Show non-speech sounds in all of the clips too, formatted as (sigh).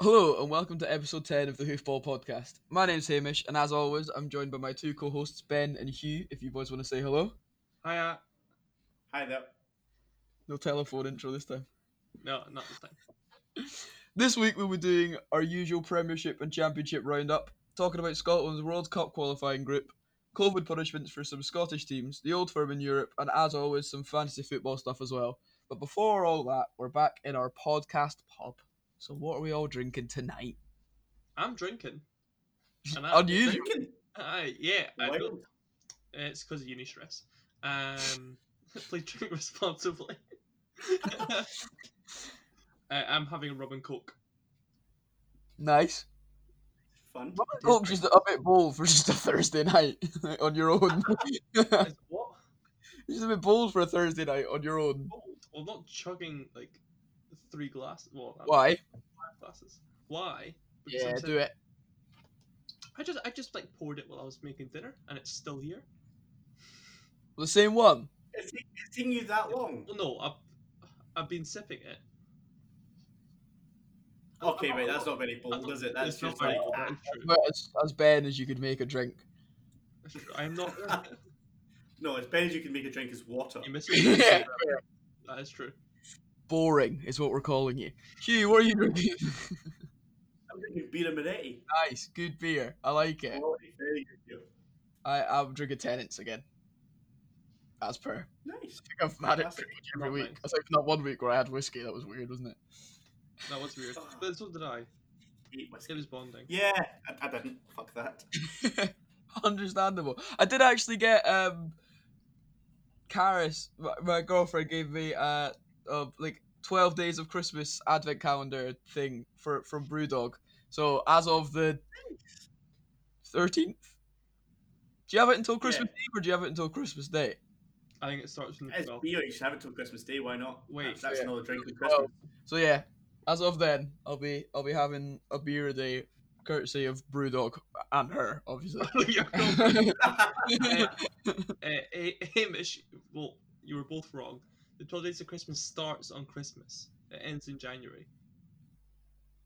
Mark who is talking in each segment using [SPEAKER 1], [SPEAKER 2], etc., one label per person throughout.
[SPEAKER 1] Hello and welcome to episode 10 of the Hoofball Podcast. My name's Hamish, and as always, I'm joined by my two co hosts, Ben and Hugh. If you boys want to say hello,
[SPEAKER 2] Hiya.
[SPEAKER 3] Hi there.
[SPEAKER 1] no telephone intro this time.
[SPEAKER 2] No, not this time.
[SPEAKER 1] This week, we'll be doing our usual Premiership and Championship roundup, talking about Scotland's World Cup qualifying group, COVID punishments for some Scottish teams, the old firm in Europe, and as always, some fantasy football stuff as well. But before all that, we're back in our podcast pub. So, what are we all drinking tonight?
[SPEAKER 2] I'm drinking. And
[SPEAKER 1] Unusual.
[SPEAKER 2] think- Aye, yeah. I
[SPEAKER 3] Wild.
[SPEAKER 2] don't- it's because of uni stress. Um, (laughs) please drink responsibly. (laughs) uh, I'm having a rum and coke.
[SPEAKER 1] Nice.
[SPEAKER 3] Fun.
[SPEAKER 2] Oh,
[SPEAKER 1] Hope's just a bit bold for (laughs) just a Thursday night (laughs) like, on your own. Uh.
[SPEAKER 2] As what?
[SPEAKER 1] just a bit bold for a Thursday night on your own.
[SPEAKER 2] Well, not chugging like three glasses. Well, I'm-
[SPEAKER 1] Why?
[SPEAKER 2] Five glasses. Why?
[SPEAKER 1] Yeah,
[SPEAKER 2] I'm
[SPEAKER 1] do it.
[SPEAKER 2] I just, I just like poured it while I was making dinner, and it's still here.
[SPEAKER 1] The same one.
[SPEAKER 3] It's taking you that long.
[SPEAKER 2] Well, no, I've, I've been sipping it.
[SPEAKER 3] Okay,
[SPEAKER 2] I'm-
[SPEAKER 3] wait,
[SPEAKER 2] I'm
[SPEAKER 3] that's not very
[SPEAKER 2] I
[SPEAKER 3] bold,
[SPEAKER 2] don't-
[SPEAKER 3] Oh, is it? That's
[SPEAKER 2] it's not
[SPEAKER 3] just
[SPEAKER 2] very
[SPEAKER 3] like,
[SPEAKER 2] bold,
[SPEAKER 3] ah,
[SPEAKER 2] true.
[SPEAKER 1] (laughs) About as, as bad as you could make a (laughs) drink.
[SPEAKER 2] I'm
[SPEAKER 3] (laughs)
[SPEAKER 2] not.
[SPEAKER 3] no, as bad as you can make a drink is water.
[SPEAKER 2] You missed
[SPEAKER 1] yeah.
[SPEAKER 2] it. That is true.
[SPEAKER 1] Boring is what we're calling you. Hugh, what are you (laughs) drinking?
[SPEAKER 3] I'm drinking beer Moretti.
[SPEAKER 1] nice, good beer. I like it.
[SPEAKER 3] Quality, very good beer.
[SPEAKER 1] I, I'm drinking Tenants again. As per.
[SPEAKER 3] Nice.
[SPEAKER 1] I think I've had it
[SPEAKER 3] Classic.
[SPEAKER 1] pretty much every
[SPEAKER 2] Not
[SPEAKER 1] week.
[SPEAKER 2] mine.
[SPEAKER 1] Except for that one week where I had whiskey. That was weird, wasn't it?
[SPEAKER 2] That was weird. But so did I.
[SPEAKER 3] Hate
[SPEAKER 2] It
[SPEAKER 3] whiskey.
[SPEAKER 2] was bonding.
[SPEAKER 3] Yeah, I, I didn't. Fuck that.
[SPEAKER 1] (laughs) Understandable. I did actually get um, Karis. My, my girlfriend gave me uh, uh, like twelve days of Christmas advent calendar thing for from BrewDog. So as of the thirteenth, do you have it until Christmas Eve or do you have it until Christmas Day?
[SPEAKER 2] I think it starts from the
[SPEAKER 3] It's
[SPEAKER 2] 12th.
[SPEAKER 3] beer, you should have it till Christmas Day, why not?
[SPEAKER 2] Wait, Oh.
[SPEAKER 3] That's, that's
[SPEAKER 1] yeah.
[SPEAKER 3] another drink at
[SPEAKER 1] Well,
[SPEAKER 3] Christmas.
[SPEAKER 1] So yeah, as of then, I'll be I'll be having a beer a day, courtesy of BrewDog and her, obviously.
[SPEAKER 2] (laughs) Your girlfriend,
[SPEAKER 1] (laughs)
[SPEAKER 2] uh, uh, Ha- Hamish, well, you were both wrong. The 12 Days of Christmas starts on Christmas. It ends in January.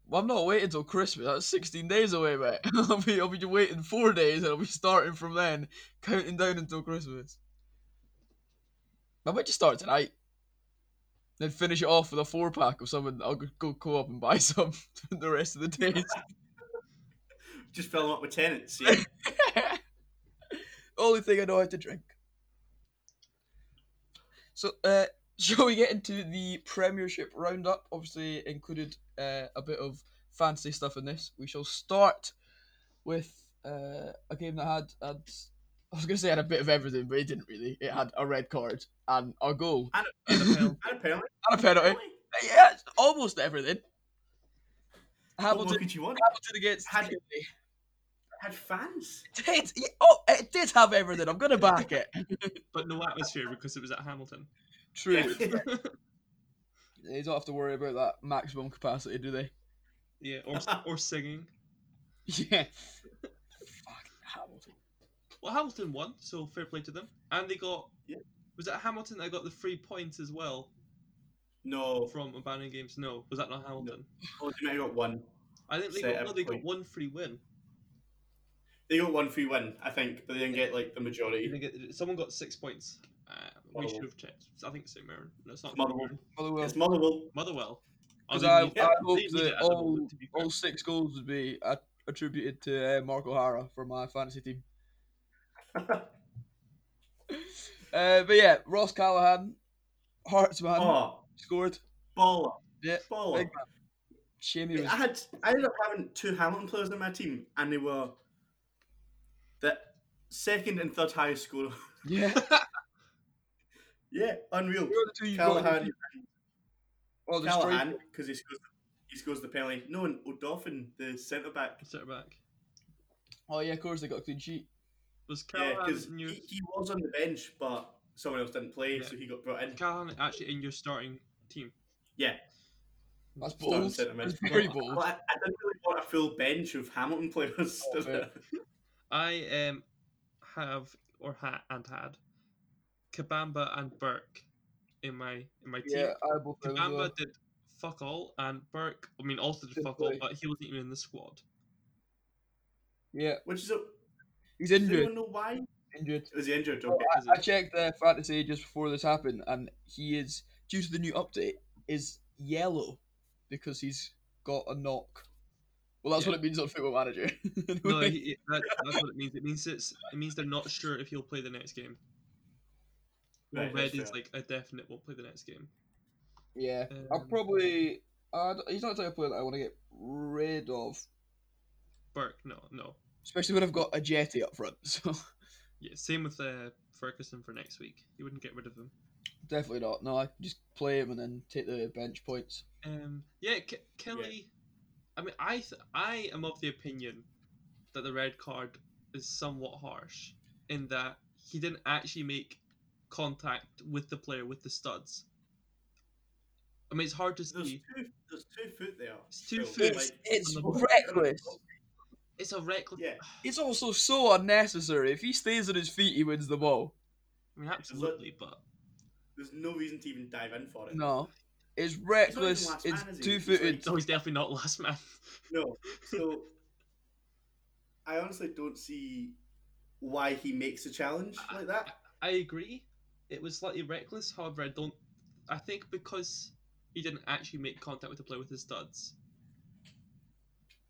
[SPEAKER 1] Well, I'm not waiting till Christmas. That's 16 days away, mate. (laughs) I'll be, I'll be waiting four days, and I'll be starting from then, counting down until Christmas. I might just start tonight, then finish it off with a four pack of something. I'll go- go co-op and buy (laughs) some the rest of the days.
[SPEAKER 3] (laughs) Just fill them up with
[SPEAKER 2] (laughs)
[SPEAKER 3] tenants. Yeah.
[SPEAKER 1] (laughs) Only thing I know how to drink. So, uh, (laughs) shall we get into the Premiership roundup? Obviously, included uh, a bit of fancy stuff in this. We shall start with uh, a game that had, had I was going to say had a bit of everything, but it didn't really. It had a red card and a goal
[SPEAKER 3] (laughs)
[SPEAKER 2] NFL.
[SPEAKER 3] and apparently,
[SPEAKER 1] (laughs) and a penalty.
[SPEAKER 3] apparently
[SPEAKER 1] Yeah, it's almost everything.
[SPEAKER 3] what more
[SPEAKER 1] Hamilton,
[SPEAKER 3] could you want?
[SPEAKER 1] Hamilton against
[SPEAKER 3] Had-
[SPEAKER 1] Italy.
[SPEAKER 3] I had fans.
[SPEAKER 1] did. yeah, Oh, it did have everything. I'm gonna back it.
[SPEAKER 2] But no atmosphere because it was at Hamilton.
[SPEAKER 1] True.
[SPEAKER 3] Yeah.
[SPEAKER 1] they don't have to worry about that maximum capacity, do
[SPEAKER 3] (laughs)
[SPEAKER 1] they?
[SPEAKER 2] Yeah, or, or singing.
[SPEAKER 1] Yeah. Fucking Hamilton.
[SPEAKER 2] Well, Hamilton won, so fair play to them. And they got.
[SPEAKER 3] Yeah.
[SPEAKER 2] Was it Hamilton that got the three points as well
[SPEAKER 3] (laughs) no,
[SPEAKER 2] from Abandon Games? No, was that not Hamilton?
[SPEAKER 3] oh, they might have got one.
[SPEAKER 2] I think they
[SPEAKER 3] Set
[SPEAKER 2] got, no, they got
[SPEAKER 3] point.
[SPEAKER 2] one free win.
[SPEAKER 3] They got one free win, I think, but they didn't get like the
[SPEAKER 2] You
[SPEAKER 3] majority.
[SPEAKER 2] think it- Someone got six points. Uh, we
[SPEAKER 3] Motherwell.
[SPEAKER 2] should have checked. I think it's St. Mirren. No, it's not.
[SPEAKER 3] Motherwell.
[SPEAKER 2] St. Mirren.
[SPEAKER 1] Motherwell. (laughs)
[SPEAKER 3] It's Motherwell.
[SPEAKER 2] Motherwell. Oh,
[SPEAKER 1] 'Cause
[SPEAKER 2] they
[SPEAKER 1] I,
[SPEAKER 2] need-
[SPEAKER 1] I
[SPEAKER 3] yeah,
[SPEAKER 1] hope
[SPEAKER 2] they need it
[SPEAKER 1] that
[SPEAKER 2] at the
[SPEAKER 1] all,
[SPEAKER 2] moment, to be fair.
[SPEAKER 1] all six goals would be at, attributed to uh, Mark O'Hara for my fantasy team. uh, but yeah, Ross Callahan, Hearts man,
[SPEAKER 3] Oh,
[SPEAKER 1] scored.
[SPEAKER 3] baller.
[SPEAKER 1] Yeah,
[SPEAKER 3] Baller.
[SPEAKER 1] big man. Shame he was.
[SPEAKER 3] I had I ended up having two Hamilton players in my team, and they were the second and third highest scorer.
[SPEAKER 1] (laughs) Yeah,
[SPEAKER 3] (laughs) yeah, unreal.
[SPEAKER 1] who are the two you've got in your
[SPEAKER 3] Callahan,
[SPEAKER 1] team? Oh, the
[SPEAKER 3] Callahan,
[SPEAKER 1] striker.
[SPEAKER 3] because he scores, he scores the penalty. No, and O'Dolphin, the centre back.
[SPEAKER 2] Centre back.
[SPEAKER 1] Oh yeah, of course they got a clean sheet.
[SPEAKER 2] Was
[SPEAKER 3] Yeah,
[SPEAKER 2] Callahan
[SPEAKER 3] because
[SPEAKER 2] in your
[SPEAKER 3] he, he was on the bench, but someone else didn't play, so he got brought in.
[SPEAKER 2] Callahan actually in your starting team?
[SPEAKER 1] That's
[SPEAKER 3] Starting
[SPEAKER 1] bold.
[SPEAKER 3] centre mid.
[SPEAKER 1] That's very bold.
[SPEAKER 3] Well, I, I didn't really want a full bench of Hamilton (laughs) players.
[SPEAKER 1] Oh,
[SPEAKER 3] did I?
[SPEAKER 2] I um have or had and had Kabamba and Burke in my in my team.
[SPEAKER 1] Yeah, I both have as well.
[SPEAKER 2] Kabamba did fuck all, and Burke, I mean, also did
[SPEAKER 1] Good
[SPEAKER 2] fuck all,
[SPEAKER 1] boy.
[SPEAKER 2] but he wasn't even in the squad.
[SPEAKER 1] Yeah,
[SPEAKER 3] Which is a.
[SPEAKER 1] he's
[SPEAKER 3] Does
[SPEAKER 1] injured.
[SPEAKER 3] anyone know why?
[SPEAKER 1] Injured.
[SPEAKER 3] Was he injured?
[SPEAKER 1] Oh,
[SPEAKER 3] Okay.
[SPEAKER 1] I, I checked uh, fantasy just before this happened, and he is due to the new update is yellow because he's got a knock. Well, that's what
[SPEAKER 2] Yeah.
[SPEAKER 1] it means on Football Manager. (laughs)
[SPEAKER 2] No, he, he- that, that's what it means. It means it's it means they're not sure if he'll play the next game. Well,
[SPEAKER 3] Right, that's
[SPEAKER 2] red is
[SPEAKER 3] fair.
[SPEAKER 2] like a definite won't play the next game.
[SPEAKER 1] yeah, I'll
[SPEAKER 2] Um,
[SPEAKER 1] probably. Uh, he's not the type of player that I want to get rid of,
[SPEAKER 2] Burke, no, no.
[SPEAKER 1] especially when I've got a jetty up front. (laughs) So
[SPEAKER 2] Yeah, same with uh, Ferguson for next week. You wouldn't get rid of him.
[SPEAKER 1] definitely not. No, I just play him and then take the bench points.
[SPEAKER 2] Um, yeah, Ke- Kelly. I mean, I th- I am of the opinion that the red card is somewhat harsh in that he didn't actually make contact with the player with the studs. I mean, it's hard to
[SPEAKER 3] There's
[SPEAKER 2] see.
[SPEAKER 3] two, there's two foot there.
[SPEAKER 2] It's two
[SPEAKER 3] still,
[SPEAKER 2] foot.
[SPEAKER 1] It's
[SPEAKER 3] like,
[SPEAKER 1] it's
[SPEAKER 2] on the ball.
[SPEAKER 1] reckless.
[SPEAKER 2] It's a reckless.
[SPEAKER 3] Yeah.
[SPEAKER 1] It's also so unnecessary. If he stays on his feet, he wins the ball.
[SPEAKER 2] I mean, absolutely, but
[SPEAKER 3] There's no reason to even dive in for it.
[SPEAKER 1] No. It's reckless.
[SPEAKER 3] last
[SPEAKER 1] It's
[SPEAKER 3] man, is he?
[SPEAKER 1] two
[SPEAKER 3] He's like-
[SPEAKER 1] footed.
[SPEAKER 2] (laughs) no, he's definitely not last man. (laughs)
[SPEAKER 3] No. So I honestly don't see why he makes a challenge like that.
[SPEAKER 2] I agree. It was slightly reckless. However, I don't. I think because he didn't actually make contact with the player with his studs,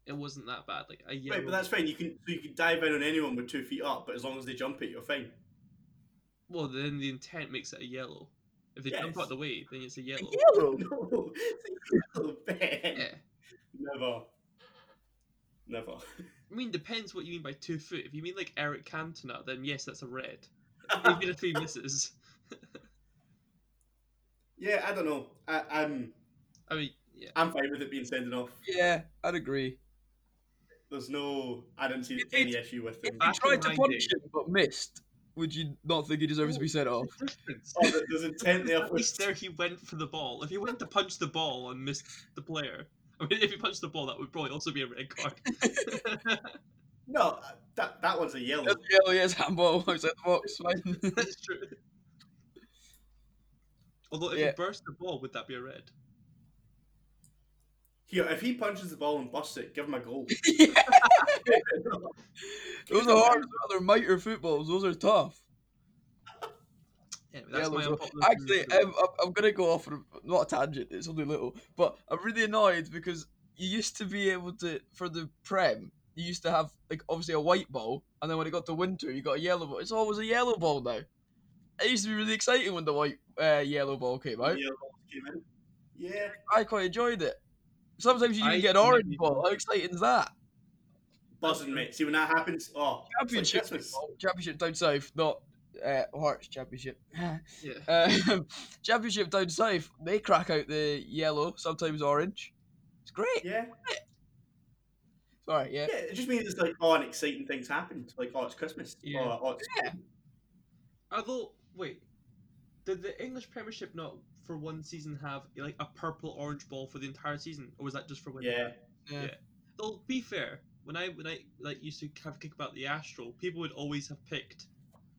[SPEAKER 2] it wasn't that bad. Like a yellow.
[SPEAKER 3] Right, but that's fine. You can so you can dive in on anyone with two feet up, but as long as they jump it, you're fine.
[SPEAKER 2] Well, then the intent makes it a yellow. If they jump
[SPEAKER 3] Yes.
[SPEAKER 2] out the way, then it's a yellow.
[SPEAKER 1] Yellow.
[SPEAKER 3] (laughs) No, little bit.
[SPEAKER 2] Yeah.
[SPEAKER 3] Never. Never.
[SPEAKER 2] I mean, depends what you mean by two foot. If you mean like Eric Cantona, then yes, that's a red.
[SPEAKER 3] (laughs)
[SPEAKER 2] Even if he misses,
[SPEAKER 3] yeah, I don't know. I, I'm
[SPEAKER 2] I mean, yeah.
[SPEAKER 3] I'm fine with it being sending off.
[SPEAKER 1] Yeah, I'd agree.
[SPEAKER 3] There's no. I don't see
[SPEAKER 1] It-
[SPEAKER 3] any
[SPEAKER 1] it-
[SPEAKER 3] issue with
[SPEAKER 1] If
[SPEAKER 3] him.
[SPEAKER 1] you
[SPEAKER 2] Back in
[SPEAKER 1] tried to
[SPEAKER 2] my
[SPEAKER 1] punch
[SPEAKER 2] day.
[SPEAKER 1] him but missed, would you not think he deserves to be sent (laughs) off?
[SPEAKER 2] Difference.
[SPEAKER 3] Oh, there- there's intent there.
[SPEAKER 2] At
[SPEAKER 3] for-
[SPEAKER 2] least there he went for the ball. If he went to punch the ball and missed the player, I mean, if he punched the ball, that would probably also be a red card. (laughs)
[SPEAKER 3] No, that that one's a yellow.
[SPEAKER 1] That's yellow, yes, handball outside the box. Fine. (laughs)
[SPEAKER 2] That's true. Although if
[SPEAKER 1] Yeah.
[SPEAKER 2] he burst the ball, would that be a red?
[SPEAKER 3] Here, if he punches the ball and busts it, give him a goal.
[SPEAKER 1] (laughs) Those are hard as well. They're mitre footballs. Those are tough.
[SPEAKER 2] Anyway, that's
[SPEAKER 1] Yellow
[SPEAKER 2] my
[SPEAKER 1] as well.
[SPEAKER 2] unpopular
[SPEAKER 1] Actually,
[SPEAKER 2] opinion for the
[SPEAKER 1] um, I'm, I'm going to go off on a, not a tangent. It's only little, but I'm really annoyed because you used to be able to for the prem. You used to have like obviously a white ball, and then when it got to winter, you got a yellow ball. It's always a yellow ball now. It used to be really exciting when the white uh, yellow ball came out.
[SPEAKER 3] Yellow ball came in. Yeah,
[SPEAKER 1] I quite enjoyed it. Sometimes you
[SPEAKER 2] I
[SPEAKER 1] even get an
[SPEAKER 2] think
[SPEAKER 1] orange
[SPEAKER 2] you-
[SPEAKER 1] ball. How exciting is that?
[SPEAKER 3] buzzing, mate. See when that happens, oh, it's like
[SPEAKER 1] Championship,
[SPEAKER 3] Christmas.
[SPEAKER 2] Oh.
[SPEAKER 1] football. championship down south, not uh, Hearts Championship. (sighs)
[SPEAKER 2] game. Yeah.
[SPEAKER 1] Uh, (laughs) championship down south, they crack out the yellow, sometimes orange. It's great.
[SPEAKER 3] Yeah,
[SPEAKER 1] Sorry, yeah.
[SPEAKER 3] yeah. It just means it's like, oh, and exciting things happened. Like, oh, it's Christmas.
[SPEAKER 2] Yeah.
[SPEAKER 3] Oh, oh, it's
[SPEAKER 2] Although, wait, did the English Premiership not for one season have like a purple orange ball for the entire season, or was that just for winter?
[SPEAKER 3] yeah.
[SPEAKER 1] Yeah.
[SPEAKER 2] Though, be fair, when I when I like used to have kick about the Astral, people would always have picked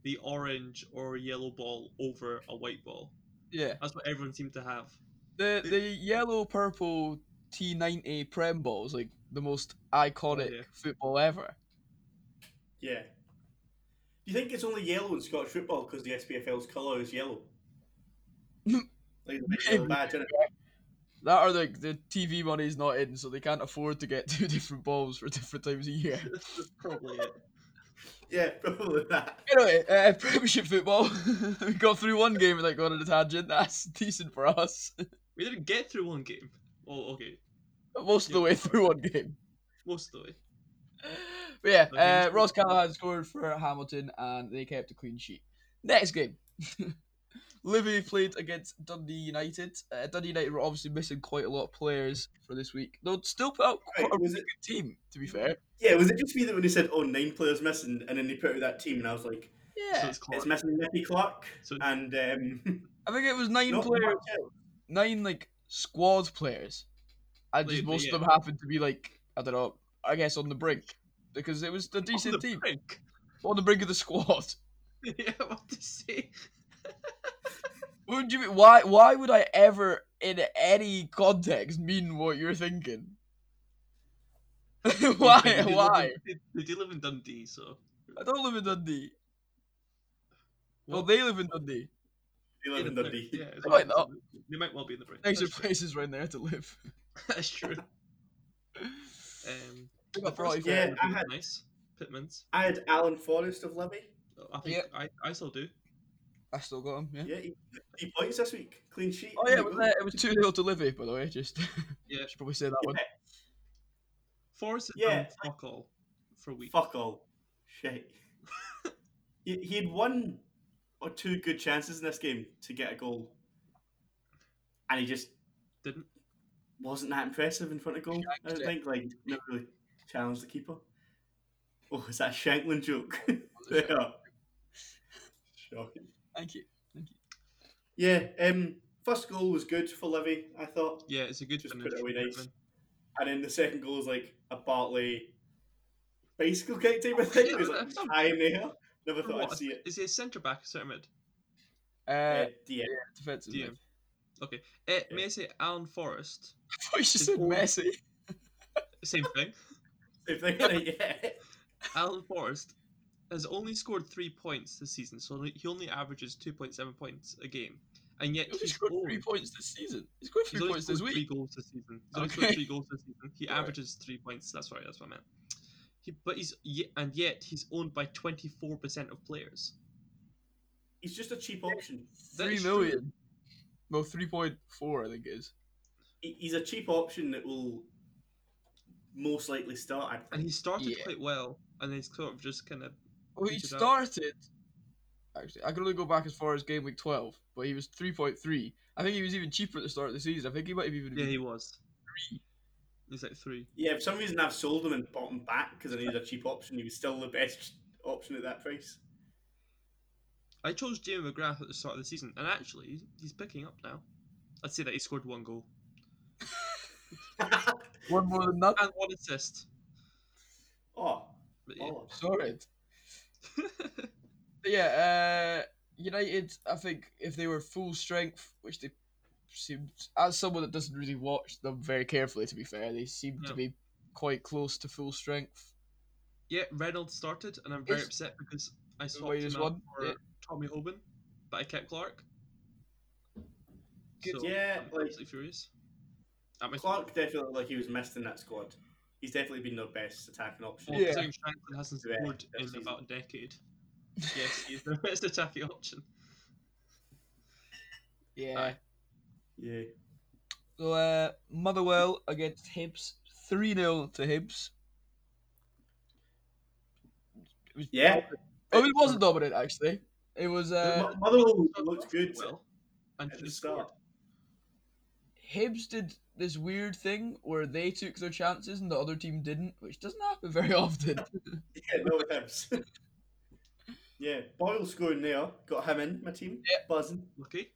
[SPEAKER 2] the orange or yellow ball over a white ball.
[SPEAKER 1] yeah.
[SPEAKER 2] That's what everyone seemed to have. (laughs)
[SPEAKER 1] The the yellow purple T ninety Prem ball is like the most iconic
[SPEAKER 2] Oh, yeah.
[SPEAKER 1] football ever.
[SPEAKER 3] Yeah. Do you think it's only yellow in Scottish football because the SPFL's colour is yellow? like the big yellow badge, innit?
[SPEAKER 1] That are like the TV money's not in, so they can't afford to get (laughs) two different balls for different times a year.
[SPEAKER 2] That's probably it.
[SPEAKER 3] Yeah, (laughs) probably that.
[SPEAKER 1] Anyway, uh, (laughs) Premiership football. we got through one game without going on a tangent. That's decent for us. (laughs)
[SPEAKER 2] We didn't get through one game. Oh, okay,
[SPEAKER 1] Most of the
[SPEAKER 2] Yeah.
[SPEAKER 1] way through one game.
[SPEAKER 2] most of the way.
[SPEAKER 1] But yeah,
[SPEAKER 2] Okay.
[SPEAKER 1] uh, Ross Callahan scored for Hamilton and they kept a clean sheet. Next game. (laughs) Livy played against Dundee United. Uh, Dundee United were obviously missing quite a lot of players for this week. They'll still put out quite
[SPEAKER 3] Right,
[SPEAKER 1] a
[SPEAKER 3] was
[SPEAKER 1] really
[SPEAKER 3] it-
[SPEAKER 1] good team, to be fair.
[SPEAKER 3] Yeah, was it just me that when they said, oh, nine players missing, and then they put out that team, and I was like,
[SPEAKER 2] So
[SPEAKER 1] Yeah.
[SPEAKER 2] it's Clark.
[SPEAKER 3] it's missing Nicky Clark
[SPEAKER 2] So
[SPEAKER 3] and um, (laughs)
[SPEAKER 1] I think it was nine
[SPEAKER 3] not
[SPEAKER 1] players,
[SPEAKER 3] much else.
[SPEAKER 1] nine like squad players. And just
[SPEAKER 2] Livy,
[SPEAKER 1] most
[SPEAKER 2] yeah.
[SPEAKER 1] of them happened to be like, I don't know, I guess on the brink. Because it was a decent
[SPEAKER 2] on the
[SPEAKER 1] team.
[SPEAKER 2] brink. (laughs)
[SPEAKER 1] On the brink of the squad.
[SPEAKER 2] yeah, what to say?
[SPEAKER 1] Would you? Why? Why would I ever in any context mean what you're thinking. (laughs) why?
[SPEAKER 2] They do live
[SPEAKER 1] Why?
[SPEAKER 2] in- They, they do live in Dundee, so
[SPEAKER 1] I don't live in Dundee. Well,
[SPEAKER 2] Well,
[SPEAKER 1] they live in Dundee.
[SPEAKER 3] They live in Dundee.
[SPEAKER 2] Yeah, it's
[SPEAKER 1] Why
[SPEAKER 2] right,
[SPEAKER 1] not?
[SPEAKER 2] They might well be in the break.
[SPEAKER 1] Nicer
[SPEAKER 2] That's true.
[SPEAKER 1] places around there to live. (laughs)
[SPEAKER 2] That's true. Um,
[SPEAKER 1] They
[SPEAKER 2] the
[SPEAKER 1] got
[SPEAKER 2] first
[SPEAKER 1] brought
[SPEAKER 3] Yeah,
[SPEAKER 2] one
[SPEAKER 3] I
[SPEAKER 2] was
[SPEAKER 3] had-
[SPEAKER 2] nice. Pittman's.
[SPEAKER 3] I had Alan Forrest of Libby.
[SPEAKER 2] I think
[SPEAKER 1] Yeah.
[SPEAKER 2] I, I still do.
[SPEAKER 1] I still got him. Yeah.
[SPEAKER 3] Yeah, he, he points this week. Clean sheet.
[SPEAKER 1] Oh
[SPEAKER 3] There
[SPEAKER 1] yeah,
[SPEAKER 3] you
[SPEAKER 1] it was,
[SPEAKER 3] go.
[SPEAKER 1] uh, it was two 0 to Livy, by the way. Just (laughs)
[SPEAKER 2] Yeah.
[SPEAKER 1] should probably say that
[SPEAKER 2] (laughs)
[SPEAKER 1] one.
[SPEAKER 2] Forrest has
[SPEAKER 3] Yeah,
[SPEAKER 2] done fuck all for a week.
[SPEAKER 3] Fuck all. Shit. he, he had one or two good chances in this game to get a goal, and he just
[SPEAKER 2] Didn't.
[SPEAKER 3] wasn't that impressive in front of goal. I
[SPEAKER 1] Shanked
[SPEAKER 3] don't
[SPEAKER 1] it.
[SPEAKER 3] think like never really challenged the keeper. Oh, is that a Shanklin joke? (laughs)
[SPEAKER 1] Was it?
[SPEAKER 3] yeah. Shocking.
[SPEAKER 1] Thank you.
[SPEAKER 3] Yeah. Um. First goal was good for Livy, I thought,
[SPEAKER 2] Yeah, it's a good
[SPEAKER 3] Just
[SPEAKER 2] finish.
[SPEAKER 3] put it away
[SPEAKER 2] for
[SPEAKER 3] nice.
[SPEAKER 2] Pittman.
[SPEAKER 3] and then the second goal was like a Bartley bicycle kick type of thing. It
[SPEAKER 2] (laughs)
[SPEAKER 3] was like high in the air. Never
[SPEAKER 2] For
[SPEAKER 3] thought I'd
[SPEAKER 2] what?
[SPEAKER 3] see it.
[SPEAKER 2] Is he a centre back or centre mid?
[SPEAKER 1] Uh,
[SPEAKER 3] Uh, DM.
[SPEAKER 1] defensive. (laughs)
[SPEAKER 2] DM.
[SPEAKER 1] mid.
[SPEAKER 2] Okay. Eh,
[SPEAKER 3] Yeah.
[SPEAKER 2] May I say Alan Forrest?
[SPEAKER 1] I thought you just said
[SPEAKER 2] Before-
[SPEAKER 1] Messi. (laughs)
[SPEAKER 2] Same thing.
[SPEAKER 3] If they're
[SPEAKER 2] (laughs)
[SPEAKER 3] gonna, yeah.
[SPEAKER 2] Alan Forrest has only scored three points this season, so he only averages 2.7 points a game. And yet
[SPEAKER 1] He only
[SPEAKER 2] he's
[SPEAKER 1] scored
[SPEAKER 2] owned-
[SPEAKER 1] three points this season. He scored
[SPEAKER 2] He's
[SPEAKER 1] three
[SPEAKER 2] only
[SPEAKER 1] points
[SPEAKER 2] scored
[SPEAKER 1] this
[SPEAKER 2] three
[SPEAKER 1] week.
[SPEAKER 2] goals this season. He's only scored
[SPEAKER 1] Okay.
[SPEAKER 2] three goals this season. He
[SPEAKER 1] Alright.
[SPEAKER 2] averages three points. That's right. That's what I meant. He, but he's ye- and yet he's owned by 24% of players.
[SPEAKER 3] He's just a cheap option.
[SPEAKER 2] That
[SPEAKER 1] Three
[SPEAKER 2] is true.
[SPEAKER 1] million. No, three point four. I think it is.
[SPEAKER 3] He- He's a cheap option that will most likely start. I
[SPEAKER 2] And
[SPEAKER 3] think.
[SPEAKER 2] he started
[SPEAKER 1] Yeah. Mm-hmm.
[SPEAKER 2] quite well, and then he's sort of just kind of
[SPEAKER 1] Well, he
[SPEAKER 2] Beat it out.
[SPEAKER 1] started. Actually, I can only go back as far as game week twelve, but he was three point three. I think he was even cheaper at the start of the season. I think he might have even.
[SPEAKER 2] yeah
[SPEAKER 1] been-
[SPEAKER 2] he was three. He's like three.
[SPEAKER 3] Yeah, for some reason I've sold him and bought him back because I needed a cheap option. He was still the best option at that price. (laughs)
[SPEAKER 2] I chose Jamie McGrath at the start of the season, and actually he's- he's picking up now. I'd say that he scored one goal
[SPEAKER 1] one more than that.
[SPEAKER 2] and one assist.
[SPEAKER 3] oh,
[SPEAKER 2] But yeah.
[SPEAKER 3] bollocks.
[SPEAKER 1] Sorted. Oh.
[SPEAKER 2] (laughs)
[SPEAKER 1] But yeah, uh, United. I think if they were full strength, which they seemed, as someone that doesn't really watch them very carefully, to be fair, they seem to
[SPEAKER 2] No.
[SPEAKER 1] be quite close to full strength.
[SPEAKER 2] yeah, Reynolds started, and I'm very
[SPEAKER 1] Is-
[SPEAKER 2] upset because I swapped
[SPEAKER 1] Wait,
[SPEAKER 2] him
[SPEAKER 1] is
[SPEAKER 2] out
[SPEAKER 1] one?
[SPEAKER 2] for
[SPEAKER 1] Yeah.
[SPEAKER 2] Tommy Hoban, but I kept Clark.
[SPEAKER 1] Good.
[SPEAKER 3] Yeah,
[SPEAKER 2] I'm
[SPEAKER 3] like-
[SPEAKER 2] absolutely furious. At my
[SPEAKER 3] Clark definitely like he was missed in that squad. He's definitely been their best attacking option.
[SPEAKER 2] Well,
[SPEAKER 1] Yeah.
[SPEAKER 2] considering Shanklin hasn't
[SPEAKER 3] Yeah,
[SPEAKER 2] scored
[SPEAKER 3] that
[SPEAKER 2] in
[SPEAKER 3] season.
[SPEAKER 2] about a decade. Yes, he's the (laughs) best attacking option.
[SPEAKER 1] Yeah.
[SPEAKER 2] Aye.
[SPEAKER 3] Yeah.
[SPEAKER 1] So uh, Motherwell against Hibs, three 0 to Hibs. It was
[SPEAKER 3] Yeah.
[SPEAKER 1] dominant. Oh, it wasn't
[SPEAKER 2] uh,
[SPEAKER 1] dominant actually. It was uh,
[SPEAKER 3] Mo- Motherwell looked good.
[SPEAKER 2] Well, and
[SPEAKER 3] at
[SPEAKER 2] he
[SPEAKER 3] the
[SPEAKER 2] scored.
[SPEAKER 3] start.
[SPEAKER 1] Hibs did this weird thing where they took their chances and the other team didn't, which doesn't happen (laughs) very often.
[SPEAKER 3] (laughs) Yeah, no hips. (laughs) yeah, Boyle scoring there got him in my team.
[SPEAKER 1] Yeah.
[SPEAKER 3] buzzing
[SPEAKER 2] Lucky.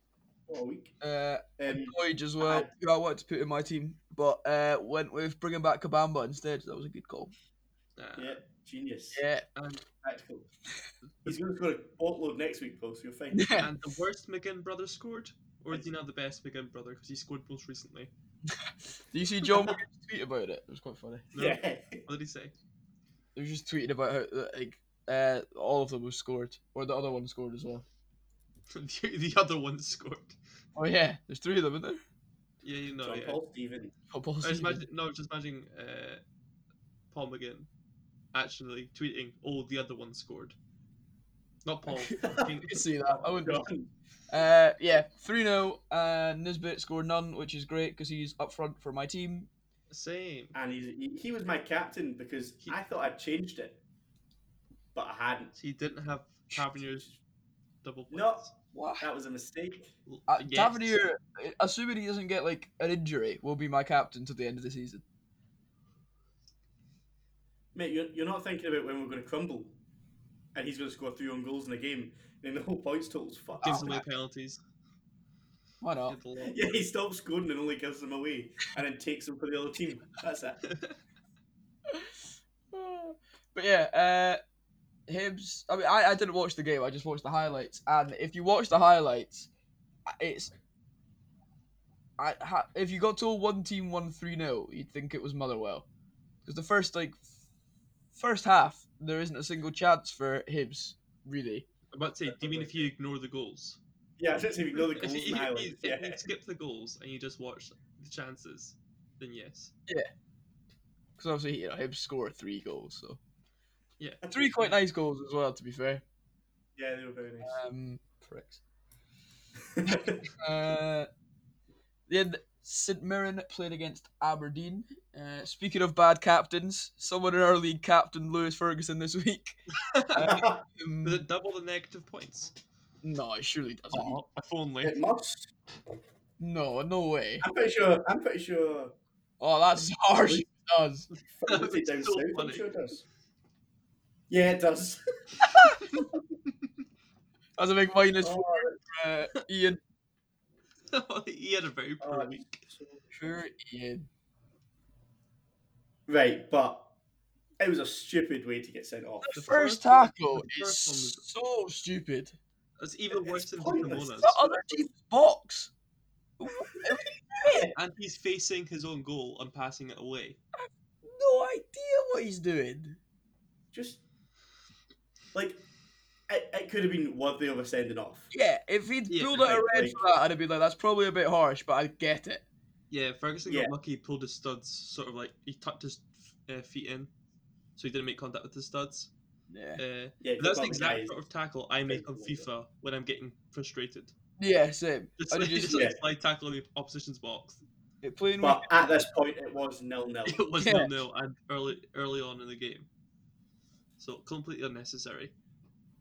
[SPEAKER 3] all week.
[SPEAKER 1] Uh, (laughs)
[SPEAKER 3] Um,
[SPEAKER 1] Voyage as well.
[SPEAKER 3] I-
[SPEAKER 1] who I wanted to put in my team, but uh, went with bringing back Kabamba instead. That was a good call.
[SPEAKER 2] Uh,
[SPEAKER 3] yeah, genius.
[SPEAKER 1] (laughs) Yeah,
[SPEAKER 3] Tactical. He's going to score a boatload next week, Paul. So you're
[SPEAKER 1] (laughs)
[SPEAKER 3] fine.
[SPEAKER 1] yeah.
[SPEAKER 2] And the worst McGinn brother scored, or is he now the best McGinn brother because he scored most recently?
[SPEAKER 1] Do you see John Wickham's tweet about it? It was quite funny.
[SPEAKER 2] No?
[SPEAKER 3] Yeah.
[SPEAKER 2] What did he say? (laughs)
[SPEAKER 1] He was just tweeting about how that, like uh, all of them were scored, or the other one scored as well.
[SPEAKER 2] the, the other one scored.
[SPEAKER 1] Oh yeah, there's three of them, isn't there?
[SPEAKER 2] Yeah, you
[SPEAKER 3] (laughs)
[SPEAKER 2] know.
[SPEAKER 3] John
[SPEAKER 2] yeah.
[SPEAKER 3] Paul Stephen.
[SPEAKER 1] Oh, Paul
[SPEAKER 2] I was
[SPEAKER 1] Stevens.
[SPEAKER 2] imagine, no, I was just imagining uh, Paul McGinn actually tweeting, "Oh, the other one scored." Not
[SPEAKER 3] (laughs)
[SPEAKER 2] Paul. I
[SPEAKER 1] I
[SPEAKER 2] think-
[SPEAKER 1] could see that. I wouldn't.
[SPEAKER 3] John.
[SPEAKER 1] Uh, yeah, three 0 uh, Nisbet scored none, which is great because he's up front for my team.
[SPEAKER 2] Same.
[SPEAKER 3] (laughs) And he's, he, he was my captain because
[SPEAKER 2] He-
[SPEAKER 3] I thought I'd changed it, but I hadn't.
[SPEAKER 2] So he didn't have Tavernier's double points.
[SPEAKER 3] No.
[SPEAKER 1] What?
[SPEAKER 3] That was a mistake.
[SPEAKER 1] Uh,
[SPEAKER 2] Yes.
[SPEAKER 1] Tavernier, uh, assuming he doesn't get like an injury, will be my captain to the end of the season.
[SPEAKER 3] Mate, you're, you're not thinking about when we're going to crumble and he's going to score three own goals in a game and then the whole points total's fucked.
[SPEAKER 2] Gives
[SPEAKER 1] Oh,
[SPEAKER 2] away penalties.
[SPEAKER 1] Why
[SPEAKER 3] Oh.
[SPEAKER 1] not?
[SPEAKER 2] Did a lot.
[SPEAKER 3] Yeah, he stops scoring and only gives them away and then takes them for the other team. That's it.
[SPEAKER 1] (laughs)
[SPEAKER 2] (laughs)
[SPEAKER 1] but yeah, uh, Hibs. I mean, I, I didn't watch the game. I just watched the highlights. And if you watch the highlights, it's I ha- if you got to a one team one three 0 you'd think it was Motherwell, because the first like f- first half there isn't a single chance for Hibs really.
[SPEAKER 2] I'm about to say, do you mean if you ignore the goals?
[SPEAKER 3] Yeah, I was actually ignore the
[SPEAKER 2] If
[SPEAKER 3] goals
[SPEAKER 2] you,
[SPEAKER 3] and
[SPEAKER 2] if you, (laughs)
[SPEAKER 3] highlights.
[SPEAKER 2] if you
[SPEAKER 3] Yeah.
[SPEAKER 2] skip the goals and you just watch the chances, then yes.
[SPEAKER 1] Because obviously you know Hibs score three goals, so
[SPEAKER 2] Yeah.
[SPEAKER 1] And three quite nice goals as well. To be fair,
[SPEAKER 3] Yeah, they were very
[SPEAKER 1] um, pricks.
[SPEAKER 3] nice. (laughs)
[SPEAKER 1] Uh, then St Mirren played against Aberdeen. Uh, speaking of bad captains, someone in our league captained Lewis Ferguson this week.
[SPEAKER 3] Mm.
[SPEAKER 1] Um,
[SPEAKER 2] Does it Oh. double the negative points?
[SPEAKER 1] no, it surely doesn't.
[SPEAKER 2] if only.
[SPEAKER 3] it must.
[SPEAKER 1] No, no way.
[SPEAKER 3] I'm pretty sure. I'm pretty sure.
[SPEAKER 1] Oh, that's (laughs) harsh. It does.
[SPEAKER 2] That
[SPEAKER 3] Fergie
[SPEAKER 2] would be
[SPEAKER 3] down
[SPEAKER 2] so
[SPEAKER 3] south, I'm
[SPEAKER 2] funny.
[SPEAKER 3] sure it does. Yeah, it does.
[SPEAKER 1] That's a big minus
[SPEAKER 3] Oh,
[SPEAKER 1] for uh, Ian.
[SPEAKER 2] (laughs) he had a very poor
[SPEAKER 3] Oh,
[SPEAKER 2] week.
[SPEAKER 3] that's so-
[SPEAKER 1] Poor Ian.
[SPEAKER 3] Right, but it was a stupid way to get sent off.
[SPEAKER 1] The
[SPEAKER 2] The
[SPEAKER 1] first
[SPEAKER 2] first one-
[SPEAKER 1] tackle
[SPEAKER 2] the
[SPEAKER 1] is
[SPEAKER 2] first one was-
[SPEAKER 1] so stupid.
[SPEAKER 2] That's even
[SPEAKER 3] It's
[SPEAKER 2] worse than
[SPEAKER 3] pointless.
[SPEAKER 2] Ramona's.
[SPEAKER 1] That other team's box.
[SPEAKER 2] And he's facing his own goal and passing it away.
[SPEAKER 1] No idea what he's doing.
[SPEAKER 3] Just like it, it could have been worthy of a sending off.
[SPEAKER 1] Yeah, if he'd
[SPEAKER 2] Yeah,
[SPEAKER 1] pulled out a
[SPEAKER 3] like-
[SPEAKER 1] red
[SPEAKER 3] like-
[SPEAKER 1] for that, I'd be like, that's probably a bit harsh, but I get it.
[SPEAKER 2] Yeah, Ferguson
[SPEAKER 3] Yeah.
[SPEAKER 2] got lucky. He pulled his studs, sort of like he tucked his uh, feet in, so he didn't make contact with the studs.
[SPEAKER 1] Yeah.
[SPEAKER 2] Uh,
[SPEAKER 3] Yeah,
[SPEAKER 2] that's the
[SPEAKER 3] but
[SPEAKER 2] exact
[SPEAKER 3] guys-
[SPEAKER 2] sort of tackle I make on
[SPEAKER 3] Don't believe it.
[SPEAKER 2] FIFA when I'm getting frustrated. (laughs)
[SPEAKER 1] Yeah, same.
[SPEAKER 2] Just,
[SPEAKER 1] I would
[SPEAKER 2] like,
[SPEAKER 1] just
[SPEAKER 2] just like
[SPEAKER 3] yeah.
[SPEAKER 2] slide tackle in the opposition's box. (laughs)
[SPEAKER 1] playing with
[SPEAKER 3] But at this point, it was nil nil.
[SPEAKER 2] It was
[SPEAKER 1] Yeah.
[SPEAKER 2] nil nil and early early on in the game, so completely unnecessary.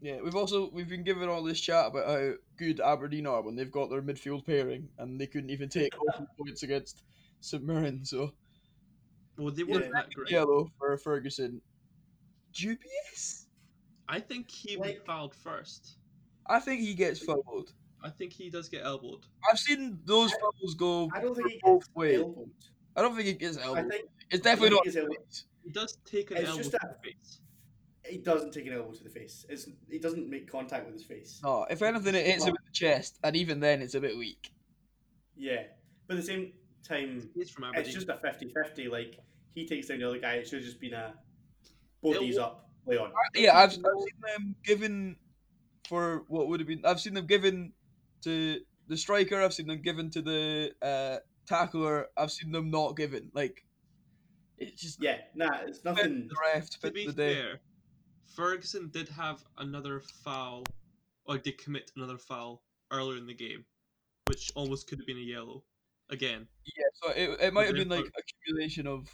[SPEAKER 1] Yeah, we've also we've been given all this chat about how good Aberdeen are when they've got their midfield pairing and they couldn't even
[SPEAKER 3] (laughs)
[SPEAKER 1] take open points against St Mirren. So
[SPEAKER 2] Well, they
[SPEAKER 3] Yeah.
[SPEAKER 2] weren't that great.
[SPEAKER 1] yellow for Ferguson. Dubious.
[SPEAKER 2] I think he
[SPEAKER 3] Like-
[SPEAKER 2] was fouled first.
[SPEAKER 1] I think he gets fouled.
[SPEAKER 2] I think he does get elbowed.
[SPEAKER 1] I've seen those fouls go
[SPEAKER 3] I don't think he
[SPEAKER 1] both
[SPEAKER 3] gets
[SPEAKER 1] ways.
[SPEAKER 3] elbowed.
[SPEAKER 1] I don't think it gets
[SPEAKER 3] I
[SPEAKER 1] elbowed.
[SPEAKER 3] think
[SPEAKER 1] It's definitely
[SPEAKER 3] I
[SPEAKER 1] not.
[SPEAKER 3] think it's elbowed.
[SPEAKER 1] elbows.
[SPEAKER 2] He does take an
[SPEAKER 3] It's
[SPEAKER 2] elbow
[SPEAKER 3] just
[SPEAKER 2] to
[SPEAKER 3] that-
[SPEAKER 2] the face.
[SPEAKER 3] he doesn't take an elbow to the face. It's, he doesn't make contact with his face.
[SPEAKER 1] No, if anything, it hits him in the chest, and even then, it's a bit weak.
[SPEAKER 3] Yeah, but at the same time,
[SPEAKER 2] He's from Aberdeen.
[SPEAKER 3] it's just a 50-50. Like he takes down the other guy. It should have just been a both
[SPEAKER 2] It
[SPEAKER 3] these
[SPEAKER 2] wa-
[SPEAKER 3] up, play on.
[SPEAKER 1] Yeah, I've, I've seen them given for what would have been. I've seen them given to the striker. I've seen them given to the uh, tackler. I've seen them not given. Like it's just
[SPEAKER 3] Yeah, nah, it's
[SPEAKER 1] the
[SPEAKER 3] nothing.
[SPEAKER 1] ref to
[SPEAKER 2] to
[SPEAKER 1] fit
[SPEAKER 2] be
[SPEAKER 1] the day.
[SPEAKER 2] fair, Ferguson did have another foul, or did commit another foul earlier in the game, which almost could have been a yellow. Again,
[SPEAKER 1] Yeah, so it, it might have
[SPEAKER 2] Very
[SPEAKER 1] been like accumulation of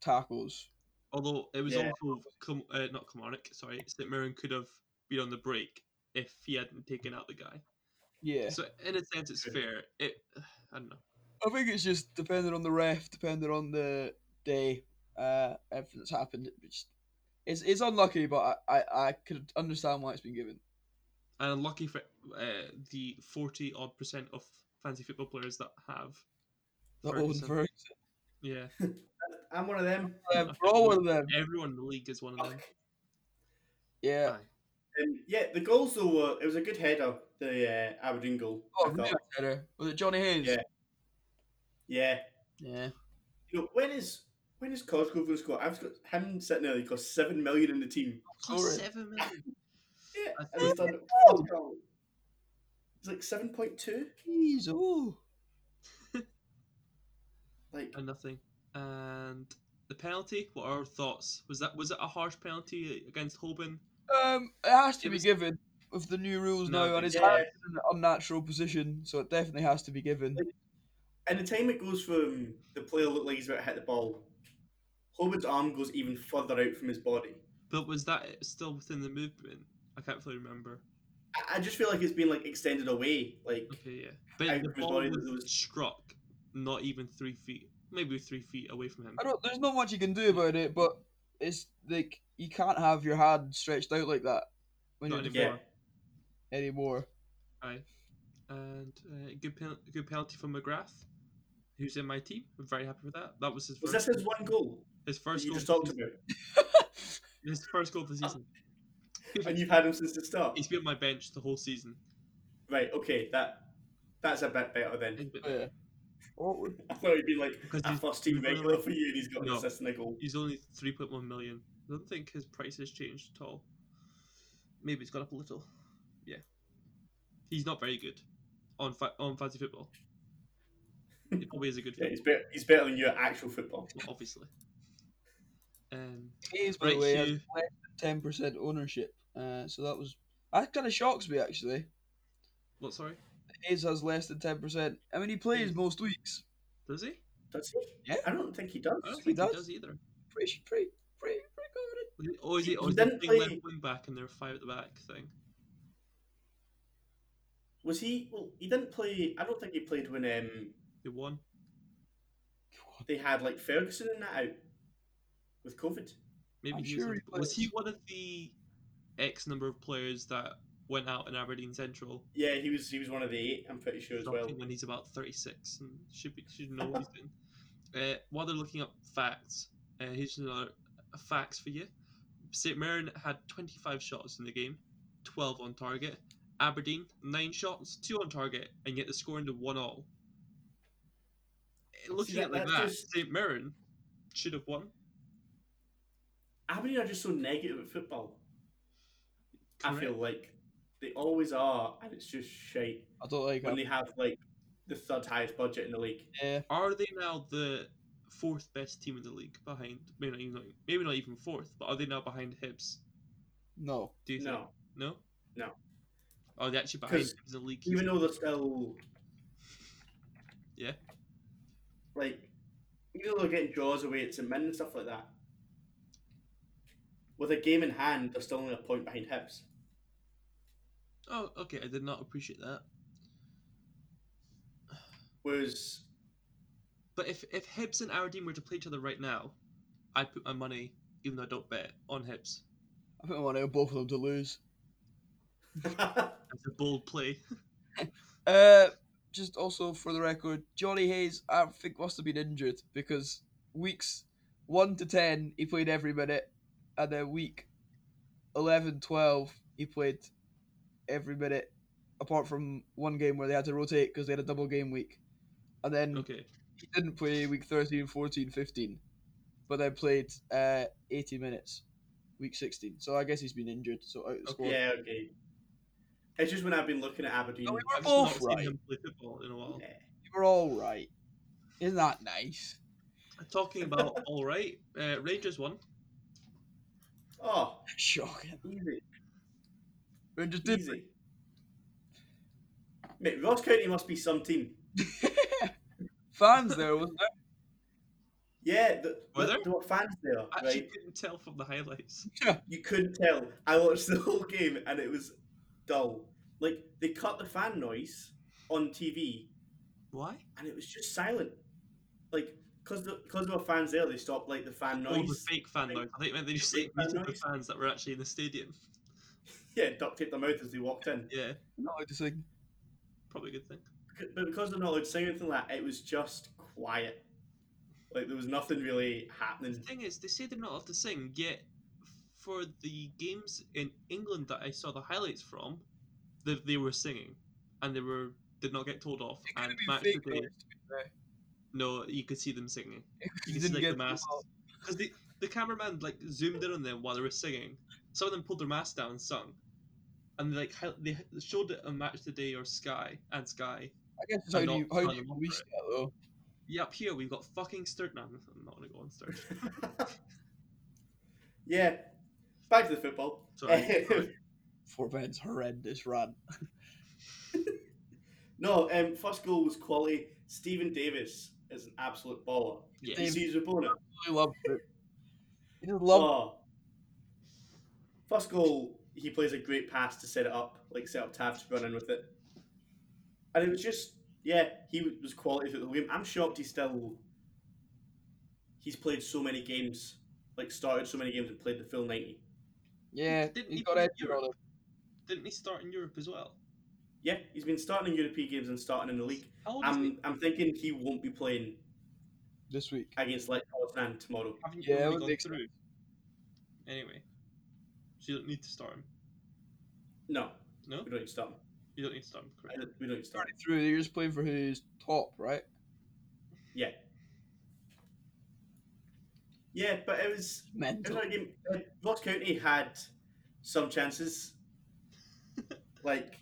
[SPEAKER 1] tackles.
[SPEAKER 2] although it was
[SPEAKER 3] Yeah.
[SPEAKER 2] also Com- uh, not Kilmarnock, sorry, St Mirren could have been on the break if he hadn't taken out the guy.
[SPEAKER 1] Yeah,
[SPEAKER 2] So in a sense, it's
[SPEAKER 3] True.
[SPEAKER 2] fair. It, I don't know.
[SPEAKER 1] I think it's just depending on the ref, depending on the day, uh, everything that's happened. It's it's, it's unlucky, but I, I, I could understand why it's been given.
[SPEAKER 2] And unlucky for uh, the forty odd percent of fancy football players that have.
[SPEAKER 1] The old
[SPEAKER 2] Ferguson.
[SPEAKER 1] Ferguson.
[SPEAKER 3] (laughs)
[SPEAKER 2] Yeah,
[SPEAKER 3] I'm one of them.
[SPEAKER 1] Um, we're all one of them.
[SPEAKER 2] everyone in the league is one of them.
[SPEAKER 3] Fuck.
[SPEAKER 1] Yeah.
[SPEAKER 2] Aye.
[SPEAKER 3] Um, yeah, the goals though were it was a good header, the uh, Aberdeen goal.
[SPEAKER 1] Oh,
[SPEAKER 3] I
[SPEAKER 1] who
[SPEAKER 3] thought.
[SPEAKER 1] was better? Was it Johnny Hayes?
[SPEAKER 3] Yeah. Yeah,
[SPEAKER 1] Yeah.
[SPEAKER 3] you know when is when is Cosgrove going to score? I've got him sitting there. He cost seven million in the team.
[SPEAKER 2] Plus
[SPEAKER 1] Sorry.
[SPEAKER 2] seven million.
[SPEAKER 3] Yeah,
[SPEAKER 2] I
[SPEAKER 3] and he's
[SPEAKER 2] think-
[SPEAKER 3] done it. It's like seven point two.
[SPEAKER 1] Jeez, oh.
[SPEAKER 3] Like
[SPEAKER 2] (coughs) and nothing. And the penalty. What are our thoughts? Was that was it a harsh penalty against Holborn?
[SPEAKER 1] Um, it has to
[SPEAKER 2] It
[SPEAKER 1] be
[SPEAKER 2] was-
[SPEAKER 1] given with the new rules
[SPEAKER 2] No,
[SPEAKER 1] now, and it's
[SPEAKER 3] yeah.
[SPEAKER 1] hard in an unnatural position, so it definitely has to be given.
[SPEAKER 3] And the time it goes from the player look like he's about to hit the ball, Holman's arm goes even further out from his body.
[SPEAKER 2] But was that still within the movement? I can't really remember.
[SPEAKER 3] I, I just feel like it's been like extended away. Like
[SPEAKER 2] Okay, yeah. But
[SPEAKER 3] I
[SPEAKER 2] the
[SPEAKER 3] was
[SPEAKER 2] ball
[SPEAKER 3] worried
[SPEAKER 2] was,
[SPEAKER 3] that it was-
[SPEAKER 2] struck, not even three feet, maybe three feet away from him.
[SPEAKER 1] I don't. There's not much you can do about it, but it's like you can't have your hand stretched out like that when
[SPEAKER 2] Not
[SPEAKER 1] you're
[SPEAKER 2] anymore.
[SPEAKER 1] defending
[SPEAKER 2] (laughs)
[SPEAKER 3] yeah,
[SPEAKER 1] anymore.
[SPEAKER 2] And uh, good pen- good penalty from McGrath, who's in my team. I'm very happy with that. That was his
[SPEAKER 3] was
[SPEAKER 2] first
[SPEAKER 3] this his one goal
[SPEAKER 2] his
[SPEAKER 3] that
[SPEAKER 2] first
[SPEAKER 3] you
[SPEAKER 2] goal.
[SPEAKER 3] just
[SPEAKER 2] of the
[SPEAKER 3] talked Ah. about?
[SPEAKER 2] season- His first goal of the season.
[SPEAKER 3] And you've had him since the start.
[SPEAKER 2] He's been on my bench the whole season.
[SPEAKER 3] Right, okay, that that's a bit better then.
[SPEAKER 2] He's been-
[SPEAKER 1] yeah. What would
[SPEAKER 3] (laughs) I thought he'd be like
[SPEAKER 2] Because
[SPEAKER 3] a
[SPEAKER 2] he's-
[SPEAKER 3] Uh, first team regular for you, and he's got an
[SPEAKER 2] No.
[SPEAKER 3] assist and a goal.
[SPEAKER 2] He's only 3.1 million. I don't think his price has changed at all. Maybe it's gone up a little. Yeah. He's not very good on fa- on fantasy football. He probably is
[SPEAKER 1] (laughs)
[SPEAKER 2] a good
[SPEAKER 3] Yeah,
[SPEAKER 2] fit,
[SPEAKER 3] he's better. He's better than you at actual football.
[SPEAKER 2] well, obviously. Um,
[SPEAKER 1] Hayes, by
[SPEAKER 2] right,
[SPEAKER 1] the way, has
[SPEAKER 2] Hugh.
[SPEAKER 1] less than 10% ownership. Uh, so that was. That kind of shocks me, actually.
[SPEAKER 2] What, sorry?
[SPEAKER 1] Hayes has less than 10%. I mean, he plays
[SPEAKER 2] Hmm.
[SPEAKER 1] most weeks.
[SPEAKER 2] Does he?
[SPEAKER 3] Does he?
[SPEAKER 1] Yeah.
[SPEAKER 3] I don't think he does.
[SPEAKER 2] I don't
[SPEAKER 1] He
[SPEAKER 2] think he
[SPEAKER 1] does.
[SPEAKER 2] does either.
[SPEAKER 1] Pretty, pretty, pretty, pretty confident.
[SPEAKER 2] Was he- Or is he,
[SPEAKER 3] He
[SPEAKER 2] or is he
[SPEAKER 3] didn't
[SPEAKER 2] playing
[SPEAKER 3] play-
[SPEAKER 2] left wing back and they're five at the back thing?
[SPEAKER 3] Was he? Well, he didn't play. I don't think he played when um,
[SPEAKER 2] They won.
[SPEAKER 3] they had like Ferguson and that out with COVID.
[SPEAKER 2] Maybe
[SPEAKER 1] I'm
[SPEAKER 2] he
[SPEAKER 1] sure he
[SPEAKER 2] was, in- was he
[SPEAKER 1] plays.
[SPEAKER 2] one of the X number of players that went out in Aberdeen Central
[SPEAKER 3] Yeah, he was. He was one of the eight. I'm pretty sure as well.
[SPEAKER 2] dropping when he's about 36 and should be should know what he's doing. Uh, while they're looking up facts, uh, here's another a facts for you. St Mirren had 25 shots in the game, 12 on target. Aberdeen nine shots, two on target, and yet they're scoring to one all. Uh, Looking
[SPEAKER 3] that-
[SPEAKER 2] at it like
[SPEAKER 3] that's
[SPEAKER 2] that,
[SPEAKER 3] just-
[SPEAKER 2] St Mirren should have won.
[SPEAKER 3] Aberdeen are just so negative at football. I feel
[SPEAKER 2] Correct.
[SPEAKER 3] like they always are, and it's just shite
[SPEAKER 1] I don't like
[SPEAKER 3] when
[SPEAKER 1] him.
[SPEAKER 3] they have like the third highest budget in the league.
[SPEAKER 1] Yeah.
[SPEAKER 2] Are they now the fourth best team in the league behind? Maybe not, even, maybe not even fourth, but are they now behind Hibs?
[SPEAKER 1] No.
[SPEAKER 2] Do you think?
[SPEAKER 3] No,
[SPEAKER 2] No.
[SPEAKER 3] No.
[SPEAKER 2] Oh, they actually behind
[SPEAKER 3] 'Cause
[SPEAKER 2] him in the league.
[SPEAKER 3] even though they're still,
[SPEAKER 2] Yeah.
[SPEAKER 3] like even though they're getting draws away at St Min and stuff like that, with a game in hand, they're still only a point behind Hibs.
[SPEAKER 2] Oh, okay. I did not appreciate that.
[SPEAKER 3] Whereas (laughs)
[SPEAKER 2] But if if Hibs and Aberdeen were to play each other right now, I'd put my money, even though I don't bet, on Hibs.
[SPEAKER 1] I put my money on both of them to lose.
[SPEAKER 2] That's a bold play.
[SPEAKER 1] Uh, just also for the record, Johnny Hayes, I think, must have been injured because weeks 1 to 10, he played every minute. And then week 11, 12, he played every minute, apart from one game where they had to rotate because they had a double game week. And
[SPEAKER 3] Hmm.
[SPEAKER 1] then
[SPEAKER 2] Okay.
[SPEAKER 1] he didn't play week 13, 14, 15, but then played uh, 80 minutes week 16. So I guess he's been injured, so out of the
[SPEAKER 2] Okay.
[SPEAKER 1] squad.
[SPEAKER 3] yeah, okay. It's just when I've been looking at Aberdeen.
[SPEAKER 1] No, we
[SPEAKER 2] I've
[SPEAKER 1] were both
[SPEAKER 2] just not seen
[SPEAKER 1] right.
[SPEAKER 2] him play football in a while.
[SPEAKER 3] Yeah.
[SPEAKER 1] You were all right. Isn't that nice? (laughs)
[SPEAKER 2] Talking about (laughs) all right, uh, Rangers won.
[SPEAKER 3] Oh,
[SPEAKER 1] Shocking.
[SPEAKER 3] easy,
[SPEAKER 1] Rangers did.
[SPEAKER 3] easy. Mate, Ross County must be some team.
[SPEAKER 1] (laughs) Fans there, wasn't there?
[SPEAKER 3] Yeah, the,
[SPEAKER 2] Were
[SPEAKER 3] the-
[SPEAKER 2] there?
[SPEAKER 3] there were fans there,
[SPEAKER 2] I actually
[SPEAKER 3] right?
[SPEAKER 2] couldn't tell from the highlights.
[SPEAKER 3] You couldn't tell. I watched the (laughs) whole game and it was dull. Like they cut the fan noise on TV
[SPEAKER 2] Why?
[SPEAKER 3] and it was just silent. Like because because there were fans there, they stopped like the fan
[SPEAKER 2] All the
[SPEAKER 3] noise.
[SPEAKER 2] fake fan
[SPEAKER 3] Fake-
[SPEAKER 2] noise. I think meant they just like
[SPEAKER 3] fake fan
[SPEAKER 2] muted the
[SPEAKER 3] noise.
[SPEAKER 2] fans that were actually in the stadium.
[SPEAKER 3] (laughs) Yeah, duct taped their mouth as they walked in.
[SPEAKER 2] Yeah,
[SPEAKER 1] Not like to sing.
[SPEAKER 2] probably a good thing.
[SPEAKER 3] C- But because they're not allowed to sing anything like that, it was just quiet. Like there was nothing really
[SPEAKER 2] The
[SPEAKER 3] happening. (laughs)
[SPEAKER 2] thing is, they say they're not allowed to sing, yet for the games in England that I saw the highlights from, they, they were singing, and they were did not get told off.
[SPEAKER 1] It could
[SPEAKER 2] And
[SPEAKER 1] have been
[SPEAKER 2] match
[SPEAKER 1] fake.
[SPEAKER 2] the day,
[SPEAKER 1] noise, to be fair.
[SPEAKER 2] no, you could see them singing
[SPEAKER 1] You
[SPEAKER 2] could see,
[SPEAKER 1] didn't
[SPEAKER 2] like,
[SPEAKER 1] get
[SPEAKER 2] the masks. because the the cameraman like zoomed in on them while they were singing. Some of them pulled their masks down and sung, and they, like hi- they showed it on Match Today or Sky and Sky.
[SPEAKER 1] I guess it's
[SPEAKER 2] I'm
[SPEAKER 1] how do
[SPEAKER 2] not
[SPEAKER 1] you how do
[SPEAKER 2] trying
[SPEAKER 1] you
[SPEAKER 2] to offer
[SPEAKER 1] release
[SPEAKER 2] it.
[SPEAKER 1] that though?
[SPEAKER 2] Yeah, up here we've got fucking Sturgeon. No, I'm I'm not gonna go on Sturgeon.
[SPEAKER 3] yeah, back to the football.
[SPEAKER 2] Sorry. sorry.
[SPEAKER 1] Four Ben's horrendous run.
[SPEAKER 3] (laughs) No, um, first goal was quality. Stephen Davis is an absolute baller.
[SPEAKER 2] Yeah.
[SPEAKER 3] He sees Rabona.
[SPEAKER 1] I love
[SPEAKER 2] (laughs)
[SPEAKER 1] it. He just loved
[SPEAKER 3] Oh. First goal, he plays a great pass to set it up, like set up Tavs to run in with it. And it was just, yeah, he w- was quality through the whole game. I'm shocked he's still. He's played so many games, like started so many games and played the full 90.
[SPEAKER 1] Yeah,
[SPEAKER 2] Didn't
[SPEAKER 1] he
[SPEAKER 2] he
[SPEAKER 1] got
[SPEAKER 2] play
[SPEAKER 1] edge on him.
[SPEAKER 2] Europe? Didn't he start in Europe as well?
[SPEAKER 3] Yeah, he's been starting in European games and starting in the league.
[SPEAKER 2] How old is he?
[SPEAKER 3] I'm, I'm thinking he won't be playing
[SPEAKER 1] this week.
[SPEAKER 3] against Lech Poznan tomorrow.
[SPEAKER 2] Haven't
[SPEAKER 1] Yeah,
[SPEAKER 2] you
[SPEAKER 1] I
[SPEAKER 2] already
[SPEAKER 1] would
[SPEAKER 2] gone
[SPEAKER 1] make
[SPEAKER 2] through? Anyway, so you don't need to start him.
[SPEAKER 3] No,
[SPEAKER 2] No,
[SPEAKER 3] we don't need to start him.
[SPEAKER 2] you don't need to start him. Correct.
[SPEAKER 3] We don't need to start him.
[SPEAKER 1] Started through, you're just playing for who's top, right?
[SPEAKER 3] Yeah. Yeah, but it was It was
[SPEAKER 1] Mental.
[SPEAKER 3] not a game. uh, Ross County had some chances.
[SPEAKER 2] (laughs)
[SPEAKER 3] like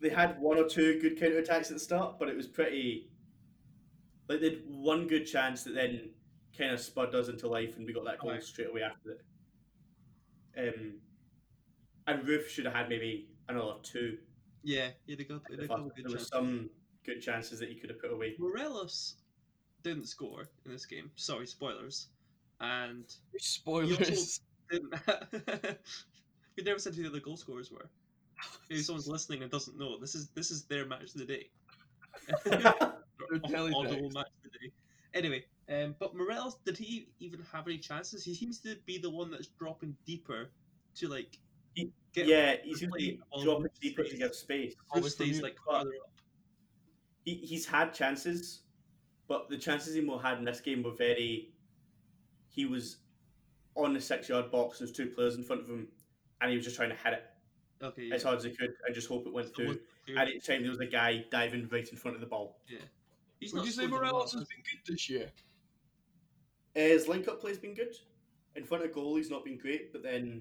[SPEAKER 3] they had one or two good counter attacks at the start, but it was pretty. Like they had one good chance that then kind of spurred us into life, and we got that goal
[SPEAKER 2] Aye.
[SPEAKER 3] straight away after it. Um, and Roof should have had maybe another two.
[SPEAKER 2] Yeah, he'd have got
[SPEAKER 3] in
[SPEAKER 2] he'd have
[SPEAKER 3] the first-
[SPEAKER 2] got a good
[SPEAKER 3] there were
[SPEAKER 2] chance.
[SPEAKER 3] some good chances that he could have
[SPEAKER 2] (laughs)
[SPEAKER 3] put away. (laughs)
[SPEAKER 2] Morelos didn't score in this game. Sorry, spoilers. And
[SPEAKER 1] Spoilers.
[SPEAKER 2] didn't. (laughs) we never said who the other goal scorers were. Maybe someone's listening and doesn't know. This is this is their match of the day. (laughs)
[SPEAKER 1] Their
[SPEAKER 2] Odd- oddball
[SPEAKER 1] teletext.
[SPEAKER 2] match of the day. Anyway, um, but Morelos, did he even have any chances? He seems to be the one that's dropping deeper to like
[SPEAKER 3] He-
[SPEAKER 2] get
[SPEAKER 3] yeah, he's going to
[SPEAKER 2] play
[SPEAKER 3] be
[SPEAKER 2] all
[SPEAKER 3] dropping
[SPEAKER 2] over the
[SPEAKER 3] deeper to
[SPEAKER 2] space.
[SPEAKER 3] give space.
[SPEAKER 2] Always
[SPEAKER 1] Good for
[SPEAKER 2] stays
[SPEAKER 1] you.
[SPEAKER 2] like
[SPEAKER 3] But-
[SPEAKER 2] farther up.
[SPEAKER 3] he, he's had chances, but the chances he more had in this game were very. He was on the six yard box. There's two players in front of him, and he was just trying to hit it
[SPEAKER 2] Okay,
[SPEAKER 3] as hard as he could and just hope it went
[SPEAKER 2] It
[SPEAKER 3] through.
[SPEAKER 2] wasn't clear.
[SPEAKER 3] And each time there was a guy diving right in front of the ball.
[SPEAKER 2] He's
[SPEAKER 1] Would
[SPEAKER 2] not
[SPEAKER 1] you say
[SPEAKER 2] scored in a
[SPEAKER 1] Morelos
[SPEAKER 2] while,
[SPEAKER 1] has been good this year?
[SPEAKER 3] Uh, His link up play's been good. In front of goal, he's not been great, but then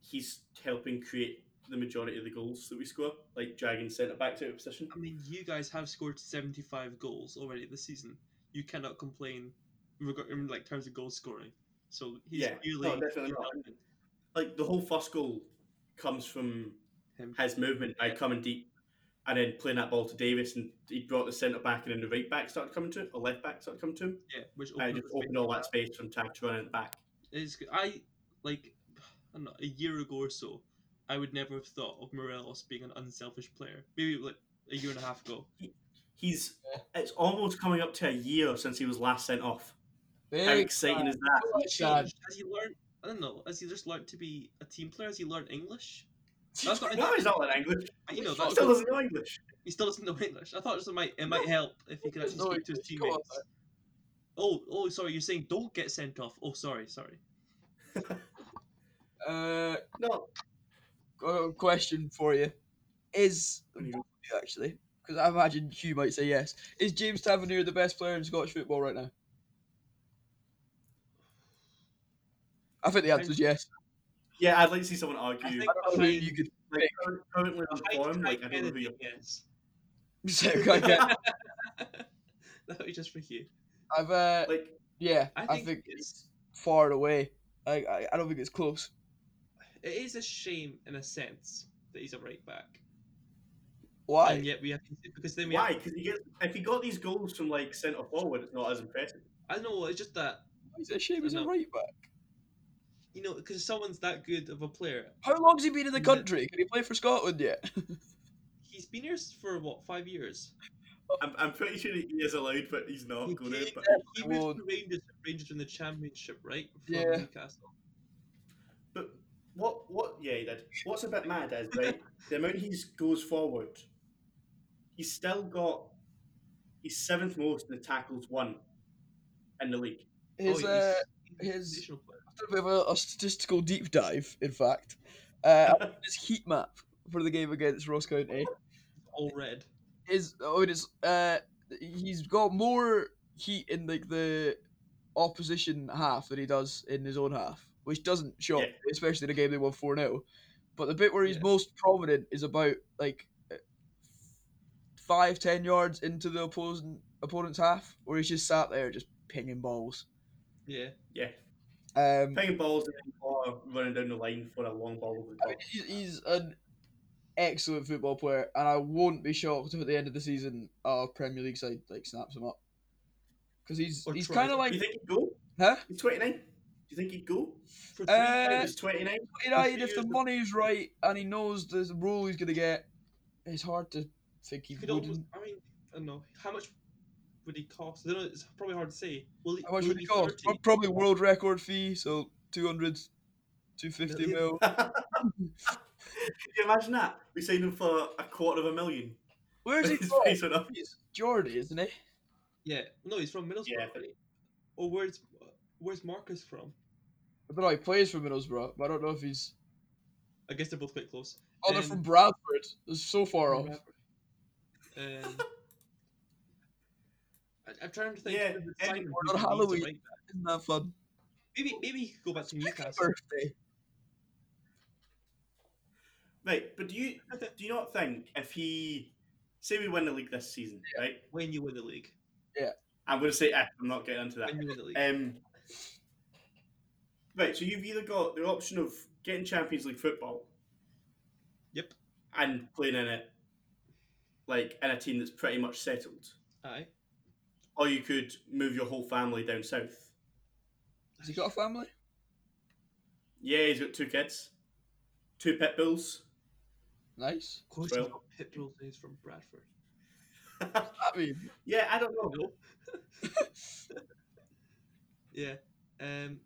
[SPEAKER 3] he's helping create the majority of the goals that we score, like dragging centre back to a position.
[SPEAKER 2] I mean, you guys have scored 75 goals already this season. You cannot complain in, reg- in like terms of goal scoring. So he's
[SPEAKER 3] Yeah,
[SPEAKER 2] really
[SPEAKER 3] no, definitely not. like the whole first goal comes from
[SPEAKER 2] Him.
[SPEAKER 3] his movement by coming deep and then playing that ball to Davis and he brought the centre back and then the right back started coming to him or left back started coming to him
[SPEAKER 2] yeah, which
[SPEAKER 3] and
[SPEAKER 2] opened
[SPEAKER 3] just
[SPEAKER 2] up space.
[SPEAKER 3] opened all that space from Tag to run in the back.
[SPEAKER 2] It's g- I like I don't know, a year ago or so, I would never have thought of Morelos being an unselfish player. Maybe like a year and a half ago.
[SPEAKER 3] He's it's almost coming up to a year since he was last sent off. How
[SPEAKER 1] Big
[SPEAKER 3] exciting
[SPEAKER 1] time.
[SPEAKER 3] is that?
[SPEAKER 1] Oh my God.
[SPEAKER 2] Changed. Has he learned? I don't know. Has he just learned to be a team player? Has he learned English? That's not-
[SPEAKER 3] No, he's not in English.
[SPEAKER 2] You know,
[SPEAKER 1] He
[SPEAKER 3] He
[SPEAKER 2] that's
[SPEAKER 3] still doesn't know English.
[SPEAKER 2] He still doesn't know English. I thought it, just might, it might help if he could
[SPEAKER 1] doesn't know
[SPEAKER 2] actually speak to his
[SPEAKER 1] English. Come on,
[SPEAKER 2] teammates. Oh, oh, sorry. You're saying don't get sent off. Oh, sorry, sorry.
[SPEAKER 1] Uh,
[SPEAKER 3] No.
[SPEAKER 1] got a question for you. Is
[SPEAKER 3] What do you
[SPEAKER 1] actually because I imagine Hugh might say yes. Is James Tavernier the best player in Scottish football right now? I think the answer is yes.
[SPEAKER 3] Yeah, I'd like to see someone
[SPEAKER 2] I
[SPEAKER 3] argue.
[SPEAKER 2] think
[SPEAKER 1] I don't know who you could (laughs)
[SPEAKER 3] Like, current- currently on
[SPEAKER 2] I-
[SPEAKER 3] form,
[SPEAKER 2] I
[SPEAKER 3] like I don't know who
[SPEAKER 2] really
[SPEAKER 3] you're
[SPEAKER 2] think yes.
[SPEAKER 1] say (laughs) I get.
[SPEAKER 2] (laughs) That was just for you.
[SPEAKER 1] I've uh,
[SPEAKER 3] (laughs) like
[SPEAKER 1] yeah,
[SPEAKER 2] I think,
[SPEAKER 1] it's
[SPEAKER 2] it's,
[SPEAKER 1] far and away. I, I I don't think it's close.
[SPEAKER 2] it is a shame in a sense that he's a right back,
[SPEAKER 1] Why?
[SPEAKER 2] and yet we have because then we
[SPEAKER 3] why?
[SPEAKER 2] Have,
[SPEAKER 3] Because he gets if he got these goals from like centre forward, it's not as impressive.
[SPEAKER 2] I don't know. It's just that
[SPEAKER 1] It's a shame he's
[SPEAKER 2] I
[SPEAKER 1] a
[SPEAKER 2] know.
[SPEAKER 1] right back.
[SPEAKER 2] you know because someone's that good of a player.
[SPEAKER 1] How long's he been in the
[SPEAKER 2] Yeah.
[SPEAKER 1] country? Can he play for Scotland yet?
[SPEAKER 2] He's been here for what five years.
[SPEAKER 3] I'm, I'm pretty sure he is allowed, but he's not
[SPEAKER 2] He,
[SPEAKER 3] going to.
[SPEAKER 2] came-
[SPEAKER 3] But
[SPEAKER 2] he
[SPEAKER 1] Well-
[SPEAKER 2] moved to Rangers, Rangers in the Championship, right? From
[SPEAKER 1] Yeah.
[SPEAKER 2] Newcastle.
[SPEAKER 3] what what? Yeah, he did. What's a bit mad is (laughs) right the amount he goes forward. He's still got. He's seventh most in the tackles won in the league.
[SPEAKER 1] His
[SPEAKER 2] Oh, yeah,
[SPEAKER 1] uh,
[SPEAKER 2] he's- he's a
[SPEAKER 1] his-
[SPEAKER 2] sensational player.
[SPEAKER 1] after a bit of a, a statistical deep dive, in fact,
[SPEAKER 2] (laughs)
[SPEAKER 1] uh, his heat map for the game against Ross County
[SPEAKER 2] all red.
[SPEAKER 1] is oh, it is uh, he's got more heat in like the opposition half than he does in his own half, which doesn't shock,
[SPEAKER 3] Yeah.
[SPEAKER 1] especially in a game they won four 0 But the bit where he's
[SPEAKER 2] Yeah.
[SPEAKER 1] most prominent is about like uh, five ten yards into the opposing opponent's half, where he's just sat there just pinging balls.
[SPEAKER 2] Yeah.
[SPEAKER 3] Yeah,
[SPEAKER 1] Um,
[SPEAKER 3] pinging balls and then or running down the line for a long ball over the
[SPEAKER 1] I mean,
[SPEAKER 3] top.
[SPEAKER 1] he's, he's an excellent football player, and I won't be shocked if at the end of the season our Premier League side like snaps him up because he's
[SPEAKER 2] Or
[SPEAKER 1] he's
[SPEAKER 2] tries
[SPEAKER 1] kind of
[SPEAKER 2] it.
[SPEAKER 1] like
[SPEAKER 3] Do you think he'd go?
[SPEAKER 1] huh?
[SPEAKER 3] He's twenty nine. Do you think he'd go?
[SPEAKER 2] For three
[SPEAKER 1] Uh,
[SPEAKER 2] years,
[SPEAKER 3] He's twenty nine.
[SPEAKER 1] United, if
[SPEAKER 2] he
[SPEAKER 1] the
[SPEAKER 2] is-
[SPEAKER 1] money's right and he knows the role he's gonna get, it's hard to think he
[SPEAKER 2] you could
[SPEAKER 1] wouldn't.
[SPEAKER 2] almost, I mean, I don't know how much would he cost. I don't know, it's probably hard to say. Will he,
[SPEAKER 1] How much
[SPEAKER 2] will
[SPEAKER 1] would
[SPEAKER 2] he
[SPEAKER 1] he
[SPEAKER 2] be
[SPEAKER 1] cost?
[SPEAKER 2] 30?
[SPEAKER 1] Probably world record fee, so 200, 250
[SPEAKER 2] Million.
[SPEAKER 1] mil.
[SPEAKER 2] (laughs)
[SPEAKER 3] (laughs) Could you imagine that? We signed him for a quarter of a million.
[SPEAKER 1] Where's he
[SPEAKER 3] (laughs) His
[SPEAKER 1] from?
[SPEAKER 3] face went up.
[SPEAKER 1] He's Geordie, isn't he?
[SPEAKER 2] Yeah, no, he's from Middlesbrough.
[SPEAKER 3] Yeah,
[SPEAKER 2] Yeah, Or where's where's Marcus from?
[SPEAKER 1] I don't know. He plays for Middlesbrough, but I don't know if he's.
[SPEAKER 2] I guess they're both quite close.
[SPEAKER 1] Oh, they're
[SPEAKER 2] Um,
[SPEAKER 1] from
[SPEAKER 3] (laughs)
[SPEAKER 1] Bradford. It's so far off.
[SPEAKER 2] Um, I- I'm trying to think.
[SPEAKER 3] Yeah,
[SPEAKER 2] who would
[SPEAKER 3] Eddie
[SPEAKER 2] sign him
[SPEAKER 1] Warren on
[SPEAKER 2] who needs a
[SPEAKER 1] Halloween.
[SPEAKER 2] right back.
[SPEAKER 1] Isn't that fun?
[SPEAKER 2] Maybe maybe he could go back to Newcastle.
[SPEAKER 1] Birthday.
[SPEAKER 3] Right, but do you do you not think if he say we win the league this season, right?
[SPEAKER 2] When you win the league,
[SPEAKER 3] I'm going to say if. I'm not getting into that.
[SPEAKER 2] when you win the league,
[SPEAKER 3] Um, right, so you've either got the option of getting Champions League football.
[SPEAKER 2] Yep.
[SPEAKER 3] And playing in it, like in a team that's pretty much settled,
[SPEAKER 2] aye.
[SPEAKER 3] or you could move your whole family down south.
[SPEAKER 1] Has he got a family?
[SPEAKER 3] Yeah, he's got two kids, two pit bulls. (laughs)
[SPEAKER 1] Nice.
[SPEAKER 2] Of course, he's
[SPEAKER 3] Well-
[SPEAKER 2] got Pitbull names from Bradford.
[SPEAKER 1] I mean,
[SPEAKER 3] Yeah, I don't know.
[SPEAKER 2] No. yeah. Um.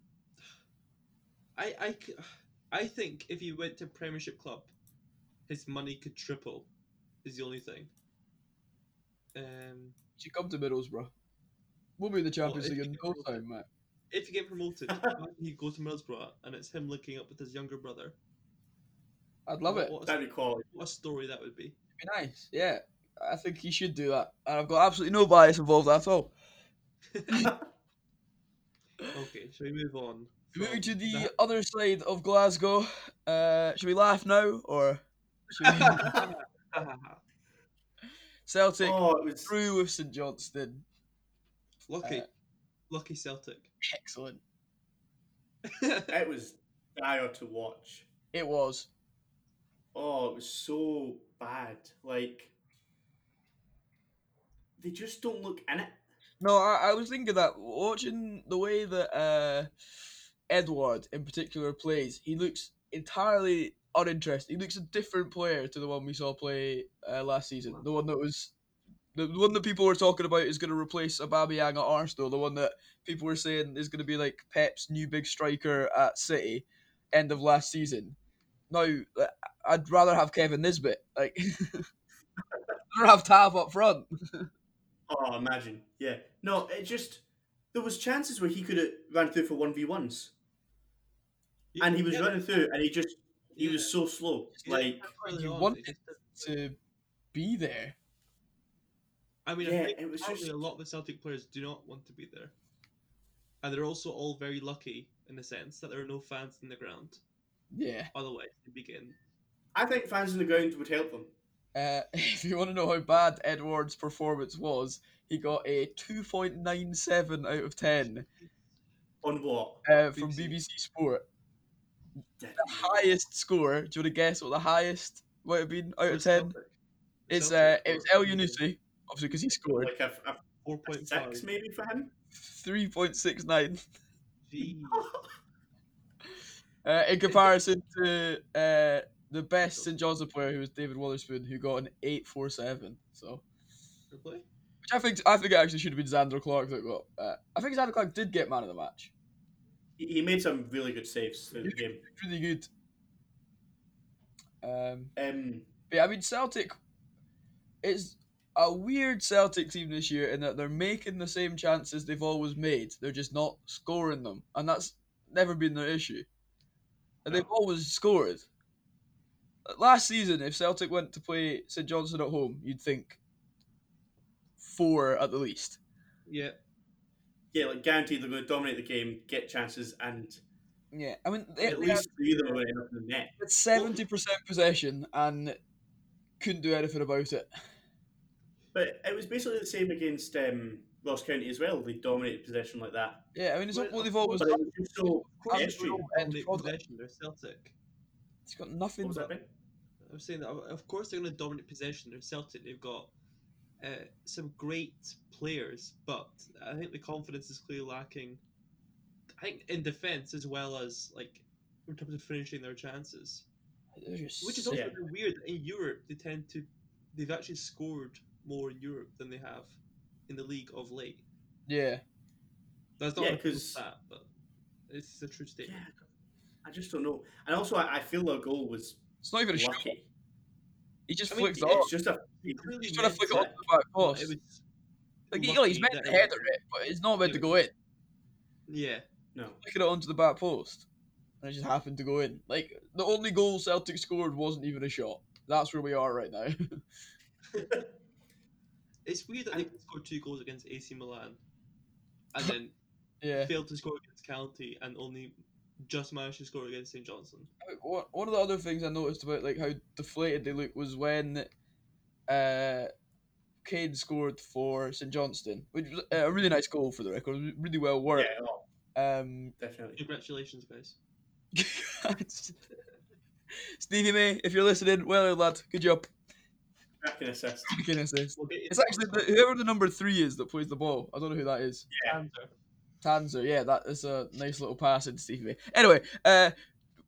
[SPEAKER 2] I I c- I think if he went to Premiership club, his money could triple. Is the only thing. Um.
[SPEAKER 1] you come to Middlesbrough. We'll be in the Champions
[SPEAKER 2] if
[SPEAKER 1] League in
[SPEAKER 2] you
[SPEAKER 1] no
[SPEAKER 2] go-
[SPEAKER 1] time, mate.
[SPEAKER 2] If you get promoted,
[SPEAKER 3] (laughs)
[SPEAKER 2] imagine he goes to Middlesbrough and it's him linking up with his younger brother.
[SPEAKER 1] I'd love
[SPEAKER 2] What-
[SPEAKER 1] it.
[SPEAKER 2] What a,
[SPEAKER 3] That'd be quality.
[SPEAKER 2] what a story that would be.
[SPEAKER 1] It'd be nice. Yeah. I think he should do that. And I've got absolutely no bias involved at all.
[SPEAKER 2] Okay, shall we move on?
[SPEAKER 1] Moving to
[SPEAKER 2] from
[SPEAKER 1] the
[SPEAKER 2] that?
[SPEAKER 1] other side of Glasgow. Uh, should we laugh now or should (laughs) we... Celtic
[SPEAKER 3] oh, it was
[SPEAKER 1] through with St Johnston?
[SPEAKER 2] (laughs) lucky,
[SPEAKER 1] Uh,
[SPEAKER 2] lucky Celtic.
[SPEAKER 1] Excellent.
[SPEAKER 3] it was dire to watch.
[SPEAKER 1] It was.
[SPEAKER 3] Oh, it was so bad. Like they just don't look in it.
[SPEAKER 1] No, I, I was thinking that watching the way that uh, Edward in particular plays, he looks entirely uninterested. He looks a different player to the one we saw play uh, last season. The one that was. The the one that people were talking about is going to replace Aubameyang at Arsenal. The one that people were saying is going to be like Pep's new big striker at City, end of last season. Now uh, I'd rather have Kevin Nisbet. Like, (laughs) I'd rather have Tav up front.
[SPEAKER 3] Oh, imagine. Yeah. No, it just there was chances where he could have ran through for one v ones, and he was
[SPEAKER 2] Yeah,
[SPEAKER 3] running through, and he just he
[SPEAKER 2] yeah.
[SPEAKER 3] was so slow.
[SPEAKER 2] Yeah,
[SPEAKER 3] Like
[SPEAKER 2] early
[SPEAKER 1] you
[SPEAKER 2] on,
[SPEAKER 1] want
[SPEAKER 2] it just doesn't-
[SPEAKER 1] To be there,
[SPEAKER 2] I mean,
[SPEAKER 3] Yeah,
[SPEAKER 2] I think
[SPEAKER 3] it was
[SPEAKER 2] probably
[SPEAKER 3] just-
[SPEAKER 2] a lot of the Celtic players do not want to be there, and they're also all very lucky in the sense that there are no fans in the ground.
[SPEAKER 1] yeah.
[SPEAKER 2] Otherwise, they begin.
[SPEAKER 3] I think fans in the ground would help them.
[SPEAKER 1] Uh, (laughs) if you want to know how bad Edward's performance was, he got a 2.97 out of 10
[SPEAKER 3] On what?
[SPEAKER 1] uh, from
[SPEAKER 2] BBC.
[SPEAKER 1] BBC Sport. Highest score. Do you want to guess what the highest might have been out of
[SPEAKER 2] Where's
[SPEAKER 1] 10?
[SPEAKER 2] Celtic?
[SPEAKER 1] It's uh,
[SPEAKER 2] Celtic
[SPEAKER 1] it was
[SPEAKER 2] scored
[SPEAKER 1] El Yunusi, obviously because he scored
[SPEAKER 3] Like a, a
[SPEAKER 2] Four
[SPEAKER 3] a
[SPEAKER 2] point five.
[SPEAKER 3] six maybe for him. (laughs)
[SPEAKER 1] 3.69.
[SPEAKER 2] Jeez.
[SPEAKER 1] Uh, in comparison to uh, the best St Johnson player, who was David Wallerspoon, who got an 8.47. So.
[SPEAKER 2] Really?
[SPEAKER 1] Which I think I think it actually should have been Xander Clark that got. Uh, I think Xander Clark did get man of the match.
[SPEAKER 3] he, he made some really good saves through the game.
[SPEAKER 1] It's really good. Um,
[SPEAKER 3] Um,
[SPEAKER 1] but yeah, I mean Celtic is a weird Celtic team this year in that they're making the same chances they've always made. They're just not scoring them, and that's never been their issue. And they've
[SPEAKER 3] No.
[SPEAKER 1] always scored. Last season, if Celtic went to play St Johnstone at home, you'd think four at the least.
[SPEAKER 2] Yeah.
[SPEAKER 3] yeah, like guaranteed they're going to dominate the game, get chances, and
[SPEAKER 1] Yeah, I mean they,
[SPEAKER 3] at
[SPEAKER 1] they had
[SPEAKER 3] least three of them are going to end up in the net.
[SPEAKER 1] seventy percent possession and couldn't do anything about it.
[SPEAKER 3] But it was basically the same against um, Ross County as well. They dominated possession like that.
[SPEAKER 1] Yeah, I mean, it's not
[SPEAKER 2] Well, uh,
[SPEAKER 1] what
[SPEAKER 2] of
[SPEAKER 1] they've always
[SPEAKER 3] But it
[SPEAKER 1] done.
[SPEAKER 3] was just so
[SPEAKER 1] course,
[SPEAKER 3] pedestrian.
[SPEAKER 1] we all-
[SPEAKER 2] Dominate
[SPEAKER 1] end product.
[SPEAKER 2] possession. They're Celtic.
[SPEAKER 1] It's got
[SPEAKER 3] What
[SPEAKER 1] nothing.
[SPEAKER 3] was that,
[SPEAKER 1] But,
[SPEAKER 3] Ben?
[SPEAKER 2] I'm saying that of- of course they're going to dominate possession. They're Celtic. They've got uh, some great players, but I think the confidence is clearly lacking. I think in defence as well as like in terms of finishing their chances,
[SPEAKER 1] they're just
[SPEAKER 2] which is
[SPEAKER 1] sick.
[SPEAKER 2] also a
[SPEAKER 3] Yeah.
[SPEAKER 2] bit weird. In Europe, they tend to they've actually scored more in Europe than they have in the league of late.
[SPEAKER 1] yeah.
[SPEAKER 2] That's not
[SPEAKER 3] Yeah,
[SPEAKER 2] a cool
[SPEAKER 3] 'cause-
[SPEAKER 2] stat, but it's a true statement.
[SPEAKER 3] I just don't know. And also, I, I feel their goal was
[SPEAKER 1] It's not even a shot.
[SPEAKER 3] lucky.
[SPEAKER 1] He just
[SPEAKER 2] I mean,
[SPEAKER 1] flicks it off.
[SPEAKER 3] It's just a.
[SPEAKER 2] Clearly
[SPEAKER 1] He's trying to
[SPEAKER 2] meant
[SPEAKER 1] flick it
[SPEAKER 2] to-
[SPEAKER 1] off the back
[SPEAKER 2] well,
[SPEAKER 1] post.
[SPEAKER 2] it was
[SPEAKER 1] Like, you know, he's
[SPEAKER 2] lucky
[SPEAKER 1] meant to
[SPEAKER 2] that it
[SPEAKER 1] header
[SPEAKER 2] was-
[SPEAKER 1] it, but it's not meant
[SPEAKER 2] it
[SPEAKER 1] to
[SPEAKER 2] was-
[SPEAKER 1] go in.
[SPEAKER 2] Yeah,
[SPEAKER 3] No.
[SPEAKER 1] Flicking it onto the back post, and it just happened to go in. Like the only goal Celtic scored wasn't even a shot. That's where we are right now.
[SPEAKER 2] It's weird that they scored two goals against AC Milan, (laughs) and then
[SPEAKER 1] (laughs) Yeah.
[SPEAKER 2] failed to score against County, and only just managed to score against St Johnson.
[SPEAKER 1] Like, one one of the other things I noticed about like how deflated they look was when uh Kane scored for St Johnston, which was a really nice goal for the record, really well
[SPEAKER 3] Yeah,
[SPEAKER 1] worked.
[SPEAKER 3] oh,
[SPEAKER 1] Um,
[SPEAKER 3] definitely.
[SPEAKER 2] Congratulations, guys.
[SPEAKER 1] (laughs) Stevie May, if you're listening, well done, lad, good job.
[SPEAKER 3] Cracking assist.
[SPEAKER 1] Fucking assist.
[SPEAKER 2] We'll get
[SPEAKER 1] It's actually the, whoever the number three is that plays the ball. I don't know who that is.
[SPEAKER 3] Yeah.
[SPEAKER 2] answer.
[SPEAKER 1] Tanzer, yeah, that is a nice little pass into Stevie May. Anyway, uh,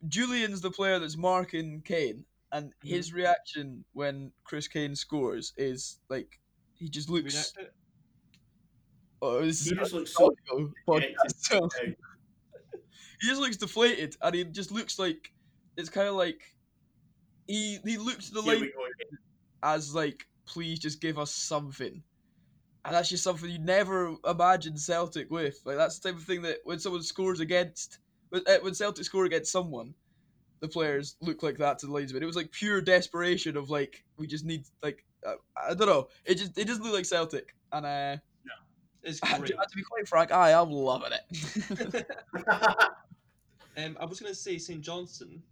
[SPEAKER 1] Julian's the player that's marking Kane, and his reaction when Chris Kane scores is like he just looks.
[SPEAKER 2] Reenact it.
[SPEAKER 1] Oh, this
[SPEAKER 3] He
[SPEAKER 1] is
[SPEAKER 3] just looks so
[SPEAKER 1] audio podcast, so- he just looks deflated, and he just looks like it's kind of like he he looks at the
[SPEAKER 3] Here
[SPEAKER 1] line
[SPEAKER 3] we go again.
[SPEAKER 1] as like, please just give us something. And that's just something you never imagine Celtic with. Like that's the type of thing that when someone scores against, when, eh, when Celtic score against someone, the players look like that to the linesman. It was like pure desperation of like we just need like uh, I don't know. It just it doesn't look like Celtic. And uh, (laughs)
[SPEAKER 2] It's
[SPEAKER 1] to,
[SPEAKER 2] great.
[SPEAKER 1] to be quite frank, I am loving it. (laughs)
[SPEAKER 2] Um, I was gonna say St. Johnson.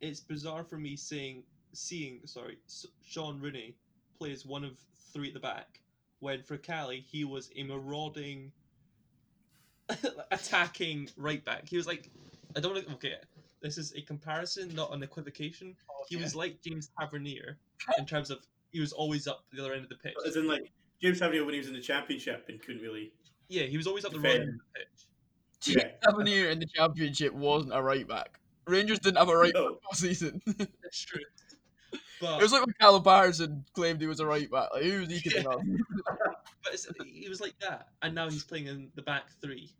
[SPEAKER 2] It's bizarre for me seeing seeing sorry S- Sean Rooney plays one of three at the back when for Cali he was a marauding (laughs) attacking right back. He was like I don't wanna- okay. This is a comparison, not an equivocation. He was like James
[SPEAKER 1] (laughs)
[SPEAKER 2] Tavernier in terms of he was always up the other end of the pitch.
[SPEAKER 3] As in, like, James Tavernier when he was in the championship and couldn't really.
[SPEAKER 2] Yeah, he was always up the right end of the pitch.
[SPEAKER 3] Yeah.
[SPEAKER 1] Tavernier in the championship wasn't a right back. Rangers didn't have a right back
[SPEAKER 3] No.
[SPEAKER 1] all season. (laughs)
[SPEAKER 2] That's true. (laughs) But
[SPEAKER 1] It was like when Callum Patterson claimed he was a right back. Like, who was he kidding
[SPEAKER 2] Yeah.
[SPEAKER 1] on?
[SPEAKER 2] But it's, he was like that, and now he's playing in the back three.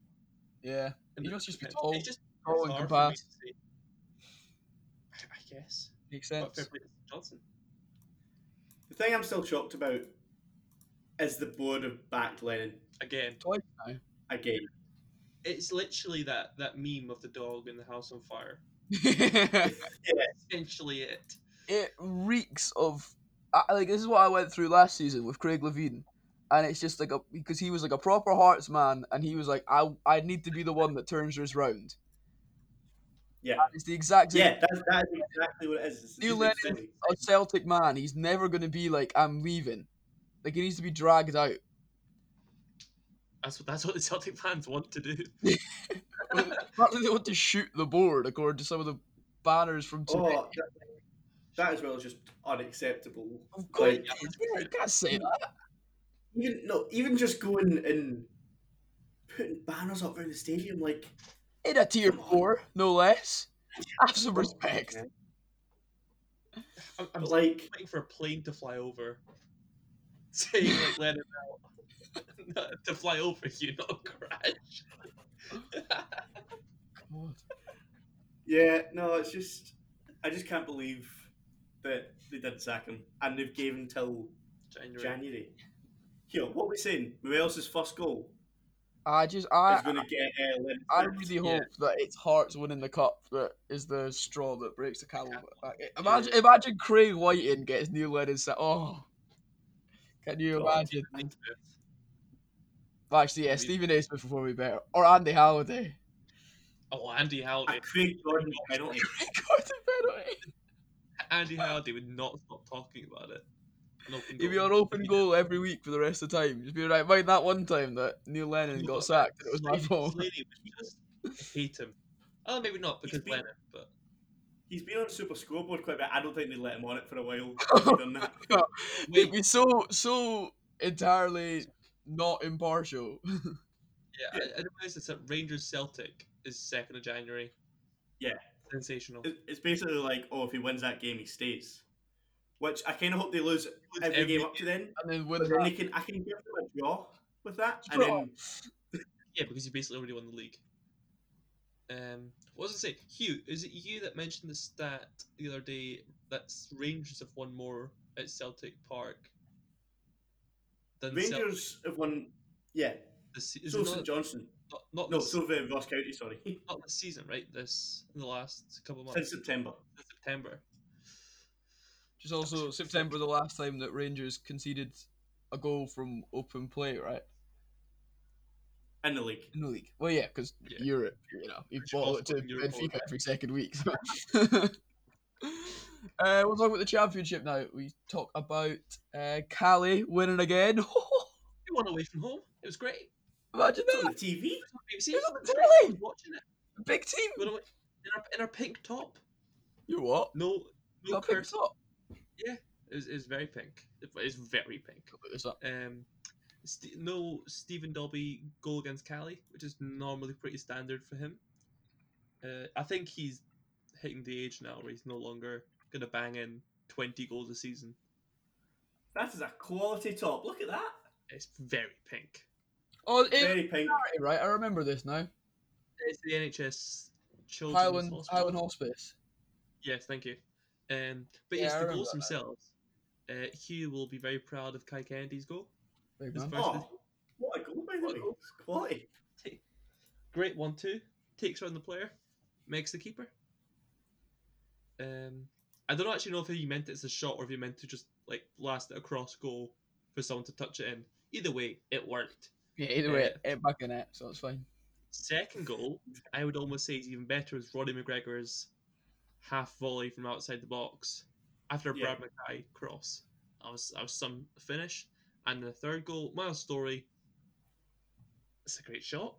[SPEAKER 1] Yeah,
[SPEAKER 2] in
[SPEAKER 1] He
[SPEAKER 2] the
[SPEAKER 1] must just be
[SPEAKER 2] defence.
[SPEAKER 1] tall-
[SPEAKER 2] It's just
[SPEAKER 1] tall and
[SPEAKER 2] bizarre for me to
[SPEAKER 1] compact.
[SPEAKER 2] see. I I guess.
[SPEAKER 1] Makes sense.
[SPEAKER 2] But fair play to Johnson.
[SPEAKER 3] The thing I'm still shocked about is the board of backed Lennon
[SPEAKER 2] Again,
[SPEAKER 1] Twice now.
[SPEAKER 3] again.
[SPEAKER 2] it's literally that that meme of the dog in the house on fire. (laughs) Essentially, it.
[SPEAKER 1] (laughs) it reeks of I, like this is what I went through last season with Craig Levine, and it's just like a because he was like a proper Hearts man, and he was like I I need to be the one that turns this round.
[SPEAKER 3] Yeah.
[SPEAKER 1] And it's the exact same
[SPEAKER 3] Yeah, that's, that's exactly what it is. It's-
[SPEAKER 1] Neil
[SPEAKER 3] it's
[SPEAKER 1] Lennon-
[SPEAKER 3] silly.
[SPEAKER 1] a Celtic man. He's never going to be like I'm leaving. Like he needs to be dragged out.
[SPEAKER 2] That's what that's what the Celtic fans want to do.
[SPEAKER 1] Apparently they want to shoot the board according to some of the banners from today.
[SPEAKER 3] Oh, that, that as well is just unacceptable.
[SPEAKER 1] of course,
[SPEAKER 3] like-
[SPEAKER 1] yeah, you can't say that.
[SPEAKER 3] Even no, even just going and putting banners up around the stadium, like
[SPEAKER 1] In a tier
[SPEAKER 3] Come on.
[SPEAKER 1] four, no less. Have some respect.
[SPEAKER 2] I'm, I'm
[SPEAKER 3] (laughs)
[SPEAKER 2] like
[SPEAKER 3] But, like
[SPEAKER 2] waiting for a plane to fly over, (laughs) saying like let him out (laughs) Not to fly over you, not crash.
[SPEAKER 1] God.
[SPEAKER 3] Yeah, no, it's just I just can't believe that they did sack him and they've gave him till
[SPEAKER 2] January.
[SPEAKER 3] January. Yo, what are we saying? Who else's first goal
[SPEAKER 1] I just I
[SPEAKER 3] is going to get uh, Lennon
[SPEAKER 1] I
[SPEAKER 3] sacked.
[SPEAKER 1] really
[SPEAKER 2] Yeah.
[SPEAKER 1] hope that it's Hearts winning the cup that is the straw that breaks the camel. Like, imagine,
[SPEAKER 2] Yeah.
[SPEAKER 1] imagine Craig Whiting gets Neil Lennon set. Oh, can you
[SPEAKER 3] God.
[SPEAKER 1] imagine?
[SPEAKER 2] Ninth fifth.
[SPEAKER 1] Actually, yeah,
[SPEAKER 2] Maybe.
[SPEAKER 1] Stephen A. Smith would be better, or Andy Halliday. (laughs)
[SPEAKER 2] Oh, Andy Howley.
[SPEAKER 3] A Craig Gordon penalty.
[SPEAKER 1] Gordon penalty.
[SPEAKER 2] Andy Howdy would not stop talking about it. An open
[SPEAKER 1] He'd be
[SPEAKER 2] goal.
[SPEAKER 1] on open goal every week for the rest of the time. Just be like, mind that one time that Neil Lennon got sacked and it was my
[SPEAKER 2] Slaney-
[SPEAKER 1] fault.
[SPEAKER 2] Slaney would just hate him. Oh, maybe not because
[SPEAKER 3] been-
[SPEAKER 2] Lennon, but
[SPEAKER 3] He's been on Super Scoreboard quite a bit. I don't think they let him on it for
[SPEAKER 1] (laughs)
[SPEAKER 3] a while. Done that.
[SPEAKER 1] He'd be so so entirely not impartial.
[SPEAKER 2] yeah, I, I didn't realize this. That Rangers Celtic is second of January.
[SPEAKER 3] Yeah.
[SPEAKER 2] sensational.
[SPEAKER 3] It- It's basically like, oh, if he wins that game, he stays. Which I kind of hope they lose every,
[SPEAKER 2] every
[SPEAKER 3] game up to then.
[SPEAKER 1] And then win
[SPEAKER 3] But then
[SPEAKER 1] that.
[SPEAKER 3] they can, I can give them a draw with that, and
[SPEAKER 1] Draw.
[SPEAKER 3] then
[SPEAKER 2] Yeah, because you basically already won the league. Um, what was I say? Hugh, is it you that mentioned the stat the other day that Rangers have won more at Celtic Park than Celtic
[SPEAKER 3] Rangers have won. Yeah,
[SPEAKER 2] this se- is
[SPEAKER 3] so
[SPEAKER 2] it
[SPEAKER 3] St
[SPEAKER 2] not,
[SPEAKER 3] Johnson.
[SPEAKER 2] not, not
[SPEAKER 3] No,
[SPEAKER 2] this-
[SPEAKER 3] so uh, Ross County. Sorry,
[SPEAKER 2] not this season, right? This in the last couple of months
[SPEAKER 3] since September.
[SPEAKER 2] since September.
[SPEAKER 1] Which is also September the last time that Rangers conceded a goal from open play, right?
[SPEAKER 3] in the league.
[SPEAKER 1] In the league. Well, yeah, because
[SPEAKER 2] Yeah.
[SPEAKER 1] Europe, you know, you
[SPEAKER 2] Which
[SPEAKER 1] bottle
[SPEAKER 2] also
[SPEAKER 1] it to
[SPEAKER 2] in Europe all the
[SPEAKER 1] Benfica every second week. so. (laughs) uh, we'll talk about the championship now. We talk about uh, Cali winning again. (laughs)
[SPEAKER 2] We won away from home. It was great.
[SPEAKER 1] Imagine
[SPEAKER 3] It's
[SPEAKER 1] that.
[SPEAKER 3] on the TV.
[SPEAKER 2] It was on
[SPEAKER 1] It
[SPEAKER 2] BBC.
[SPEAKER 1] was on
[SPEAKER 2] It
[SPEAKER 1] the
[SPEAKER 2] great. I
[SPEAKER 1] telly.
[SPEAKER 2] was watching it.
[SPEAKER 1] Big team.
[SPEAKER 2] We won away- in, our, in our pink top.
[SPEAKER 1] You what?
[SPEAKER 2] No, no
[SPEAKER 1] Got picked
[SPEAKER 2] curse.
[SPEAKER 1] up.
[SPEAKER 2] It was, it was very pink. It- It's very pink.
[SPEAKER 1] Look at this up.
[SPEAKER 2] Um, Ste no Stephen Dobby goal against Cali, which is normally pretty standard for him. Uh, I think he's hitting the age now where he's no longer gonna bang in twenty goals a season.
[SPEAKER 3] That is a quality top. Look at that.
[SPEAKER 2] It's very pink.
[SPEAKER 1] Oh, it,
[SPEAKER 3] Very pink.
[SPEAKER 1] right. I remember this now.
[SPEAKER 2] It's the NHS Children's
[SPEAKER 1] Highland
[SPEAKER 2] Hospital.
[SPEAKER 1] Highland Hospice.
[SPEAKER 2] Yes, thank you. Um, but
[SPEAKER 1] Yeah,
[SPEAKER 2] yes,
[SPEAKER 1] I
[SPEAKER 2] the
[SPEAKER 1] remember
[SPEAKER 2] goals
[SPEAKER 1] that.
[SPEAKER 2] themselves. Uh, Hugh will be very proud of Kai Kennedy's goal.
[SPEAKER 1] Big
[SPEAKER 2] His
[SPEAKER 1] man.
[SPEAKER 2] first-
[SPEAKER 3] Oh, what a goal by the
[SPEAKER 2] What a
[SPEAKER 3] way.
[SPEAKER 2] goal.
[SPEAKER 3] It's quality.
[SPEAKER 2] Great one-two, takes on the player, makes the keeper. Um, I don't actually know if he meant it as a shot or if he meant to just like blast it across goal for someone to touch it in. Either way, it worked.
[SPEAKER 1] Yeah, either way,
[SPEAKER 2] Yeah.
[SPEAKER 1] it, it back in it, so it's fine.
[SPEAKER 2] Second goal, I would almost say is even better is Roddy McGregor's half volley from outside the box after a
[SPEAKER 3] Yeah.
[SPEAKER 2] Brad McKay cross. I was I was some finish, and the third goal, Miles Story. It's a great shot.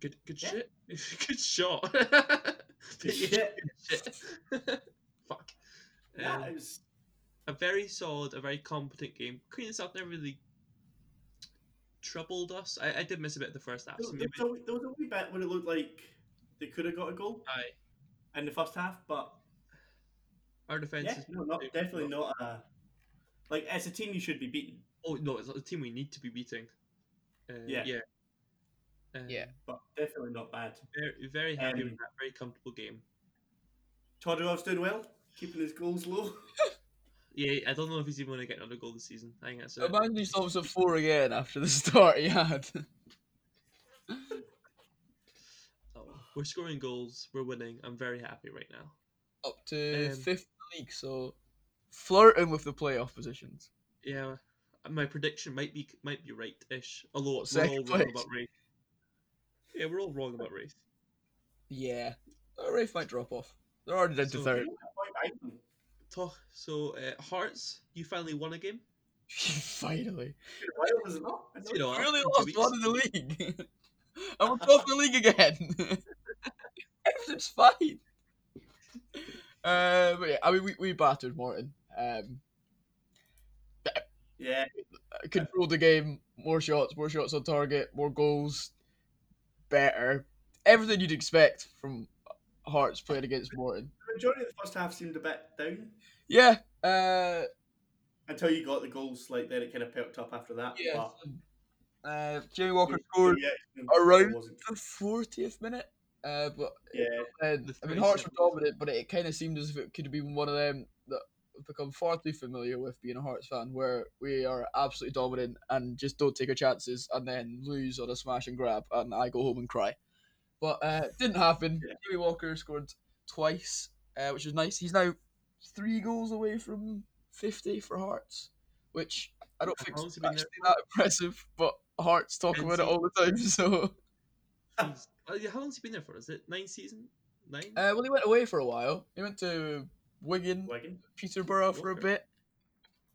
[SPEAKER 2] Good good
[SPEAKER 3] Yeah.
[SPEAKER 2] shit. (laughs) good
[SPEAKER 3] (laughs)
[SPEAKER 2] shot.
[SPEAKER 3] Good
[SPEAKER 2] (laughs) Yeah,
[SPEAKER 3] shit.
[SPEAKER 2] good shit. Fuck. Um,
[SPEAKER 3] Yeah, it was
[SPEAKER 2] a very solid, a very competent game. Queen of South never really troubled us. I, I did miss a bit of the first half.
[SPEAKER 3] There
[SPEAKER 2] So
[SPEAKER 3] was,
[SPEAKER 2] maybe,
[SPEAKER 3] a, there was a wee bit where it looked like they could have got a goal
[SPEAKER 2] aye,
[SPEAKER 3] in the first half, but
[SPEAKER 2] our defense
[SPEAKER 3] yeah,
[SPEAKER 2] is
[SPEAKER 3] no, not, definitely not a. Like, it's a team you should be beating,
[SPEAKER 2] Oh no, it's not the team we need to be beating. Uh,
[SPEAKER 3] Yeah.
[SPEAKER 2] yeah, Um,
[SPEAKER 1] Yeah.
[SPEAKER 3] but definitely not bad.
[SPEAKER 2] Very, very happy
[SPEAKER 3] Um,
[SPEAKER 2] with that. Very comfortable game.
[SPEAKER 3] Todorov's doing well, keeping his goals low. (laughs)
[SPEAKER 2] Yeah, I don't know if he's even going to get another goal this season. I think that's it.
[SPEAKER 1] Imagine he stops at four again after the (laughs) start he had.
[SPEAKER 2] Oh, we're scoring goals. We're winning. I'm very happy right now.
[SPEAKER 1] Up to
[SPEAKER 2] Um,
[SPEAKER 1] fifth league, so flirting with the playoff positions.
[SPEAKER 2] Yeah, my prediction might be might be right-ish. Although we're all
[SPEAKER 1] Second
[SPEAKER 2] wrong
[SPEAKER 1] place.
[SPEAKER 2] about race. Yeah, we're all wrong about race.
[SPEAKER 1] Yeah. Uh, Rafe might drop off. They're already down to
[SPEAKER 2] So-
[SPEAKER 1] third.
[SPEAKER 2] Tough. So uh, Hearts, you finally won a game.
[SPEAKER 1] (laughs) Finally.
[SPEAKER 3] Why was it not? I
[SPEAKER 2] You know,
[SPEAKER 1] We
[SPEAKER 2] after
[SPEAKER 1] really
[SPEAKER 2] two
[SPEAKER 1] lost
[SPEAKER 2] weeks.
[SPEAKER 1] one
[SPEAKER 3] (laughs)
[SPEAKER 1] in the league. (laughs) and we're top of the league again. (laughs) Everything's fine. Uh, but yeah, I mean, we, we battered Morton. Um,
[SPEAKER 3] Yeah,
[SPEAKER 1] controlled the game, more shots, more shots on target, more goals, better. Everything you'd expect from Hearts playing against Morton.
[SPEAKER 3] the majority of the first half seemed a bit down
[SPEAKER 1] Yeah, uh,
[SPEAKER 3] until you got the goals. Like then it kind of perked up after that.
[SPEAKER 1] yeah.
[SPEAKER 3] but-
[SPEAKER 1] Uh, Jamie Walker scored
[SPEAKER 3] Yeah, it
[SPEAKER 1] around
[SPEAKER 3] wasn't-
[SPEAKER 1] the fortieth minute, uh, but
[SPEAKER 3] Yeah,
[SPEAKER 1] then,
[SPEAKER 2] The
[SPEAKER 1] I mean
[SPEAKER 2] three
[SPEAKER 1] Hearts were
[SPEAKER 2] seconds.
[SPEAKER 1] dominant, but it kind of seemed as if it could have been one of them that I've become far too familiar with being a Hearts fan, where we are absolutely dominant and just don't take our chances, and then lose on a smash and grab, and I go home and cry. But uh, it didn't happen.
[SPEAKER 3] Yeah.
[SPEAKER 1] Jimmy Walker scored twice, uh, which was nice. He's now three goals away from fifty for Hearts, which I don't
[SPEAKER 2] How
[SPEAKER 1] think
[SPEAKER 2] long's
[SPEAKER 1] is
[SPEAKER 2] he been there
[SPEAKER 1] actually that impressive. But Hearts talk
[SPEAKER 2] Ten
[SPEAKER 1] about it all the time, (laughs) so. Uh,
[SPEAKER 2] Jeez. Uh, yeah, how long's he been there for? Is it nine season? Nine?
[SPEAKER 1] Uh, well, he went away for a while. He went to Wigan,
[SPEAKER 3] Wigan.
[SPEAKER 1] Peterborough for a
[SPEAKER 2] Okay.
[SPEAKER 1] bit.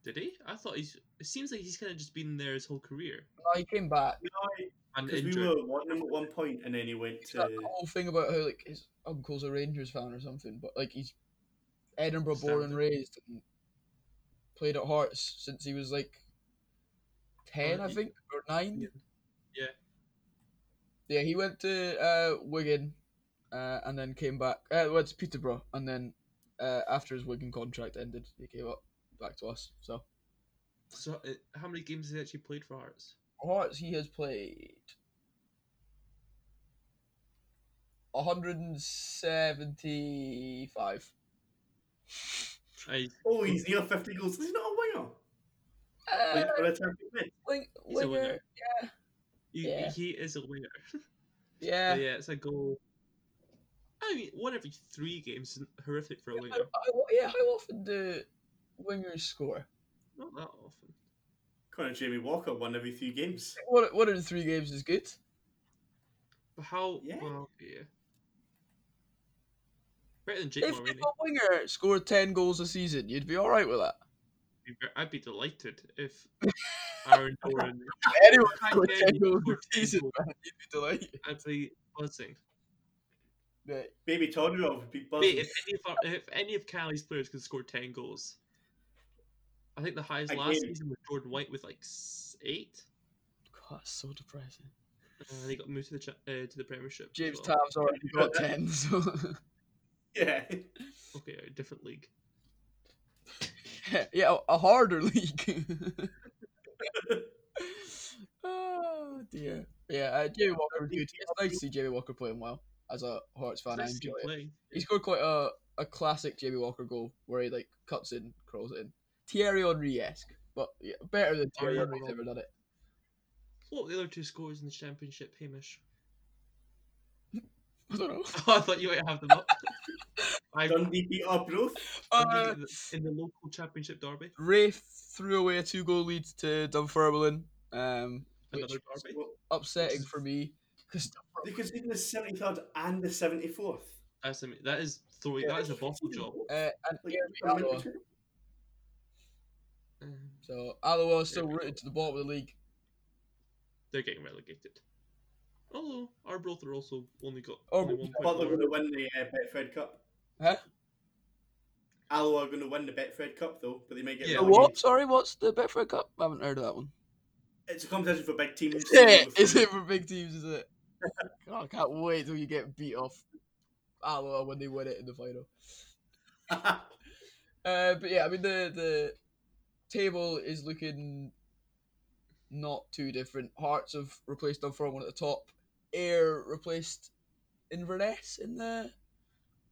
[SPEAKER 2] Did he? I thought he's. It seems like he's kind of just been there his whole career.
[SPEAKER 1] No, Oh, he came back.
[SPEAKER 2] And
[SPEAKER 3] Because we
[SPEAKER 2] injured.
[SPEAKER 3] were wanting him at one point, and then he went
[SPEAKER 1] It's that
[SPEAKER 3] to.
[SPEAKER 1] whole thing about how like his uncle's a Rangers fan or something, but like he's Edinburgh born and
[SPEAKER 2] Standard.
[SPEAKER 1] raised and played at Hearts since he was like ten,
[SPEAKER 2] Oh,
[SPEAKER 1] I
[SPEAKER 2] he-
[SPEAKER 1] think, or nine.
[SPEAKER 2] Yeah. Yeah.
[SPEAKER 1] Yeah, he went to uh, Wigan, uh, and then came back. Uh, went to Peterborough, and then uh, after his Wigan contract ended, he came up back to us. So
[SPEAKER 2] So uh, how many games has he actually played for Hearts?
[SPEAKER 1] Hearts, he has played 175.
[SPEAKER 2] I,
[SPEAKER 3] Oh, he's near fifty goals. He's not a winger.
[SPEAKER 1] Uh,
[SPEAKER 3] Like, or a attacking mid.
[SPEAKER 1] wing,
[SPEAKER 2] he's a
[SPEAKER 1] winger.
[SPEAKER 2] winger. He,
[SPEAKER 1] Yeah.
[SPEAKER 2] he is a winger.
[SPEAKER 1] Yeah.
[SPEAKER 2] But yeah, it's a goal. I mean, one every three games is horrific for a
[SPEAKER 1] How,
[SPEAKER 2] winger.
[SPEAKER 1] how- yeah, how often do wingers score?
[SPEAKER 2] Not that often.
[SPEAKER 3] Connor Jamie Walker won every three games.
[SPEAKER 1] One, one in three games is good.
[SPEAKER 2] But how?
[SPEAKER 3] Yeah.
[SPEAKER 2] Well, yeah. Better than Jake
[SPEAKER 1] If
[SPEAKER 2] Mulroney.
[SPEAKER 1] Nico Winger scored 10 goals a season, you'd be alright with (laughs) that.
[SPEAKER 2] I'd be- I'd be delighted
[SPEAKER 1] (laughs)
[SPEAKER 2] if Aaron Doran.
[SPEAKER 1] Anyone
[SPEAKER 2] I
[SPEAKER 1] scored
[SPEAKER 2] dare
[SPEAKER 1] 10
[SPEAKER 2] you
[SPEAKER 1] goals
[SPEAKER 2] score
[SPEAKER 1] a
[SPEAKER 2] 10
[SPEAKER 1] season,
[SPEAKER 2] goals.
[SPEAKER 1] man, you'd be delighted.
[SPEAKER 2] I'd be buzzing.
[SPEAKER 1] Right.
[SPEAKER 3] Baby Todorov would be
[SPEAKER 2] Wait,
[SPEAKER 3] buzzing.
[SPEAKER 2] if any of our, if any of Cali's players can score ten goals, I think the highest last
[SPEAKER 3] Again.
[SPEAKER 2] season was Jordan White with like s- eight,
[SPEAKER 1] God, that's so depressing.
[SPEAKER 2] and then he got moved to the cha- uh, to the Premiership. as
[SPEAKER 1] James
[SPEAKER 2] well.
[SPEAKER 1] Tab's already (laughs) got 10, so.
[SPEAKER 3] Yeah.
[SPEAKER 2] Okay, a different league.
[SPEAKER 1] (laughs) yeah, a harder league. oh, dear. Yeah, uh, Jamie Walker was good. It's nice to see Jamie Walker playing well. As a Hearts fan, I
[SPEAKER 2] Nice to see
[SPEAKER 1] enjoy
[SPEAKER 2] him
[SPEAKER 1] it.
[SPEAKER 2] play.
[SPEAKER 1] He scored quite a, a classic Jamie Walker goal where he like cuts in, curls it in. Thierry Henry esque, but yeah, better than Thierry
[SPEAKER 2] yeah,
[SPEAKER 1] Henry's
[SPEAKER 2] well.
[SPEAKER 1] ever done it. (laughs)
[SPEAKER 2] What were the other two scores in the championship, Hamish? (laughs)
[SPEAKER 1] I don't know.
[SPEAKER 2] Oh, I thought you might have
[SPEAKER 1] (laughs)
[SPEAKER 2] them up. I I'm
[SPEAKER 3] Dundee beat Arbroath.
[SPEAKER 2] thinking
[SPEAKER 1] Uh,
[SPEAKER 2] in the- in the local championship derby,
[SPEAKER 1] Rafe threw away a two goal lead to Dunfermline, um, which
[SPEAKER 2] another
[SPEAKER 1] was
[SPEAKER 2] derby.
[SPEAKER 1] upsetting for me because
[SPEAKER 3] They conceded the 73rd and the 74th.
[SPEAKER 2] That's am- that is throwing.
[SPEAKER 1] Yeah.
[SPEAKER 2] that is a bottle job.
[SPEAKER 1] uh, and
[SPEAKER 3] Like,
[SPEAKER 1] Airdrie
[SPEAKER 3] I mean,
[SPEAKER 1] Alloa.
[SPEAKER 2] Um,
[SPEAKER 1] so Alloa is still
[SPEAKER 2] Airdrie.
[SPEAKER 1] rooted to the bottom of the league.
[SPEAKER 2] they're getting relegated. Although Arbroath are also only got
[SPEAKER 1] Oh,
[SPEAKER 2] only one point.
[SPEAKER 3] Butler are
[SPEAKER 2] lower.
[SPEAKER 3] going to win the uh, Betfred Cup.
[SPEAKER 1] Huh?
[SPEAKER 3] Alloa are going to win the Betfred Cup, though, but they might get
[SPEAKER 2] Yeah.
[SPEAKER 1] The
[SPEAKER 2] Oh,
[SPEAKER 1] what?
[SPEAKER 3] relegated.
[SPEAKER 1] Sorry, what's the Betfred Cup? I haven't heard of that one.
[SPEAKER 3] It's a competition for big teams.
[SPEAKER 1] Yeah,
[SPEAKER 3] (laughs)
[SPEAKER 1] is it for big teams? Is it? God, (laughs) I can't wait till you get beat off Alloa when they win it in the final. Uh, but yeah, I mean the the table is looking not too different. Hearts have replaced Dunfermline at the top. Air replaced Inverness in the,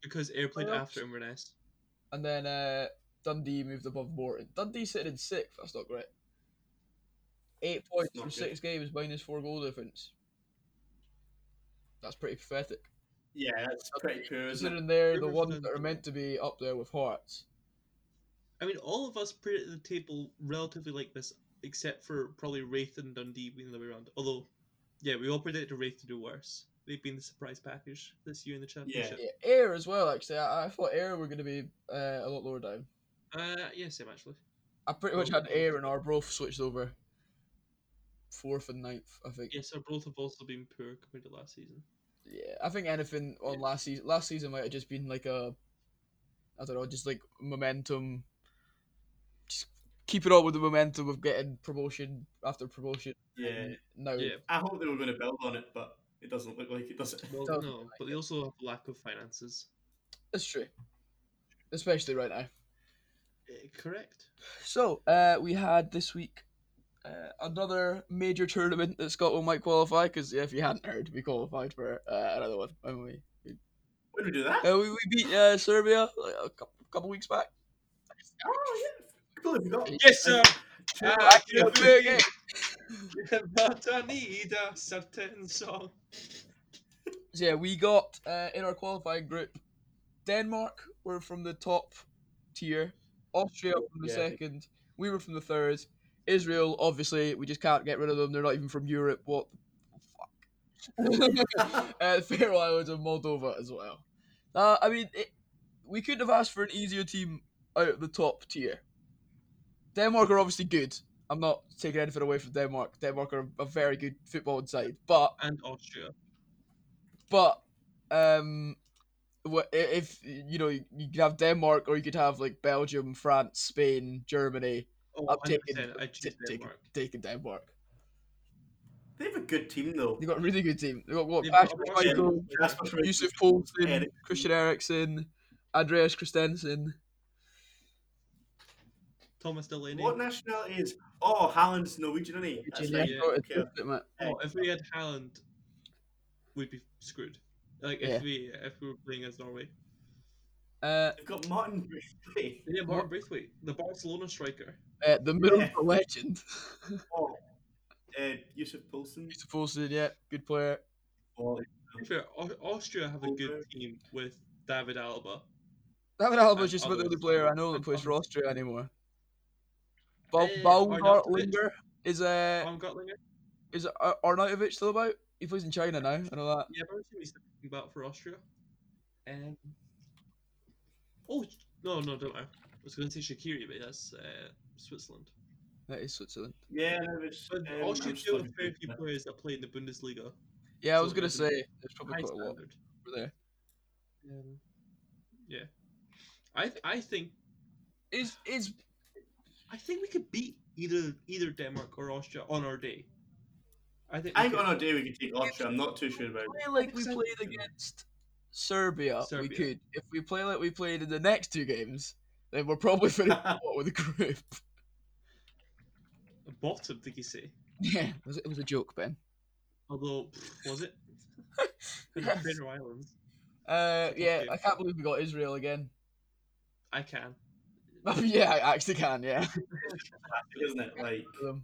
[SPEAKER 2] because Air played
[SPEAKER 1] Playoffs.
[SPEAKER 2] after Inverness.
[SPEAKER 1] and then uh, Dundee moved above Morton. Dundee sitting in sixth. That's not great. Eight points
[SPEAKER 3] not
[SPEAKER 1] from
[SPEAKER 3] good.
[SPEAKER 1] six games, minus four goal difference. That's pretty pathetic.
[SPEAKER 3] yeah, that's pretty poor, isn't it?
[SPEAKER 1] Considering they're the
[SPEAKER 2] Rivers
[SPEAKER 1] ones
[SPEAKER 2] and-
[SPEAKER 1] that are meant to be up there with Hearts.
[SPEAKER 2] I mean, all of us predicted the table relatively like this, except for probably Wraith and Dundee being the other way around. Although, yeah, we all predicted Wraith to do worse. They've been the surprise package this year in the championship.
[SPEAKER 1] Yeah, Air as well. Actually, I, I thought Air were going to be uh, a lot lower down.
[SPEAKER 2] Uh, yeah, same actually.
[SPEAKER 1] I pretty much
[SPEAKER 2] Oh,
[SPEAKER 1] had Air and Arbroath switched over. Fourth and ninth, I think. Yeah,
[SPEAKER 2] Yes, so both have also been poor compared to last season.
[SPEAKER 1] I think anything on last season. Last season might have just been like a, I don't know, just like momentum. Just keep it on with the momentum of getting promotion after promotion.
[SPEAKER 3] Yeah.
[SPEAKER 1] and Now,
[SPEAKER 2] Yeah,
[SPEAKER 3] I hope they were going to build on it, but it doesn't look like it, does it?
[SPEAKER 2] well,
[SPEAKER 1] Doesn't
[SPEAKER 2] no, but they also have a lack of finances.
[SPEAKER 1] that's true. Especially right now.
[SPEAKER 2] Eh, correct.
[SPEAKER 1] So uh, we had this week uh, another major tournament that Scotland might qualify because if you hadn't heard, we qualified for uh, another one. When we
[SPEAKER 3] When we do that?
[SPEAKER 1] uh, we, we beat uh, Serbia like, a couple, couple weeks back.
[SPEAKER 3] Oh, yeah. Totally forgot.
[SPEAKER 2] Yes,
[SPEAKER 3] sir.
[SPEAKER 2] Ah,
[SPEAKER 1] Yeah,
[SPEAKER 2] yeah.
[SPEAKER 1] fair game.
[SPEAKER 2] (laughs) but I need a certain song.
[SPEAKER 1] So yeah, we got uh, in our qualifying group. Denmark were from the top tier, Austria from the
[SPEAKER 3] Yeah.
[SPEAKER 1] second, we were from the third. Israel, obviously, we just can't get rid of them. They're not even from Europe. What the fuck? uh, (laughs) Faroe Islands and Moldova as well. Uh, I mean, it, we couldn't have asked for an easier team out of the top tier. Denmark are obviously good. I'm not taking anything away from Denmark. Denmark are a very good football side, but
[SPEAKER 2] And Austria.
[SPEAKER 1] but um, wha- i- if you know you you could have Denmark or you could have like Belgium, France, Spain, Germany,
[SPEAKER 2] Oh,
[SPEAKER 1] I'm
[SPEAKER 2] 100%,
[SPEAKER 1] taking-
[SPEAKER 2] I choose
[SPEAKER 1] taking-
[SPEAKER 2] Denmark.
[SPEAKER 1] taking Denmark.
[SPEAKER 3] (laughs) They have a good team, though.
[SPEAKER 1] They got a really good team. They got what?
[SPEAKER 2] They've got
[SPEAKER 1] Kasper
[SPEAKER 2] Ross
[SPEAKER 1] Schmeichel,
[SPEAKER 2] Jeremy.
[SPEAKER 3] That's what I'm-
[SPEAKER 1] Yusuf Poulsen,
[SPEAKER 3] Eriksen.
[SPEAKER 1] Christian Eriksen, Andreas Christensen.
[SPEAKER 2] Thomas Delaney.
[SPEAKER 3] What nationality is? Oh, Haaland's Norwegian, isn't he? That's
[SPEAKER 1] It's
[SPEAKER 3] right.
[SPEAKER 2] yeah.
[SPEAKER 1] sort of
[SPEAKER 3] okay.
[SPEAKER 1] different, mate.
[SPEAKER 2] Oh, if we had Haaland, we'd be screwed. Like
[SPEAKER 1] Yeah.
[SPEAKER 2] if we if we were playing as Norway.
[SPEAKER 1] Uh,
[SPEAKER 3] They've got Martin
[SPEAKER 2] (laughs)
[SPEAKER 3] Braithwaite.
[SPEAKER 2] Yeah, Martin Braithwaite, the Barcelona striker.
[SPEAKER 1] uh, the middle
[SPEAKER 3] Yeah.
[SPEAKER 1] legend. (laughs)
[SPEAKER 3] Oh, uh, Yusuf Poulsen.
[SPEAKER 1] Yusuf Poulsen, yeah, good player.
[SPEAKER 3] Oh,
[SPEAKER 2] To be fair, Au- Austria have a good team with David Alba.
[SPEAKER 1] David Alba's
[SPEAKER 2] And
[SPEAKER 1] just about the
[SPEAKER 2] others.
[SPEAKER 1] only player I know that
[SPEAKER 2] And
[SPEAKER 1] plays for
[SPEAKER 2] others.
[SPEAKER 1] Austria anymore. Bob
[SPEAKER 2] Eh,
[SPEAKER 1] Baumgart
[SPEAKER 2] Arnautovic.
[SPEAKER 1] Linger, Is uh,
[SPEAKER 2] Tom Gutlinger.
[SPEAKER 1] is Ar- Arnautovic still about? He plays in China now and all that.
[SPEAKER 2] Yeah, but I'm he's thinking about for Austria. Um. Oh no, no, don't matter. I was going to say Shakiri, but that's uh, Switzerland.
[SPEAKER 1] That is Switzerland.
[SPEAKER 3] Yeah, no, it's,
[SPEAKER 2] But
[SPEAKER 3] um,
[SPEAKER 2] Austria
[SPEAKER 3] I'm just
[SPEAKER 2] do have
[SPEAKER 3] looking
[SPEAKER 2] very
[SPEAKER 3] through
[SPEAKER 2] few
[SPEAKER 3] that.
[SPEAKER 2] players that play in the Bundesliga.
[SPEAKER 1] Yeah, I
[SPEAKER 2] So
[SPEAKER 1] was gonna
[SPEAKER 2] it's
[SPEAKER 1] say
[SPEAKER 2] a
[SPEAKER 1] there's probably
[SPEAKER 2] High
[SPEAKER 1] quite a lot
[SPEAKER 2] standard.
[SPEAKER 1] over there.
[SPEAKER 2] Um, yeah, I th- I think
[SPEAKER 1] Is is
[SPEAKER 2] I think we could beat either either Denmark or Austria on our day. I think. we
[SPEAKER 3] I think
[SPEAKER 2] could.
[SPEAKER 3] on our day we could take Austria. I'm not too sure about.
[SPEAKER 1] play like we
[SPEAKER 2] Exactly.
[SPEAKER 1] played against Serbia, we
[SPEAKER 2] Serbia.
[SPEAKER 1] could. If we play like we played in the next two games, then we're probably (laughs) finishing top with the group.
[SPEAKER 2] bottom, did you say?
[SPEAKER 1] (laughs) Yeah, it was, it was a joke, Ben.
[SPEAKER 2] Although, pff, was it? Could
[SPEAKER 1] Yes.
[SPEAKER 2] it Faroe Islands.
[SPEAKER 1] Uh,
[SPEAKER 2] It's a tough
[SPEAKER 1] yeah,
[SPEAKER 2] game.
[SPEAKER 1] I can't believe we got Israel again. (laughs) Oh,
[SPEAKER 2] I can.
[SPEAKER 1] yeah, I actually can. (laughs) Yeah.
[SPEAKER 3] it, Isn't it like?
[SPEAKER 1] Um,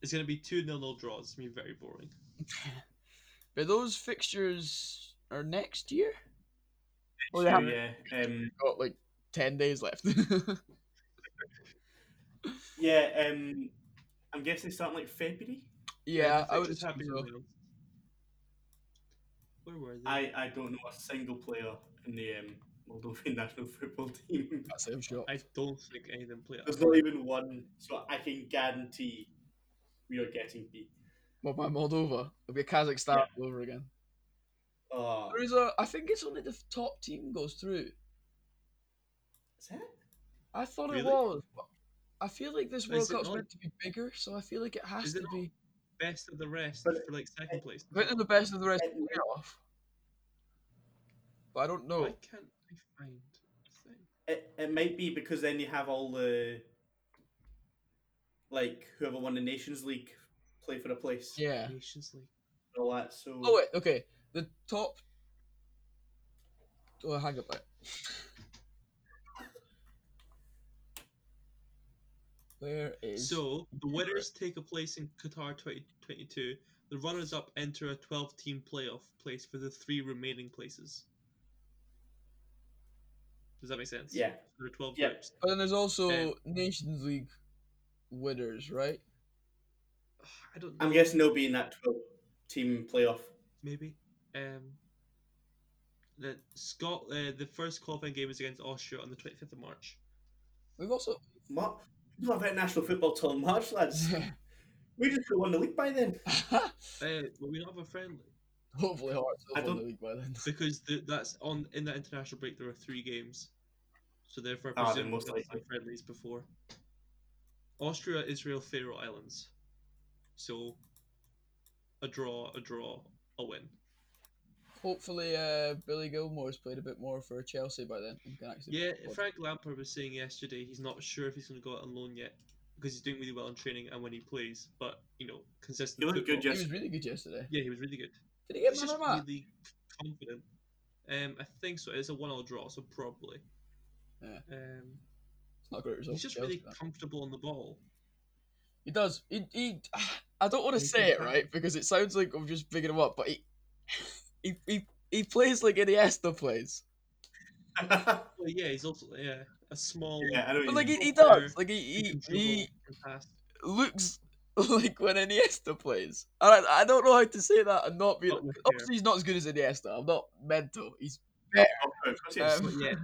[SPEAKER 2] It's going to be 2 nil nil draws. It's going to be very boring.
[SPEAKER 1] but those fixtures are next year. Oh, they
[SPEAKER 3] Yeah,
[SPEAKER 1] haven't
[SPEAKER 3] yeah. Um,
[SPEAKER 1] got like ten days left. (laughs)
[SPEAKER 3] yeah um, I'm guessing starting like February.
[SPEAKER 1] yeah,
[SPEAKER 2] I
[SPEAKER 1] I would
[SPEAKER 2] just happy.
[SPEAKER 1] assume so.
[SPEAKER 2] Where were they?
[SPEAKER 3] I, I don't know a single player in the um, Moldovan (laughs) national football team.
[SPEAKER 1] That's a shot.
[SPEAKER 2] I don't think any of them play.
[SPEAKER 3] There's not even one, so I can guarantee we are getting beat.
[SPEAKER 1] Well, by Moldova, it'll be Kazakhstan
[SPEAKER 3] Yeah.
[SPEAKER 1] all over again.
[SPEAKER 3] Oh,
[SPEAKER 1] There is a. I think it's only the top team goes through.
[SPEAKER 3] is it?
[SPEAKER 1] I thought it
[SPEAKER 2] Really?
[SPEAKER 1] was. but I feel like this World
[SPEAKER 2] Is it
[SPEAKER 1] Cup's
[SPEAKER 2] not?
[SPEAKER 1] meant to be bigger, so I feel like it has
[SPEAKER 2] Is
[SPEAKER 1] to
[SPEAKER 2] it not?
[SPEAKER 1] be.
[SPEAKER 2] Best of the rest
[SPEAKER 3] But-
[SPEAKER 2] for like second place.
[SPEAKER 1] I think they're the best of the rest
[SPEAKER 3] Uh,
[SPEAKER 1] of the playoff. But I don't know.
[SPEAKER 2] Why can't I find the thing?
[SPEAKER 3] It, it might be because then you have all the like whoever won the Nations League play for a place
[SPEAKER 1] Yeah.
[SPEAKER 2] Nations League.
[SPEAKER 3] and all that. So
[SPEAKER 1] Oh wait, okay. The top. Oh, hang up. Wait. Where is?
[SPEAKER 2] So the winners take a place in Qatar 2022. The runners-up enter a 12-team playoff place for the three remaining places. Does that make sense?
[SPEAKER 3] yeah,
[SPEAKER 2] There are 12
[SPEAKER 3] Yeah.
[SPEAKER 2] groups.
[SPEAKER 1] But Oh, then there's also
[SPEAKER 2] Um,
[SPEAKER 1] Nations League winners, right?
[SPEAKER 2] Ugh, I don't know.
[SPEAKER 3] I'm guessing they'll be in that twelve team playoff.
[SPEAKER 2] Maybe. Um. The Scot. Uh, the first qualifying game is against Austria on the 25th of March.
[SPEAKER 1] We've
[SPEAKER 2] (laughs)
[SPEAKER 1] also.
[SPEAKER 3] March. We don't have national football till March,
[SPEAKER 1] (laughs)
[SPEAKER 3] lads. We just could have won the league by then.
[SPEAKER 2] Uh, but we don't have a friendly
[SPEAKER 1] Hopefully, Hearts
[SPEAKER 3] I
[SPEAKER 1] will win
[SPEAKER 3] don't-
[SPEAKER 1] the league by then.
[SPEAKER 2] because the, that's on in that international break. There are three games, so therefore,
[SPEAKER 3] Ah,
[SPEAKER 2] I
[SPEAKER 3] then
[SPEAKER 2] presume
[SPEAKER 3] most
[SPEAKER 2] most
[SPEAKER 3] likely.
[SPEAKER 2] friendlies before Austria, Israel, Faroe Islands. So a draw, a draw, a win.
[SPEAKER 1] Hopefully, uh, Billy Gilmore's played a bit more for Chelsea by then. and can actually
[SPEAKER 2] Yeah,
[SPEAKER 1] play.
[SPEAKER 2] Frank Lampard was saying yesterday he's not sure if he's going to go out on loan yet because he's doing really well in training and when he plays. But you know, consistent.
[SPEAKER 3] He looked good
[SPEAKER 2] football-
[SPEAKER 1] he
[SPEAKER 3] yes.
[SPEAKER 1] was really good yesterday.
[SPEAKER 2] Yeah, he was really good.
[SPEAKER 1] Did he get
[SPEAKER 2] He's
[SPEAKER 1] man
[SPEAKER 2] just
[SPEAKER 1] of match?
[SPEAKER 2] really confident. Um, I think so. It's a one-all draw, so probably.
[SPEAKER 1] Yeah.
[SPEAKER 2] Um,
[SPEAKER 1] It's not a great result.
[SPEAKER 2] he's
[SPEAKER 1] for
[SPEAKER 2] just
[SPEAKER 1] Chelsea,
[SPEAKER 2] really
[SPEAKER 1] man.
[SPEAKER 2] comfortable on the ball.
[SPEAKER 1] He does. He, he (sighs) I don't want to
[SPEAKER 2] He
[SPEAKER 1] say it
[SPEAKER 2] can-
[SPEAKER 1] right because it sounds like I'm just picking him up, but he (sighs) he he, he plays like Iniesta plays.
[SPEAKER 3] (laughs) yeah,
[SPEAKER 2] Well, yeah, he's also yeah a small.
[SPEAKER 3] I know.
[SPEAKER 1] But
[SPEAKER 3] you
[SPEAKER 1] like he,
[SPEAKER 3] mean.
[SPEAKER 1] he
[SPEAKER 2] Player,
[SPEAKER 1] does. Like he
[SPEAKER 2] can
[SPEAKER 1] he, he
[SPEAKER 2] dribble and pass.
[SPEAKER 1] looks (laughs) like when Iniesta plays. And I, I don't know how to say that and not be
[SPEAKER 2] Not with
[SPEAKER 1] obviously he's not as good as Iniesta. I'm not mental. He's
[SPEAKER 3] Oh, of course he is.
[SPEAKER 1] Um,
[SPEAKER 2] (laughs) But yet,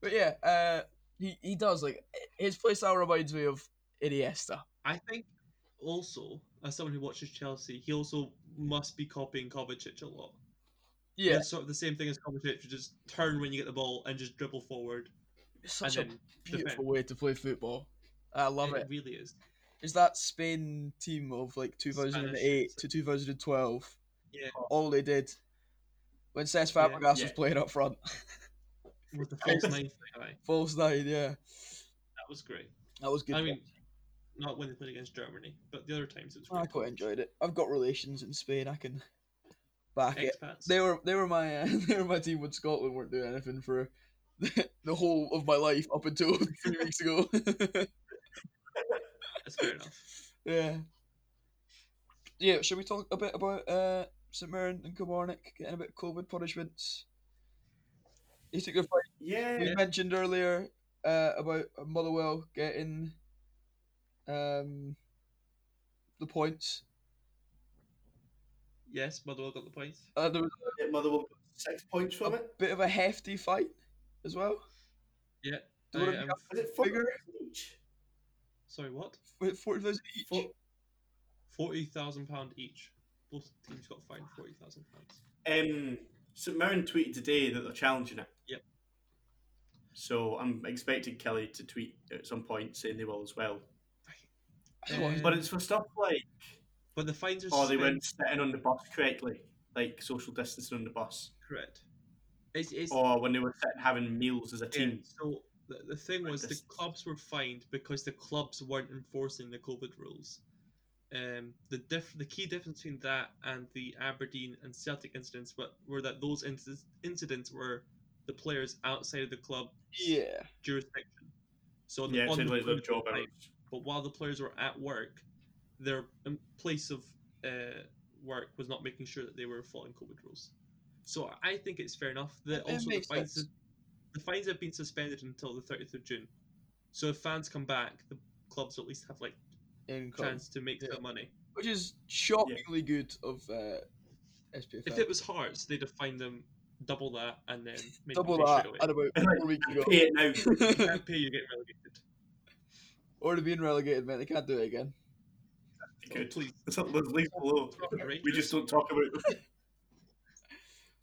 [SPEAKER 1] but yeah, uh he, he does like his playstyle reminds me of Iniesta.
[SPEAKER 2] I think also as someone who watches Chelsea, he also must be copying Kovacic a lot.
[SPEAKER 1] Yeah,
[SPEAKER 2] It's sort of the same thing as Kovacic, you just turn when you get the ball and just dribble forward.
[SPEAKER 1] it's such a
[SPEAKER 2] and then
[SPEAKER 1] beautiful
[SPEAKER 2] defend.
[SPEAKER 1] way to play football. I love
[SPEAKER 2] And
[SPEAKER 1] it.
[SPEAKER 2] it really is.
[SPEAKER 1] is that Spain team of like 2008
[SPEAKER 2] Spanish.
[SPEAKER 1] to 2012.
[SPEAKER 2] Yeah.
[SPEAKER 1] All they did when Cesc
[SPEAKER 2] Yeah.
[SPEAKER 1] Fabregas
[SPEAKER 3] Yeah.
[SPEAKER 1] was playing up front,
[SPEAKER 2] With
[SPEAKER 1] (laughs)
[SPEAKER 2] the false nine thing, I think.
[SPEAKER 1] false nine. Yeah,
[SPEAKER 2] that was great.
[SPEAKER 1] that was good.
[SPEAKER 2] I
[SPEAKER 1] fun.
[SPEAKER 2] mean, not when they played against Germany, but the other times it was.
[SPEAKER 1] I quite enjoyed it. I've got relations in Spain. I can back it.
[SPEAKER 2] Expats.
[SPEAKER 1] They were they were my (laughs) uh, they were my team when Scotland weren't doing anything for (laughs) the, the whole of my life up until (laughs) three weeks ago.
[SPEAKER 2] That's fair enough.
[SPEAKER 1] yeah. Yeah, should we talk a bit about uh, St. Mirren and Kilmarnock getting a bit of COVID punishments? He took a
[SPEAKER 3] Yeah,
[SPEAKER 1] we mentioned earlier uh, about Motherwell getting um, the points.
[SPEAKER 2] Yes, Motherwell got the points.
[SPEAKER 1] Uh, there was
[SPEAKER 3] Yeah, Motherwell got six points from it.
[SPEAKER 1] a bit of a hefty fight as well.
[SPEAKER 2] Yeah.
[SPEAKER 1] Do you
[SPEAKER 2] I
[SPEAKER 1] wanna
[SPEAKER 2] am-
[SPEAKER 1] go
[SPEAKER 3] Was it four
[SPEAKER 1] Bigger?
[SPEAKER 3] each?
[SPEAKER 2] sorry, what?
[SPEAKER 1] with 40,000 each.
[SPEAKER 3] Four,
[SPEAKER 2] Forty thousand pound each. Both teams got fined forty thousand pounds.
[SPEAKER 3] Um, St Mirren tweeted today that they're challenging it.
[SPEAKER 2] Yep.
[SPEAKER 3] So I'm expecting Kelly to tweet at some point saying they will as well.
[SPEAKER 1] That's what I was-
[SPEAKER 2] Um,
[SPEAKER 3] But it's for stuff like,
[SPEAKER 2] But the fines are
[SPEAKER 3] oh, they
[SPEAKER 2] suspended,
[SPEAKER 3] weren't sitting on the bus correctly, like social distancing on the bus,
[SPEAKER 2] correct. It's, it's,
[SPEAKER 3] or when they were sitting having meals as a
[SPEAKER 2] yeah,
[SPEAKER 3] Oh, team.
[SPEAKER 2] so the, the thing was the
[SPEAKER 3] This-
[SPEAKER 2] clubs were fined because the clubs weren't enforcing the COVID rules. Um, the diff- the key difference between that and the Aberdeen and Celtic incidents were, were that those inc- incidents were the players outside of the club
[SPEAKER 1] yeah.
[SPEAKER 2] jurisdiction. So the-
[SPEAKER 3] Yeah,
[SPEAKER 2] on
[SPEAKER 3] it's
[SPEAKER 2] the
[SPEAKER 3] like
[SPEAKER 2] field
[SPEAKER 3] the job
[SPEAKER 2] were
[SPEAKER 3] hours.
[SPEAKER 2] fined. but while the players were at work, their um, place of uh, work was not making sure that they were following COVID rules. So I think it's fair enough that
[SPEAKER 1] It- it
[SPEAKER 2] also the
[SPEAKER 1] makes
[SPEAKER 2] fines,
[SPEAKER 1] sense.
[SPEAKER 2] the fines have been suspended until the 30th of June. So if fans come back, the clubs will at least have like
[SPEAKER 1] Income.
[SPEAKER 2] chance to make
[SPEAKER 1] Yeah.
[SPEAKER 2] some money.
[SPEAKER 1] Which is shockingly good of uh, SPFL.
[SPEAKER 2] If it was Hearts, they'd have fined them double that and then made them
[SPEAKER 1] Double
[SPEAKER 2] pay
[SPEAKER 1] that
[SPEAKER 2] straight away.
[SPEAKER 1] at about four weeks
[SPEAKER 3] Pay (laughs) it now.
[SPEAKER 1] ago.
[SPEAKER 2] Can't pay, you get relegated.
[SPEAKER 1] (laughs) Already being relegated, man. They can't do it again.
[SPEAKER 3] (laughs) Good.
[SPEAKER 2] Please.
[SPEAKER 3] Let's leave it alone. We just don't talk about it.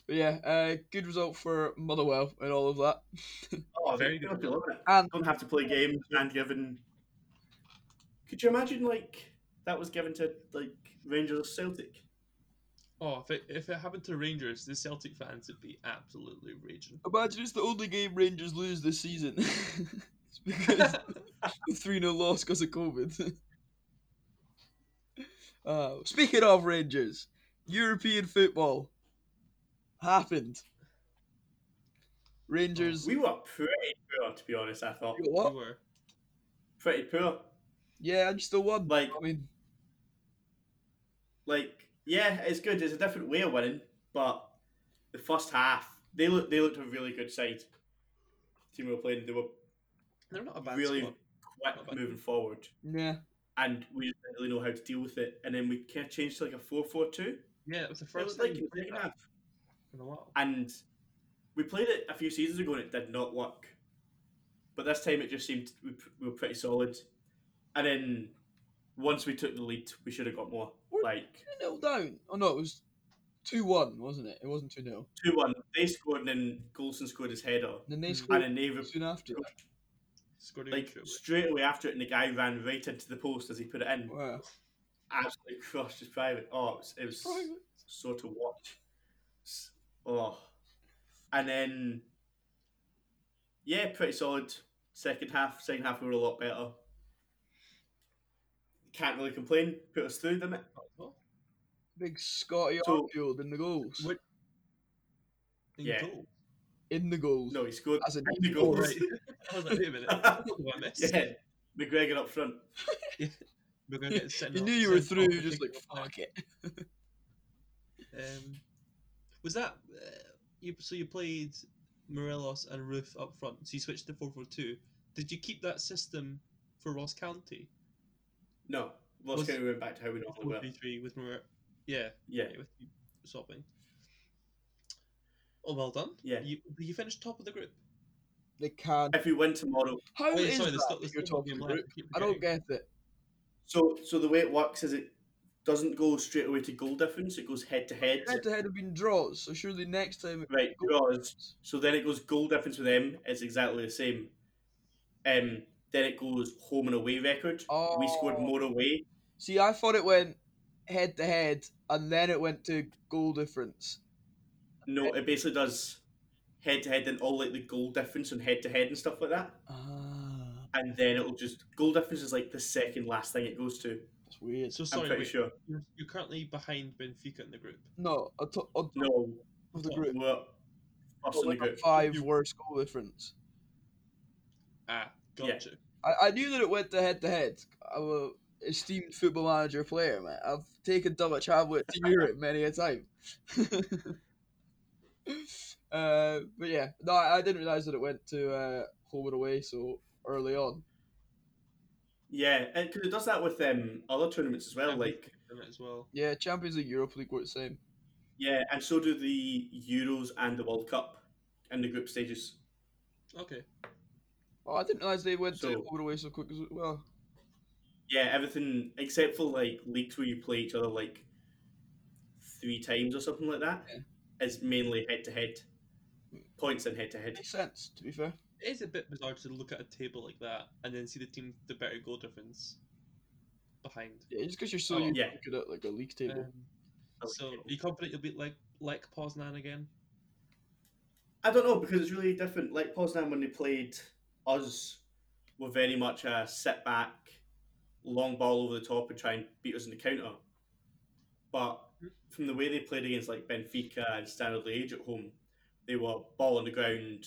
[SPEAKER 1] But yeah, uh, good result for Motherwell and all of that.
[SPEAKER 3] Oh,
[SPEAKER 2] Very
[SPEAKER 3] they-
[SPEAKER 2] good.
[SPEAKER 3] they'll love it.
[SPEAKER 1] And
[SPEAKER 3] Don't have to play games and given. Could you imagine like that was given to like Rangers or Celtic?
[SPEAKER 2] Oh, if it, if it happened to Rangers, the Celtic fans would be absolutely raging.
[SPEAKER 1] imagine it's the only game Rangers lose this season. (laughs) it's because the 3 0 loss because of COVID. (laughs) uh, speaking of Rangers, European football happened. Rangers.
[SPEAKER 3] We were pretty poor, to be honest. I thought
[SPEAKER 1] You
[SPEAKER 2] We
[SPEAKER 1] what?
[SPEAKER 2] were.
[SPEAKER 3] pretty poor.
[SPEAKER 1] Yeah, and still won.
[SPEAKER 3] Like,
[SPEAKER 1] I mean,
[SPEAKER 3] like yeah, it's good. It's a different way of winning, but the first half they looked they looked a really good side. team we were playing, they were
[SPEAKER 2] They're not a bad
[SPEAKER 3] really
[SPEAKER 2] squad. Not
[SPEAKER 3] quick
[SPEAKER 2] bad.
[SPEAKER 3] moving forward,
[SPEAKER 1] yeah.
[SPEAKER 3] and we didn't really know how to deal with it. And then we kind of changed to like a four-four-two.
[SPEAKER 2] Yeah, it was the
[SPEAKER 3] It
[SPEAKER 2] first
[SPEAKER 3] was
[SPEAKER 2] time
[SPEAKER 3] like
[SPEAKER 2] we
[SPEAKER 3] in the
[SPEAKER 2] played
[SPEAKER 3] second
[SPEAKER 2] that
[SPEAKER 3] half.
[SPEAKER 2] in a while.
[SPEAKER 3] and we played it a few seasons ago and it did not work. But this time it just seemed we, we were pretty solid. And then once we took the lead, we should have got more.
[SPEAKER 1] We're-
[SPEAKER 3] Like
[SPEAKER 1] 2 0 down. Oh, no, it was 2 1, wasn't it? It wasn't 2 0.
[SPEAKER 3] two one, they scored, and then Goulson scored his header,
[SPEAKER 1] Then they
[SPEAKER 2] Mhm.
[SPEAKER 1] scored
[SPEAKER 3] Mm. and then they re-
[SPEAKER 1] soon after that.
[SPEAKER 2] Scored a
[SPEAKER 3] like
[SPEAKER 2] goal.
[SPEAKER 3] straight away after it, and the guy ran right into the post as he put it in,
[SPEAKER 1] Wow.
[SPEAKER 3] absolutely crushed his private. Oh, it was, it was so to watch. S- Oh, and then yeah, pretty solid second half. Second half we were a lot better. Can't really complain. Put us through, didn't it?
[SPEAKER 1] Big Scotty
[SPEAKER 3] So-
[SPEAKER 1] Armfield in the goals.
[SPEAKER 2] What- In
[SPEAKER 3] yeah.
[SPEAKER 2] goal.
[SPEAKER 1] In the goals.
[SPEAKER 3] No, he scored
[SPEAKER 1] As in
[SPEAKER 3] and the
[SPEAKER 1] goals.
[SPEAKER 3] goals.
[SPEAKER 2] Right. (laughs) I was like, wait a
[SPEAKER 3] (laughs)
[SPEAKER 2] minute. what I missed?
[SPEAKER 3] yeah, McGregor up front.
[SPEAKER 2] We're gonna get sent
[SPEAKER 1] You
[SPEAKER 2] off-
[SPEAKER 1] knew you were
[SPEAKER 2] sent off
[SPEAKER 1] through,
[SPEAKER 2] for
[SPEAKER 1] just like,
[SPEAKER 2] kicking off
[SPEAKER 1] fuck it.
[SPEAKER 2] there. Um, was that uh, you? So you played Morelos and Roof up front. So you switched to four four two. Did you keep that system for Ross County?
[SPEAKER 3] No, Ross
[SPEAKER 2] Was-
[SPEAKER 3] County went back to how we normally
[SPEAKER 2] Four
[SPEAKER 3] were.
[SPEAKER 2] three three with More. Yeah.
[SPEAKER 3] Yeah,
[SPEAKER 2] Yeah, with you swapping. Oh, well done.
[SPEAKER 3] Yeah.
[SPEAKER 2] You, you finished top of the group.
[SPEAKER 1] They can't.
[SPEAKER 3] if we win tomorrow,
[SPEAKER 1] How
[SPEAKER 2] Oh, yeah,
[SPEAKER 1] is that
[SPEAKER 2] sorry, there's still,
[SPEAKER 1] that
[SPEAKER 2] there's
[SPEAKER 1] you're
[SPEAKER 2] still one
[SPEAKER 1] talking
[SPEAKER 2] game
[SPEAKER 1] about?
[SPEAKER 2] left. Keep
[SPEAKER 1] I don't
[SPEAKER 2] forgetting.
[SPEAKER 1] get it.
[SPEAKER 3] so so the way it works is it doesn't go straight away to goal difference. It goes head to head.
[SPEAKER 1] Head to head have been draws, so surely next time. it-
[SPEAKER 3] Right, draws. So then it goes goal difference with them. It's exactly the same. Um, then it goes home and away record. We scored
[SPEAKER 1] Oh.
[SPEAKER 3] more away.
[SPEAKER 1] See, I thought it went head to head, and then it went to goal difference.
[SPEAKER 3] No, it basically does head to head and all like the goal difference and head to head and stuff like that.
[SPEAKER 1] Ah,
[SPEAKER 3] And then it'll just goal difference is like the second last thing it goes to.
[SPEAKER 1] that's weird.
[SPEAKER 2] So
[SPEAKER 3] I'm
[SPEAKER 2] sorry,
[SPEAKER 3] pretty
[SPEAKER 2] wait,
[SPEAKER 3] sure.
[SPEAKER 2] you're, you're currently behind Benfica in the group.
[SPEAKER 1] No, on top on top
[SPEAKER 3] No,
[SPEAKER 1] of the
[SPEAKER 2] top.
[SPEAKER 1] group,
[SPEAKER 3] we're first in the
[SPEAKER 1] like a
[SPEAKER 3] group.
[SPEAKER 1] five worse goal difference.
[SPEAKER 2] Ah,
[SPEAKER 3] Yeah.
[SPEAKER 2] gotcha.
[SPEAKER 1] I, I knew that it went to head to head. I'm a esteemed football manager player, man. I've taken double Hamlet to Europe many a time. (laughs) Uh, but yeah, no, I, I didn't realize that it went to uh, home and away so early on.
[SPEAKER 3] Yeah, because it does that with um, other tournaments as well.
[SPEAKER 2] Yeah,
[SPEAKER 3] Like,
[SPEAKER 2] in it as well.
[SPEAKER 1] Yeah, Champions League, Europa League were the same.
[SPEAKER 3] yeah, and so do the Euros and the World Cup in the group stages.
[SPEAKER 2] Okay.
[SPEAKER 1] Oh, I didn't realize they went to
[SPEAKER 3] So-
[SPEAKER 1] home and away so quick as well.
[SPEAKER 3] Yeah, everything except for like leagues where you play each other like three times or something like that is mainly head to head points and head to head.
[SPEAKER 1] Makes sense, to be fair.
[SPEAKER 2] It is a bit bizarre to look at a table like that and then see the team with the better goal difference behind.
[SPEAKER 1] Yeah, just because you're so
[SPEAKER 2] Oh,
[SPEAKER 1] used
[SPEAKER 3] yeah.
[SPEAKER 1] to looking at like a league table.
[SPEAKER 2] Um, so, are you confident you'll beat like like Poznan again?
[SPEAKER 3] I don't know because it's really different. Like Poznan when they played us, were very much a sit back, long ball over the top and try and beat us in the counter. But from the way they played against like Benfica and Standard Liège at home, they were ball on the ground,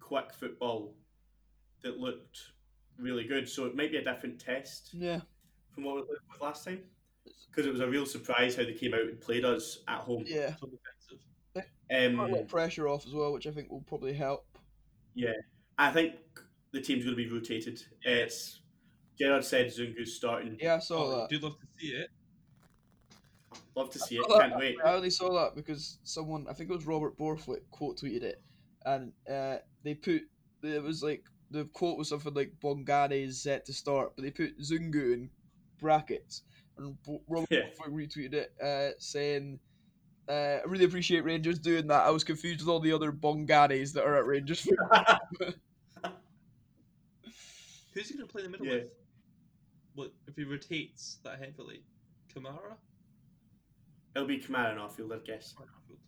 [SPEAKER 3] quick football that looked really good. So it might be a different test
[SPEAKER 1] Yeah.
[SPEAKER 3] from what we played with last time because it was a real surprise how they came out and played us at home.
[SPEAKER 1] Yeah.
[SPEAKER 2] So defensive.
[SPEAKER 3] Um,
[SPEAKER 1] Quite a lot of pressure off as well, which I think will probably help.
[SPEAKER 3] I think the team's going to be rotated. It's Gerard said Zungu's starting.
[SPEAKER 1] Yeah, I saw
[SPEAKER 2] Oh,
[SPEAKER 1] that.
[SPEAKER 2] do love to see it.
[SPEAKER 3] Love to see it.
[SPEAKER 1] Oh,
[SPEAKER 3] Can't wait. (laughs)
[SPEAKER 1] I only saw that because someone, I think it was Robert Borthwick, quote tweeted it, and uh, they put it was like the quote was something like Bongare is set to start, but they put Zungu in brackets, and Bo- Robert
[SPEAKER 3] Yeah.
[SPEAKER 1] Borthwick retweeted it uh, saying. Uh, I really appreciate Rangers doing that. I was confused with all the other Bongares that are at Rangers.
[SPEAKER 2] Who's he going to play in the middle
[SPEAKER 3] Yeah.
[SPEAKER 2] with? What if he rotates that heavily? Kamara.
[SPEAKER 3] It'll be Kamara and Arfield, I guess.
[SPEAKER 2] Or Arfield?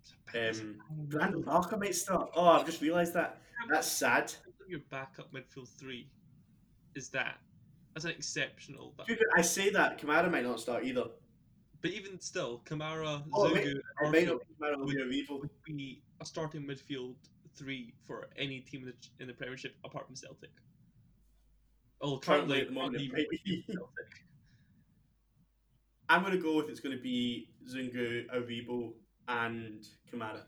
[SPEAKER 2] It's a bad-
[SPEAKER 3] Um, Brandon Parker might start. Oh, I've just realised that. That's sad.
[SPEAKER 2] your backup midfield three is that. That's an exceptional. Back.
[SPEAKER 3] You could- I say that Kamara might not start either.
[SPEAKER 2] But even still, Kamara,
[SPEAKER 3] Oh,
[SPEAKER 2] Zogu,
[SPEAKER 3] wait,
[SPEAKER 2] and
[SPEAKER 3] It might
[SPEAKER 2] Arfield
[SPEAKER 3] not be Kamara will be a revo.
[SPEAKER 2] would be a starting midfield three for any team in the, in the Premiership apart from Celtic. Oh,
[SPEAKER 3] Currently,
[SPEAKER 2] currently,
[SPEAKER 3] at the moment,
[SPEAKER 2] not
[SPEAKER 3] it
[SPEAKER 2] even
[SPEAKER 3] might be.
[SPEAKER 2] Celtic.
[SPEAKER 3] (laughs) I'm going to go with it's going to be Zungu, Aribo, and Kamara.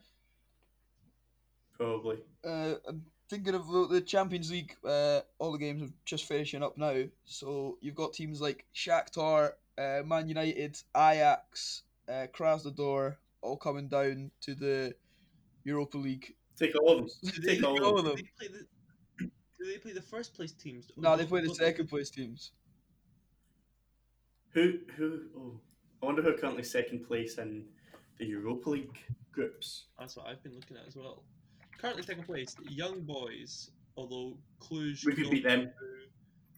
[SPEAKER 3] Probably.
[SPEAKER 1] uh, I'm thinking of the- the Champions League. Uh, all the games are just finishing up now, so you've got teams like Shakhtar, uh, Man United, Ajax, uh, Krasnodar, all coming down to the Europa League.
[SPEAKER 3] Take all of them.
[SPEAKER 2] Do
[SPEAKER 3] Take
[SPEAKER 2] they-
[SPEAKER 3] all of
[SPEAKER 1] them.
[SPEAKER 3] them.
[SPEAKER 2] Do they play the, do they play the first place teams?
[SPEAKER 1] No, they play the
[SPEAKER 2] Don't-
[SPEAKER 1] second place teams.
[SPEAKER 3] Who? Who? Oh, I wonder who are currently second place in the Europa League groups.
[SPEAKER 2] That's what I've been looking at as well. Currently second place, Young Boys, although Cluj.
[SPEAKER 3] We could beat them.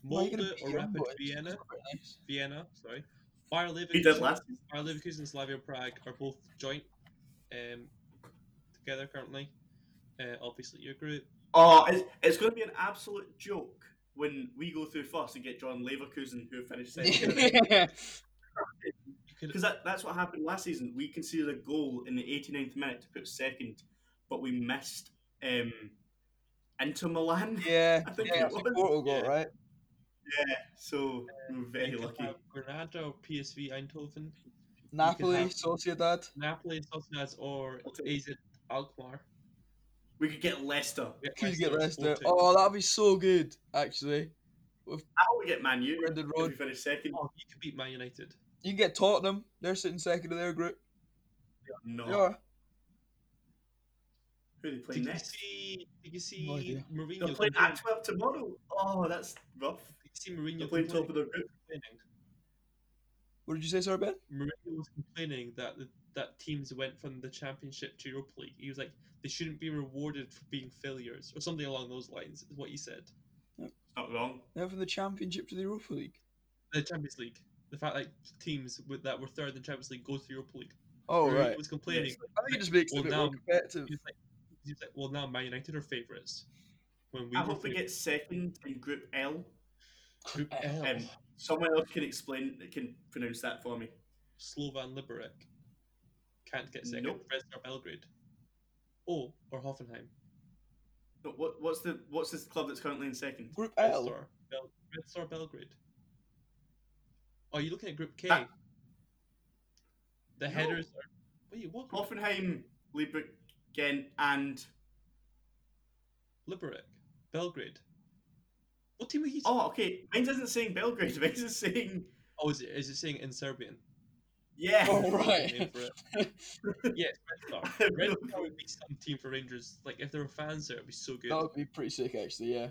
[SPEAKER 1] Why are you gonna
[SPEAKER 2] Molde
[SPEAKER 1] beat
[SPEAKER 2] or
[SPEAKER 1] them,
[SPEAKER 2] Rapid
[SPEAKER 1] boys?
[SPEAKER 2] Vienna,
[SPEAKER 1] That's quite (laughs)
[SPEAKER 2] (laughs)
[SPEAKER 1] nice.
[SPEAKER 2] Vienna, sorry. Bayer
[SPEAKER 3] We did
[SPEAKER 2] Leverkusen,
[SPEAKER 3] last. season.
[SPEAKER 2] Bayer Leverkusen and Slavia Prague are both joint um, together currently. Uh, obviously, your group.
[SPEAKER 3] Oh, it's, it's going to be an absolute joke when we go through first and get John Leverkusen who
[SPEAKER 2] (laughs)
[SPEAKER 3] finished second.
[SPEAKER 2] You could
[SPEAKER 3] Because that, that's what happened last season. We conceded a goal in the 89th minute to put us second, but we missed um, Inter Milan.
[SPEAKER 1] yeah,
[SPEAKER 3] (laughs) I think
[SPEAKER 1] yeah,
[SPEAKER 3] it
[SPEAKER 1] I think
[SPEAKER 3] was.
[SPEAKER 1] Porto got
[SPEAKER 2] Yeah.
[SPEAKER 1] right.
[SPEAKER 3] So we we're very
[SPEAKER 2] you could
[SPEAKER 3] lucky.
[SPEAKER 2] have Granada or PSV Eindhoven,
[SPEAKER 1] Napoli,
[SPEAKER 2] have-
[SPEAKER 1] Sociedad.
[SPEAKER 2] Napoli, Sociedad, or
[SPEAKER 3] I'll take-
[SPEAKER 2] AZ Alkmaar.
[SPEAKER 3] We could get Leicester.
[SPEAKER 1] Could get rest there.
[SPEAKER 2] Sporting.
[SPEAKER 1] Oh, that'd be so good, actually.
[SPEAKER 3] How we get Man U
[SPEAKER 1] Brendan
[SPEAKER 3] if
[SPEAKER 1] Rod.
[SPEAKER 3] we finish second?
[SPEAKER 2] Oh, you could beat Man United.
[SPEAKER 1] You can get Tottenham. They're sitting second in their group.
[SPEAKER 3] No.
[SPEAKER 1] They are.
[SPEAKER 3] Who are they playing
[SPEAKER 2] Did you
[SPEAKER 3] next?
[SPEAKER 2] see? Did you see
[SPEAKER 1] No idea.
[SPEAKER 2] Mourinho?
[SPEAKER 3] They're playing
[SPEAKER 2] complaining?
[SPEAKER 3] at 12 tomorrow. Oh, that's rough.
[SPEAKER 2] Did you see Mourinho
[SPEAKER 3] They're playing top of
[SPEAKER 2] complaining?
[SPEAKER 3] their group.
[SPEAKER 2] complaining?
[SPEAKER 1] What did you say, sorry, Ben?
[SPEAKER 2] Mourinho was complaining that the, that teams went from the Championship to Europa League. He was like, they shouldn't be rewarded for being failures or something along those lines. Is what he said.
[SPEAKER 3] It's not wrong.
[SPEAKER 1] They're from the Championship to the Europa League.
[SPEAKER 2] The Champions League. The fact that teams with, that were third in the Champions League go to Europa League.
[SPEAKER 1] Oh,
[SPEAKER 2] Mourinho
[SPEAKER 1] right.
[SPEAKER 2] was complaining.
[SPEAKER 1] I think it just makes it a
[SPEAKER 2] Well,
[SPEAKER 1] bit more
[SPEAKER 2] now-
[SPEAKER 1] competitive.
[SPEAKER 2] He was like, he was like, well, now Man United are favourites. When we
[SPEAKER 3] I
[SPEAKER 2] were
[SPEAKER 3] hope we get second in Group L.
[SPEAKER 2] Group L,
[SPEAKER 3] Um, someone else can explain, can pronounce that for me.
[SPEAKER 2] Slovan Liberec can't get second.
[SPEAKER 3] Nope.
[SPEAKER 2] Red Star Belgrade. Oh, or Hoffenheim.
[SPEAKER 3] No, what, what's the what's this club that's currently in second?
[SPEAKER 1] Group
[SPEAKER 2] Red
[SPEAKER 1] L.
[SPEAKER 2] Star, Bel- Red Star Belgrade. Are you looking at Group K?
[SPEAKER 3] Ah.
[SPEAKER 2] The
[SPEAKER 3] No.
[SPEAKER 2] headers are. Wait, what? group?
[SPEAKER 3] Hoffenheim, Liebringen, and
[SPEAKER 2] Liberec, Belgrade. What team are you?
[SPEAKER 3] oh, okay. Mine isn't saying Belgrade. (laughs) Mine's is saying
[SPEAKER 2] oh, is it, is it saying in Serbian?
[SPEAKER 3] yeah. (laughs)
[SPEAKER 1] Oh,
[SPEAKER 2] Serbian
[SPEAKER 1] right.
[SPEAKER 2] name for it. yeah, it's Red Star. Red Star would be some team for Rangers. Like if there were fans there, it'd be so good.
[SPEAKER 1] That would be pretty sick, actually. Yeah.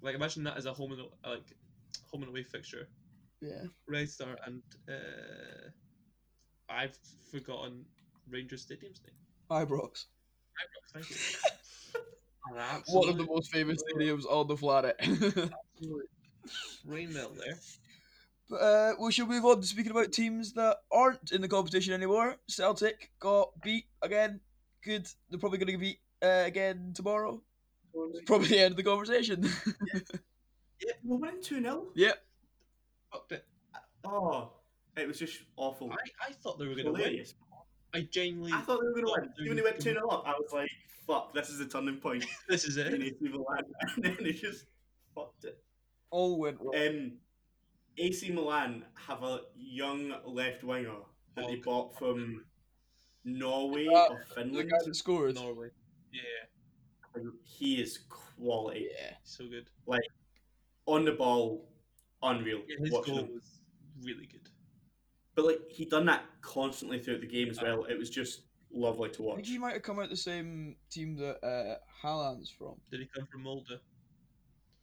[SPEAKER 2] Like imagine that as a home and a- like home and away fixture.
[SPEAKER 1] Yeah.
[SPEAKER 2] Red Star and uh, I've forgotten Rangers Stadium's name.
[SPEAKER 1] Ibrox.
[SPEAKER 2] Ibrox, Thank you. (laughs) An
[SPEAKER 1] One of
[SPEAKER 2] absolute
[SPEAKER 1] the most famous stadiums on the planet. (laughs)
[SPEAKER 2] Rain mill there.
[SPEAKER 1] But, uh, we shall move on to speaking about teams that aren't in the competition anymore. Celtic got beat again. Good. They're probably going to get beat uh, again tomorrow. It's probably the end of the conversation. (laughs)
[SPEAKER 3] Yeah, we winning 2 0.
[SPEAKER 2] Fucked it.
[SPEAKER 3] Oh, it was just awful.
[SPEAKER 2] I, I thought they were gonna win.
[SPEAKER 3] Hilarious.
[SPEAKER 2] I genuinely
[SPEAKER 3] Oh. I thought they were going to win.
[SPEAKER 2] Dude,
[SPEAKER 3] Even when they went
[SPEAKER 2] dude.
[SPEAKER 3] 2 0 up, I was like, fuck, this is the turning point.
[SPEAKER 2] this is
[SPEAKER 3] and
[SPEAKER 2] it.
[SPEAKER 3] they threw the line, (laughs) and then they just fucked it.
[SPEAKER 1] All went wrong.
[SPEAKER 3] Um, AC Milan have a young left winger that they
[SPEAKER 2] Oh,
[SPEAKER 3] bought from Norway
[SPEAKER 1] Uh,
[SPEAKER 3] or
[SPEAKER 1] the
[SPEAKER 3] Finland.
[SPEAKER 1] guy that scored.
[SPEAKER 2] Norway. Yeah,
[SPEAKER 3] He is quality.
[SPEAKER 1] Yeah.
[SPEAKER 2] so good.
[SPEAKER 3] On the ball, unreal.
[SPEAKER 2] Yeah, his
[SPEAKER 3] watching
[SPEAKER 2] goal
[SPEAKER 3] him.
[SPEAKER 2] was really good.
[SPEAKER 3] But like he done that constantly throughout the game as well. It was just lovely to
[SPEAKER 1] I think
[SPEAKER 3] watch.
[SPEAKER 1] he might have come out the same team that uh, Haaland's from.
[SPEAKER 2] Did he come from Mulder?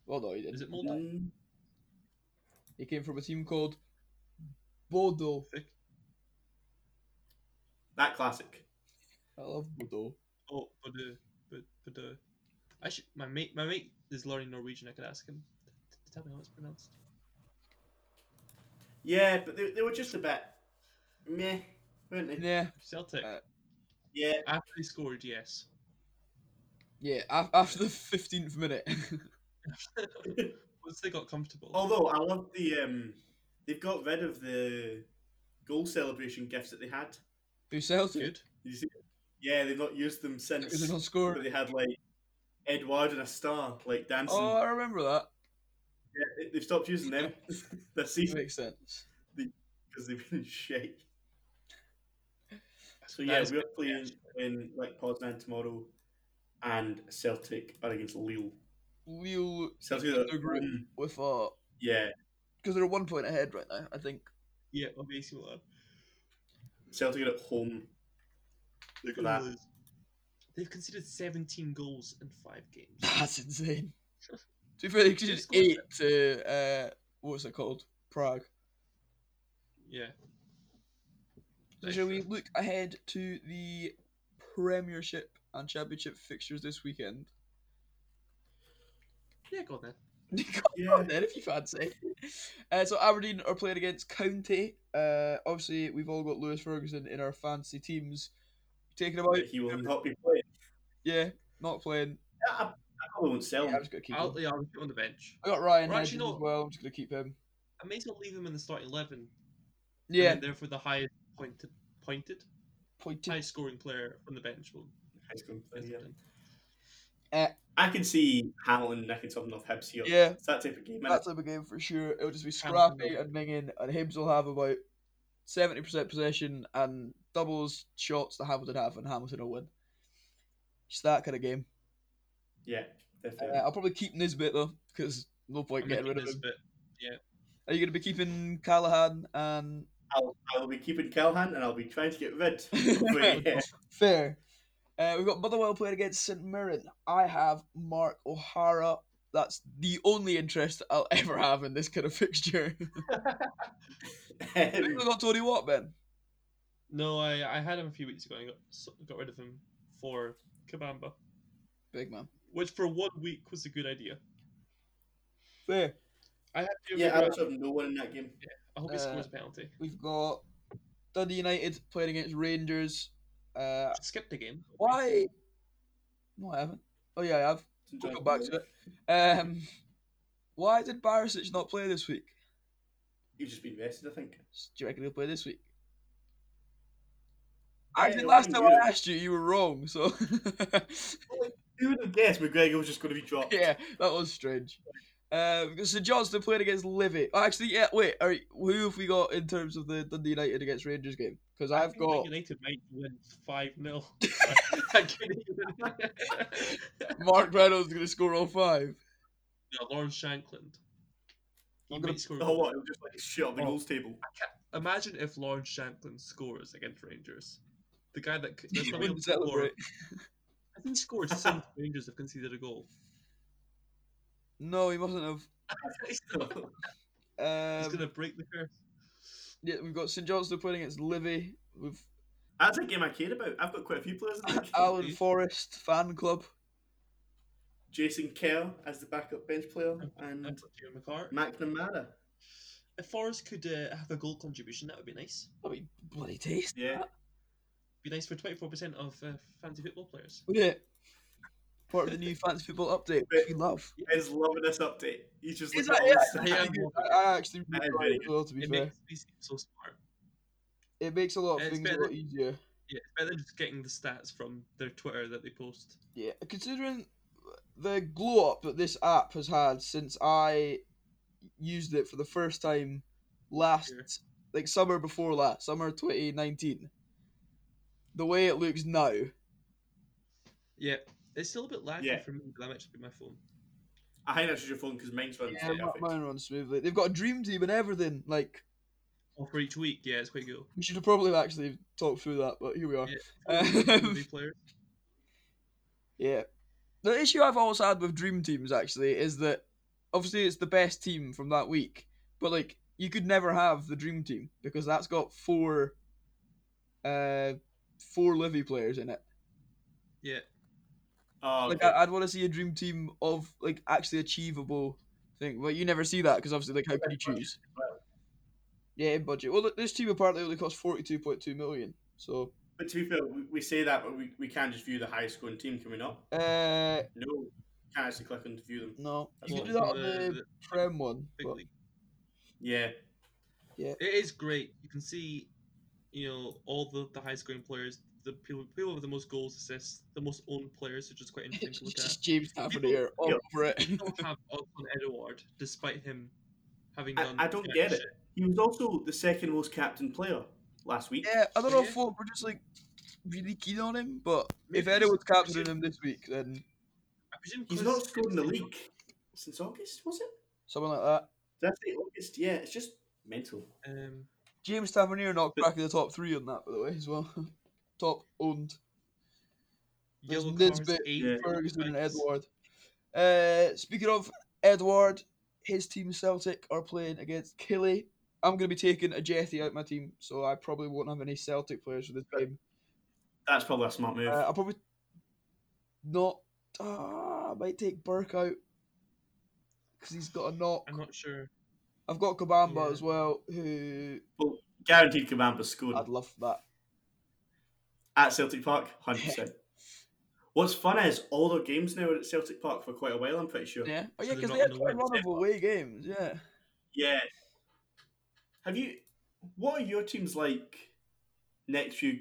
[SPEAKER 1] Well, no, he didn't.
[SPEAKER 2] Is it Mulder?
[SPEAKER 3] Mm,
[SPEAKER 1] He came from a team called Bodo.
[SPEAKER 3] That classic.
[SPEAKER 1] I love Bodo.
[SPEAKER 2] Oh, but uh, but but uh, I should. My mate, my mate is learning Norwegian. I could ask him to, to tell me how it's pronounced.
[SPEAKER 3] Yeah, but they, they were just a bit meh, weren't they?
[SPEAKER 1] Yeah,
[SPEAKER 2] Celtic.
[SPEAKER 1] Uh,
[SPEAKER 3] Yeah,
[SPEAKER 2] After they scored, yes. (laughs)
[SPEAKER 1] yeah. af- After the fifteenth minute, (laughs)
[SPEAKER 2] Once they got comfortable.
[SPEAKER 3] Although I love the um, they've got rid of the goal celebration gifts that they had.
[SPEAKER 1] who sells it?
[SPEAKER 2] good.
[SPEAKER 3] Did you see? it? Yeah, they've not used them
[SPEAKER 1] Because they
[SPEAKER 3] since.
[SPEAKER 1] not
[SPEAKER 3] But
[SPEAKER 1] scored.
[SPEAKER 3] they had like Edward and a star like dancing.
[SPEAKER 1] Oh, I remember that.
[SPEAKER 3] Yeah, they've stopped using them (laughs) this
[SPEAKER 1] It
[SPEAKER 3] season
[SPEAKER 1] makes sense.
[SPEAKER 3] because they've been shit. So
[SPEAKER 2] That
[SPEAKER 3] yeah,
[SPEAKER 2] is
[SPEAKER 3] we're
[SPEAKER 2] good,
[SPEAKER 3] playing
[SPEAKER 2] yeah.
[SPEAKER 3] in like Poznan tomorrow, and Celtic are against Lille.
[SPEAKER 1] Lille
[SPEAKER 3] Celtic,
[SPEAKER 1] in
[SPEAKER 3] are
[SPEAKER 1] their group
[SPEAKER 3] um,
[SPEAKER 1] with uh,
[SPEAKER 3] yeah,
[SPEAKER 1] because they're one point ahead right now. I think. (laughs)
[SPEAKER 2] Yeah, of AC Milan.
[SPEAKER 3] Celtic are at home.
[SPEAKER 2] They're
[SPEAKER 3] for
[SPEAKER 2] gonna
[SPEAKER 3] that.
[SPEAKER 2] lose. They've conceded 17 goals in five games.
[SPEAKER 1] That's insane. to be fair, they conceded
[SPEAKER 2] scored
[SPEAKER 1] eight to uh, what's it called? Prague.
[SPEAKER 2] yeah.
[SPEAKER 1] So shall we look ahead to the Premiership and Championship fixtures this weekend? (laughs)
[SPEAKER 2] Yeah, go on then.
[SPEAKER 1] (laughs)
[SPEAKER 3] Yeah,
[SPEAKER 1] then if you fancy. Uh, so Aberdeen are playing against County. Uh, obviously, we've all got Lewis Ferguson in our fancy teams. Taking him out.
[SPEAKER 3] but he will not be playing.
[SPEAKER 1] Yeah, not playing.
[SPEAKER 3] I, I probably won't sell
[SPEAKER 1] Yeah, I'm
[SPEAKER 3] him.
[SPEAKER 1] just gonna keep
[SPEAKER 2] I'll,
[SPEAKER 1] him.
[SPEAKER 2] yeah, I'll put him on the bench.
[SPEAKER 1] I got Ryan
[SPEAKER 2] We're
[SPEAKER 1] Hedges
[SPEAKER 2] actually
[SPEAKER 1] as
[SPEAKER 2] not-
[SPEAKER 1] well. I'm just gonna keep him.
[SPEAKER 2] I may as well leave him in the starting 11. and
[SPEAKER 1] Yeah,
[SPEAKER 2] then therefore the highest pointed, pointed,
[SPEAKER 1] pointed.
[SPEAKER 2] highest scoring player from the bench will will
[SPEAKER 3] Yeah.
[SPEAKER 2] put in.
[SPEAKER 3] I can see Hamilton nicking something off Hibs here.
[SPEAKER 1] Yeah,
[SPEAKER 3] It's that type of game.
[SPEAKER 1] that type of game for sure. It'll just be
[SPEAKER 2] Hamilton
[SPEAKER 1] scrappy
[SPEAKER 2] will-
[SPEAKER 1] and minging, and Hibbs will have about seventy percent possession and doubles shots that Hamilton have, and Hamilton will win. Just that kind of game.
[SPEAKER 3] Yeah,
[SPEAKER 1] Uh,
[SPEAKER 3] definitely.
[SPEAKER 1] I'll probably keep Nisbet though, because no point
[SPEAKER 2] I'm
[SPEAKER 1] getting rid
[SPEAKER 2] making
[SPEAKER 1] of
[SPEAKER 2] this
[SPEAKER 1] him.
[SPEAKER 2] bit.
[SPEAKER 1] Are you going to be keeping Callahan and
[SPEAKER 3] I'll, I'll be keeping Callahan and I'll be trying to get
[SPEAKER 1] (laughs)
[SPEAKER 3] rid. But, yeah.
[SPEAKER 1] Fair? Uh, we've got Motherwell playing against St Mirren. I have Mark O'Hara. That's the only interest that I'll (laughs) ever have in this kind of fixture. We've
[SPEAKER 3] Um,
[SPEAKER 1] got Tony Watt, Ben.
[SPEAKER 2] No, I, I had him a few weeks ago and I got, so- got rid of him for Kabamba,
[SPEAKER 1] Big man.
[SPEAKER 2] which for one week was a good idea.
[SPEAKER 1] Fair.
[SPEAKER 2] I had to
[SPEAKER 3] yeah, I
[SPEAKER 2] I,
[SPEAKER 3] was having no one in that game.
[SPEAKER 2] hope he
[SPEAKER 1] Uh,
[SPEAKER 2] scores a penalty.
[SPEAKER 1] We've got Dundee United playing against Rangers. Uh,
[SPEAKER 2] Skipped the game.
[SPEAKER 1] why? No, I haven't. Oh yeah, I have.
[SPEAKER 3] It's
[SPEAKER 1] We'll come back to it. Um, why did Barisic not play this week?
[SPEAKER 3] You've just been rested, I think.
[SPEAKER 1] Do you reckon he'll play this week?
[SPEAKER 3] Yeah,
[SPEAKER 1] Actually,
[SPEAKER 3] it'll
[SPEAKER 1] last
[SPEAKER 3] be
[SPEAKER 1] time
[SPEAKER 3] weird.
[SPEAKER 1] I asked you, you were wrong. So (laughs)
[SPEAKER 3] Who would have guessed McGregor was just going to be dropped?
[SPEAKER 1] yeah, that was strange. Um, so Johnston played against Livy. Oh, actually, yeah. Wait, all right, who have we got in terms of the Dundee United against Rangers game? Because I've
[SPEAKER 2] think Man
[SPEAKER 1] got
[SPEAKER 2] United might win five (laughs) 0
[SPEAKER 1] (laughs)
[SPEAKER 2] (laughs)
[SPEAKER 1] Mark Reynolds going to score all five.
[SPEAKER 2] No, Lauren Shankland. He
[SPEAKER 1] I'm gonna-
[SPEAKER 2] might score.
[SPEAKER 3] Oh, what? It'll just like shit up the
[SPEAKER 2] Oh.
[SPEAKER 3] goals table. (laughs)
[SPEAKER 2] Imagine if Lauren Shankland scores against Rangers. The guy that c- that's
[SPEAKER 1] (laughs) You
[SPEAKER 2] not able
[SPEAKER 1] wouldn't
[SPEAKER 2] to score.
[SPEAKER 1] celebrate.
[SPEAKER 2] I think he
[SPEAKER 1] (laughs)
[SPEAKER 2] scored since Rangers have conceded a goal. (laughs)
[SPEAKER 1] No, he mustn't have.
[SPEAKER 2] He's
[SPEAKER 1] Um,
[SPEAKER 2] gonna break the curse.
[SPEAKER 1] yeah, we've got St Johnston playing against Livy. We've
[SPEAKER 3] That's a game I care about. I've got quite a few players
[SPEAKER 1] (laughs)
[SPEAKER 3] in that.
[SPEAKER 1] Alan Forrest fan club.
[SPEAKER 3] Jason Kerr as the backup bench player
[SPEAKER 2] And
[SPEAKER 1] mm.
[SPEAKER 3] and
[SPEAKER 2] (laughs) Jim McCart.
[SPEAKER 3] McNamara.
[SPEAKER 2] If Forrest could uh, have a goal contribution, that would be nice.
[SPEAKER 1] That'd be bloody tasty.
[SPEAKER 3] Yeah.
[SPEAKER 2] Be nice for twenty four percent of uh, fantasy football players.
[SPEAKER 1] Wouldn't it? Part of the new fancy football update, which we love.
[SPEAKER 3] Ben's loving this update. He's just
[SPEAKER 1] Is
[SPEAKER 3] looking at all
[SPEAKER 1] that-
[SPEAKER 3] the
[SPEAKER 2] yeah,
[SPEAKER 1] I
[SPEAKER 3] stats.
[SPEAKER 1] I actually
[SPEAKER 3] That
[SPEAKER 1] really
[SPEAKER 3] is
[SPEAKER 1] like
[SPEAKER 3] really
[SPEAKER 1] it as well. To be
[SPEAKER 2] It
[SPEAKER 1] fair,
[SPEAKER 2] makes me seem so smart.
[SPEAKER 1] it makes a lot of
[SPEAKER 2] it's
[SPEAKER 1] things a
[SPEAKER 2] better-
[SPEAKER 1] lot easier.
[SPEAKER 2] Yeah, it's better than just getting the stats from their Twitter that they post.
[SPEAKER 1] Yeah, considering the glow up that this app has had since I used it for the first time last,
[SPEAKER 2] Sure.
[SPEAKER 1] like summer before last, summer 2019, the way it looks now,
[SPEAKER 2] Yeah, it's still a bit laggy
[SPEAKER 3] Yeah.
[SPEAKER 2] for me, but that might just be my phone.
[SPEAKER 3] I think that's just your phone because mine's running
[SPEAKER 1] yeah,
[SPEAKER 3] straight
[SPEAKER 1] mi-
[SPEAKER 3] off it.
[SPEAKER 1] mine runs smoothly. They've got a dream team and everything. Like,
[SPEAKER 2] Or for each week, yeah, it's
[SPEAKER 1] (laughs)
[SPEAKER 2] quite good.
[SPEAKER 1] we should have probably actually talked through that, but here we are.
[SPEAKER 2] Yeah.
[SPEAKER 1] Um, (laughs)
[SPEAKER 2] Three players.
[SPEAKER 1] Yeah. The issue I've always had with dream teams actually is that obviously it's the best team from that week, but like you could never have the dream team because that's got four uh four Livy players in it.
[SPEAKER 2] Yeah,
[SPEAKER 3] Oh,
[SPEAKER 1] Like
[SPEAKER 3] okay.
[SPEAKER 1] I, I'd want to see a dream team of like actually achievable thing, but you never see that because obviously like how can you choose? Yeah, in budget. Well, look, this team apparently only cost forty two point two million. So
[SPEAKER 3] But to be fair, we, we say that, but we, we can't just view the highest scoring team, can we not?
[SPEAKER 1] uh
[SPEAKER 3] No, we can't actually click on to view them.
[SPEAKER 1] no, you
[SPEAKER 2] Well,
[SPEAKER 1] can do that on
[SPEAKER 2] the-
[SPEAKER 1] the
[SPEAKER 2] the
[SPEAKER 1] Prem one.
[SPEAKER 2] big
[SPEAKER 1] but-
[SPEAKER 2] league.
[SPEAKER 3] Yeah,
[SPEAKER 2] It is great. You can see, you know, all the, the high scoring players, the people, people with the most goals, assists, the most owned players, which is
[SPEAKER 1] (laughs)
[SPEAKER 2] quite interesting
[SPEAKER 1] It's
[SPEAKER 2] to look at.
[SPEAKER 1] just James Tavernier all
[SPEAKER 3] Yeah.
[SPEAKER 1] over
[SPEAKER 2] (laughs)
[SPEAKER 1] it. (laughs)
[SPEAKER 2] Still have Osman Edward, despite him having
[SPEAKER 3] I-
[SPEAKER 2] done.
[SPEAKER 3] I don't
[SPEAKER 2] jack
[SPEAKER 3] get it.
[SPEAKER 2] shit.
[SPEAKER 3] he was also the second most captain player last week.
[SPEAKER 1] yeah, I don't know if
[SPEAKER 2] Yeah.
[SPEAKER 1] folk were just like really keen on him, but if
[SPEAKER 2] Maybe
[SPEAKER 1] anyone's
[SPEAKER 2] he's-
[SPEAKER 1] captaining him this week, then
[SPEAKER 2] I presume
[SPEAKER 3] He's
[SPEAKER 2] Chris
[SPEAKER 3] not scored in the
[SPEAKER 2] Dempsey-
[SPEAKER 3] league since August, was it?
[SPEAKER 1] someone like that.
[SPEAKER 3] Did I say August? Yeah, it's just mental.
[SPEAKER 2] Um,
[SPEAKER 1] James Tavernier not
[SPEAKER 3] But-
[SPEAKER 1] back in the top three on that, by the way, as well. (laughs) top owned. There's
[SPEAKER 2] yellow cards,
[SPEAKER 1] Nisbet,
[SPEAKER 2] eight
[SPEAKER 3] Yeah.
[SPEAKER 1] Ferguson, and
[SPEAKER 2] Nice.
[SPEAKER 1] Edward. Uh, speaking of Edward, his team Celtic are playing against Killy. I'm going to be taking a Jethy out my team, so I probably won't have any Celtic players for this game.
[SPEAKER 3] That's probably a smart move.
[SPEAKER 1] Uh, I'll probably not. ah, I might take Burke out because he's got a knock.
[SPEAKER 2] I'm not sure.
[SPEAKER 1] I've got Kabamba
[SPEAKER 2] Yeah.
[SPEAKER 1] as well, who
[SPEAKER 3] Guaranteed Kabamba scored
[SPEAKER 1] I'd love that.
[SPEAKER 3] at Celtic Park,
[SPEAKER 1] (laughs)
[SPEAKER 3] hundred percent. What's fun is all their games now are at Celtic Park for quite a while. I'm pretty sure.
[SPEAKER 1] Yeah, oh,
[SPEAKER 2] So
[SPEAKER 1] yeah,
[SPEAKER 2] they're
[SPEAKER 1] because
[SPEAKER 2] not
[SPEAKER 1] they had
[SPEAKER 2] gonna
[SPEAKER 1] quite a
[SPEAKER 2] win,
[SPEAKER 1] run of
[SPEAKER 2] yeah.
[SPEAKER 1] away games. Yeah,
[SPEAKER 3] Yeah. Have you? What are your teams like next few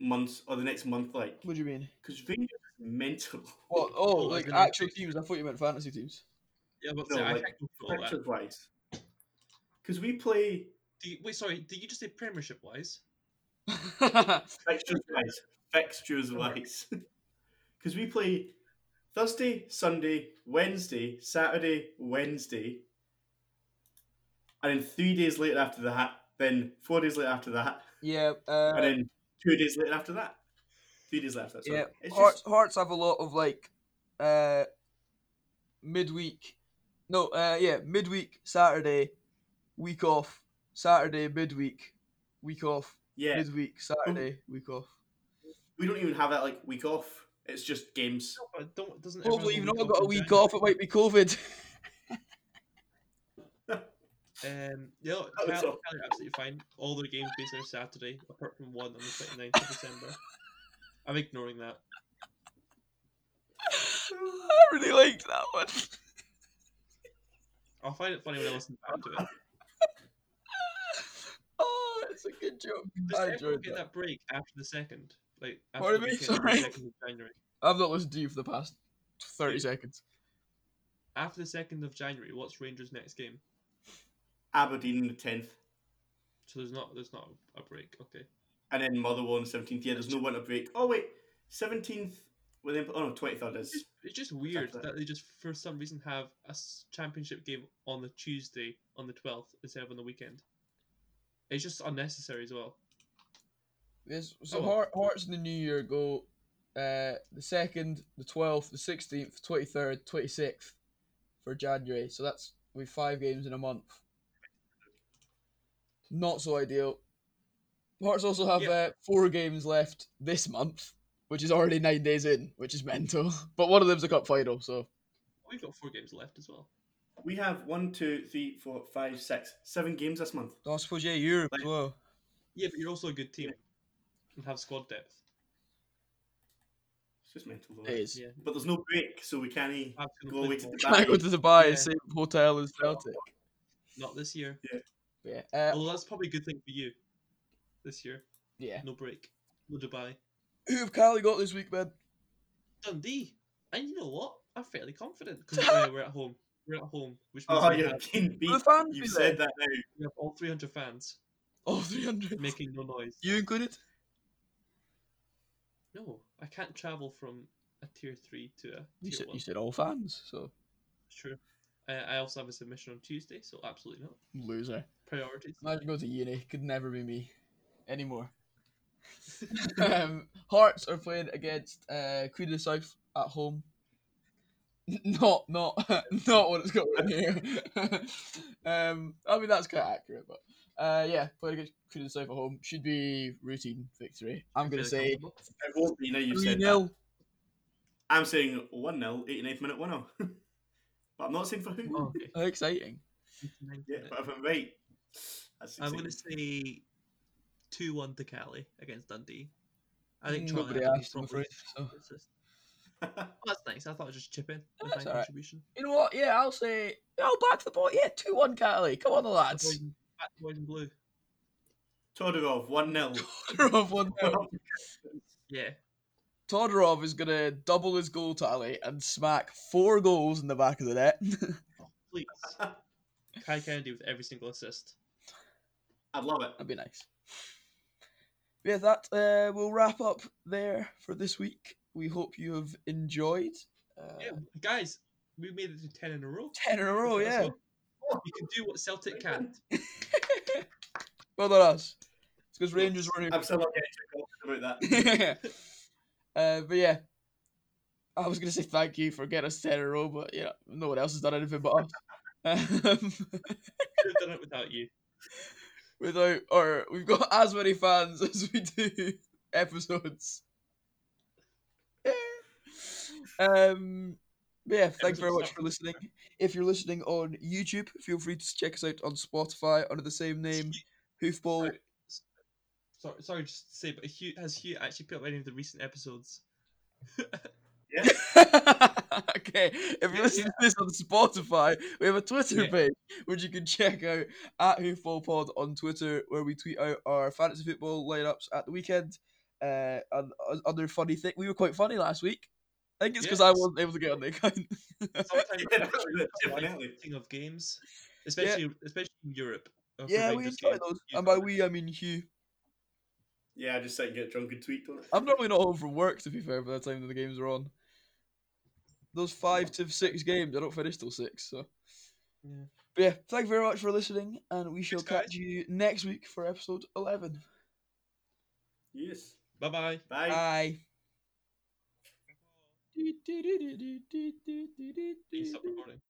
[SPEAKER 3] months or the next month like?
[SPEAKER 1] what do you mean?
[SPEAKER 3] Because Rangers is mental.
[SPEAKER 1] What? Oh,
[SPEAKER 2] Oh, as
[SPEAKER 1] like
[SPEAKER 2] in-
[SPEAKER 1] actual teams. I thought you meant fantasy teams. (laughs)
[SPEAKER 2] Yeah, but
[SPEAKER 3] No,
[SPEAKER 2] I
[SPEAKER 3] like,
[SPEAKER 2] can't go for (laughs) all that.
[SPEAKER 3] Pictures wise, because we play
[SPEAKER 2] Do you, wait, sorry, did you just say Premiership wise?
[SPEAKER 3] fixtures wise, fixtures (laughs) wise, because we play Thursday, Sunday, Wednesday, Saturday, Wednesday, and then three days later after that, then four days later after that,
[SPEAKER 1] yeah, uh,
[SPEAKER 3] and then two days later after that, three days later. After that, sorry.
[SPEAKER 1] yeah.
[SPEAKER 3] it's
[SPEAKER 1] Hearts,
[SPEAKER 3] just
[SPEAKER 1] Hearts have a lot of like uh, midweek. No, uh, yeah, midweek Saturday, week off. Saturday midweek, week off.
[SPEAKER 3] yeah.
[SPEAKER 1] midweek, Saturday, week off.
[SPEAKER 3] We don't even have that like week off. It's just games.
[SPEAKER 2] No, but don't doesn't. everyone
[SPEAKER 1] Hopefully,
[SPEAKER 2] have
[SPEAKER 1] you've
[SPEAKER 2] a
[SPEAKER 1] not got a
[SPEAKER 2] in
[SPEAKER 1] week
[SPEAKER 2] January?
[SPEAKER 1] off. It might be COVID. (laughs)
[SPEAKER 2] Um, yeah, look,
[SPEAKER 3] That was
[SPEAKER 2] Cal-
[SPEAKER 3] all.
[SPEAKER 2] Cal are absolutely fine. All their games based on Saturday, apart from one on the 29th of December. I'm ignoring that.
[SPEAKER 1] I really liked that one. (laughs)
[SPEAKER 2] I'll find it funny when I listen back
[SPEAKER 1] (laughs)
[SPEAKER 2] to it.
[SPEAKER 1] Oh, it's a good joke.
[SPEAKER 2] Does
[SPEAKER 1] I
[SPEAKER 2] everyone
[SPEAKER 1] enjoyed
[SPEAKER 2] get
[SPEAKER 1] that.
[SPEAKER 2] that break after the second? Like after
[SPEAKER 1] Pardon
[SPEAKER 2] the
[SPEAKER 1] me?
[SPEAKER 2] weekend of the
[SPEAKER 1] Sorry.
[SPEAKER 2] 2nd of January.
[SPEAKER 1] I've not listened to you for the past 30 seconds.
[SPEAKER 2] after the second of January, what's Rangers' next game?
[SPEAKER 3] Aberdeen the tenth,
[SPEAKER 2] So there's not there's not a break. Okay.
[SPEAKER 3] and then Motherwell on the seventeenth. Yeah, there's no winter break. Oh wait, seventeenth. Well then, oh no, twenty third
[SPEAKER 2] It's just,
[SPEAKER 3] is.
[SPEAKER 2] it's just weird
[SPEAKER 3] Exactly.
[SPEAKER 2] that they just for some reason have a s- championship game on the Tuesday on the twelfth instead of on the weekend. It's just unnecessary as well.
[SPEAKER 1] Yes, so
[SPEAKER 2] Oh.
[SPEAKER 1] Hor- Hearts in the New Year go uh, the second, the twelfth, the sixteenth, twenty third, twenty sixth for January. So that's we have five games in a month. Not so ideal. Hearts also have
[SPEAKER 2] Yeah.
[SPEAKER 1] uh, four games left this month, which is already nine days in, which is mental. (laughs) But one of them's a cup final, so
[SPEAKER 2] We've got four games left as well.
[SPEAKER 3] We have one, two, three, four, five, six, seven games this month.
[SPEAKER 1] I suppose yeah, Europe
[SPEAKER 3] as
[SPEAKER 1] well.
[SPEAKER 2] Yeah, but you're also a good team and have squad depth.
[SPEAKER 3] It's just mental. Though.
[SPEAKER 1] It is. (laughs)
[SPEAKER 2] Yeah.
[SPEAKER 3] But there's no break, so we can't
[SPEAKER 1] Uh,
[SPEAKER 2] Have
[SPEAKER 3] go away to
[SPEAKER 2] unbelievable.
[SPEAKER 3] the
[SPEAKER 1] Can I
[SPEAKER 3] back.
[SPEAKER 1] go to Dubai
[SPEAKER 2] Yeah.
[SPEAKER 1] and same hotel as Celtic?
[SPEAKER 2] Not this year.
[SPEAKER 1] Yeah, uh,
[SPEAKER 2] Well, that's probably a good thing for you. This year,
[SPEAKER 1] yeah.
[SPEAKER 2] no break, no Dubai,
[SPEAKER 1] Who have Cali got this week, man?
[SPEAKER 2] Dundee. And you know what? I'm fairly confident
[SPEAKER 1] (laughs)
[SPEAKER 2] because we're at home. We're at home, which means
[SPEAKER 3] Oh,
[SPEAKER 2] we,
[SPEAKER 3] you're
[SPEAKER 2] have,
[SPEAKER 3] being beat.
[SPEAKER 1] Will the fans
[SPEAKER 3] You've
[SPEAKER 1] be
[SPEAKER 3] said that now.
[SPEAKER 2] we have all 300 fans
[SPEAKER 1] Oh, 300.
[SPEAKER 2] making no noise.
[SPEAKER 1] You included?
[SPEAKER 2] No, I can't travel from a tier three to a tier
[SPEAKER 1] You said,
[SPEAKER 2] one.
[SPEAKER 1] you said all fans, so
[SPEAKER 2] Sure. I, I also have a submission on Tuesday, so absolutely not.
[SPEAKER 1] loser.
[SPEAKER 2] Priorities.
[SPEAKER 1] Imagine going to uni. Could never be me
[SPEAKER 3] (laughs)
[SPEAKER 1] anymore. um, Hearts are playing against uh, Queen of the South at home. Not, not, (laughs) not what it's got on here. (laughs) um, I mean that's quite accurate, but uh, yeah, playing against Queen of the South at home should be routine victory. I'm gonna
[SPEAKER 2] Fairly
[SPEAKER 1] say
[SPEAKER 2] comfortable.
[SPEAKER 1] (laughs)
[SPEAKER 3] It won't be now you've
[SPEAKER 1] three
[SPEAKER 3] said that.
[SPEAKER 1] nil.
[SPEAKER 3] I'm saying 1 0, 89th minute 1 0. (laughs) but I'm not saying for who.
[SPEAKER 2] Oh, okay.
[SPEAKER 1] How exciting!
[SPEAKER 3] Yeah, but if I'm right, that's
[SPEAKER 2] I'm
[SPEAKER 3] exciting.
[SPEAKER 2] going to say 2 1 to Cali against Dundee. I think Charlie
[SPEAKER 1] nobody
[SPEAKER 2] Adams
[SPEAKER 1] asked. I'm
[SPEAKER 2] probably-
[SPEAKER 1] afraid. So.
[SPEAKER 2] It's just- Oh, that's nice. I thought I'd just chip in.
[SPEAKER 1] No,
[SPEAKER 2] with
[SPEAKER 1] that's
[SPEAKER 2] my
[SPEAKER 1] alright.
[SPEAKER 2] contribution.
[SPEAKER 1] You know what? Yeah, I'll say I'll back the ball. Yeah, two one Cali. Come on, the (laughs) lads.
[SPEAKER 2] Avoiding- back to white and blue.
[SPEAKER 3] (laughs) Todorov, 1 0.
[SPEAKER 1] Todorov, one nil.
[SPEAKER 2] Yeah.
[SPEAKER 1] Todorov is gonna double his goal tally and smack four goals in the back of the net. (laughs)
[SPEAKER 2] Please. (laughs) Kai Kennedy with every single assist.
[SPEAKER 3] I'd love it.
[SPEAKER 1] That'd be nice. Yeah, that uh, will wrap up there for this week. We hope you have enjoyed. Uh,
[SPEAKER 2] Yeah, guys, we made it to 10 in a row.
[SPEAKER 1] Ten in a row,
[SPEAKER 2] Let's
[SPEAKER 1] yeah.
[SPEAKER 2] go. We can do what Celtic can't.
[SPEAKER 1] Well done us. It's because Rangers were
[SPEAKER 3] I'm still not getting too confident about that.
[SPEAKER 1] here. (laughs) uh, but yeah, I was gonna say thank you for getting us ten in a row, but yeah, no one else has done anything but us. Um, (laughs)
[SPEAKER 2] Could have done it without you.
[SPEAKER 1] without or we've got (laughs) as many fans as we do episodes. (laughs) um but yeah, thanks very much for listening. If you're listening on YouTube, feel free to check us out on Spotify under the same (laughs) name, Hoofball.
[SPEAKER 2] Right. Sorry, sorry, just to say, but Hugh, has Hugh actually put up any of the
[SPEAKER 1] (laughs)
[SPEAKER 2] recent episodes?
[SPEAKER 1] okay, if you're listening to this on Spotify, we have a Twitter
[SPEAKER 2] Yeah.
[SPEAKER 1] page which you can check out at HoofballPod on Twitter, where we tweet out our fantasy football lineups at the weekend uh, and uh, other funny thing. We were quite funny last week. I think it's because I
[SPEAKER 2] Yes.
[SPEAKER 1] wasn't able to get on the (laughs) account.
[SPEAKER 2] Sometimes
[SPEAKER 1] (laughs)
[SPEAKER 2] (laughs)
[SPEAKER 3] Yeah, that's right, (laughs) definitely.
[SPEAKER 2] Live of games, especially especially in Europe. uh, for
[SPEAKER 1] yeah, we
[SPEAKER 2] Rangers
[SPEAKER 1] enjoy
[SPEAKER 2] games.
[SPEAKER 1] those.
[SPEAKER 2] You
[SPEAKER 1] And by
[SPEAKER 2] know,
[SPEAKER 1] we, I mean Hugh.
[SPEAKER 3] Yeah, I just sit and get drunk and tweet on it.
[SPEAKER 1] I'm normally not home from work, to be fair, by the time that the games are on. Those five to six games, I don't finish till six, so.
[SPEAKER 2] Yeah.
[SPEAKER 1] But yeah, thank you very much for listening, and we shall
[SPEAKER 2] Thanks, guys.
[SPEAKER 1] catch you next week for episode 11.
[SPEAKER 3] Yes.
[SPEAKER 2] Bye-bye.
[SPEAKER 3] Bye.
[SPEAKER 1] Bye.
[SPEAKER 2] Can you stop recording?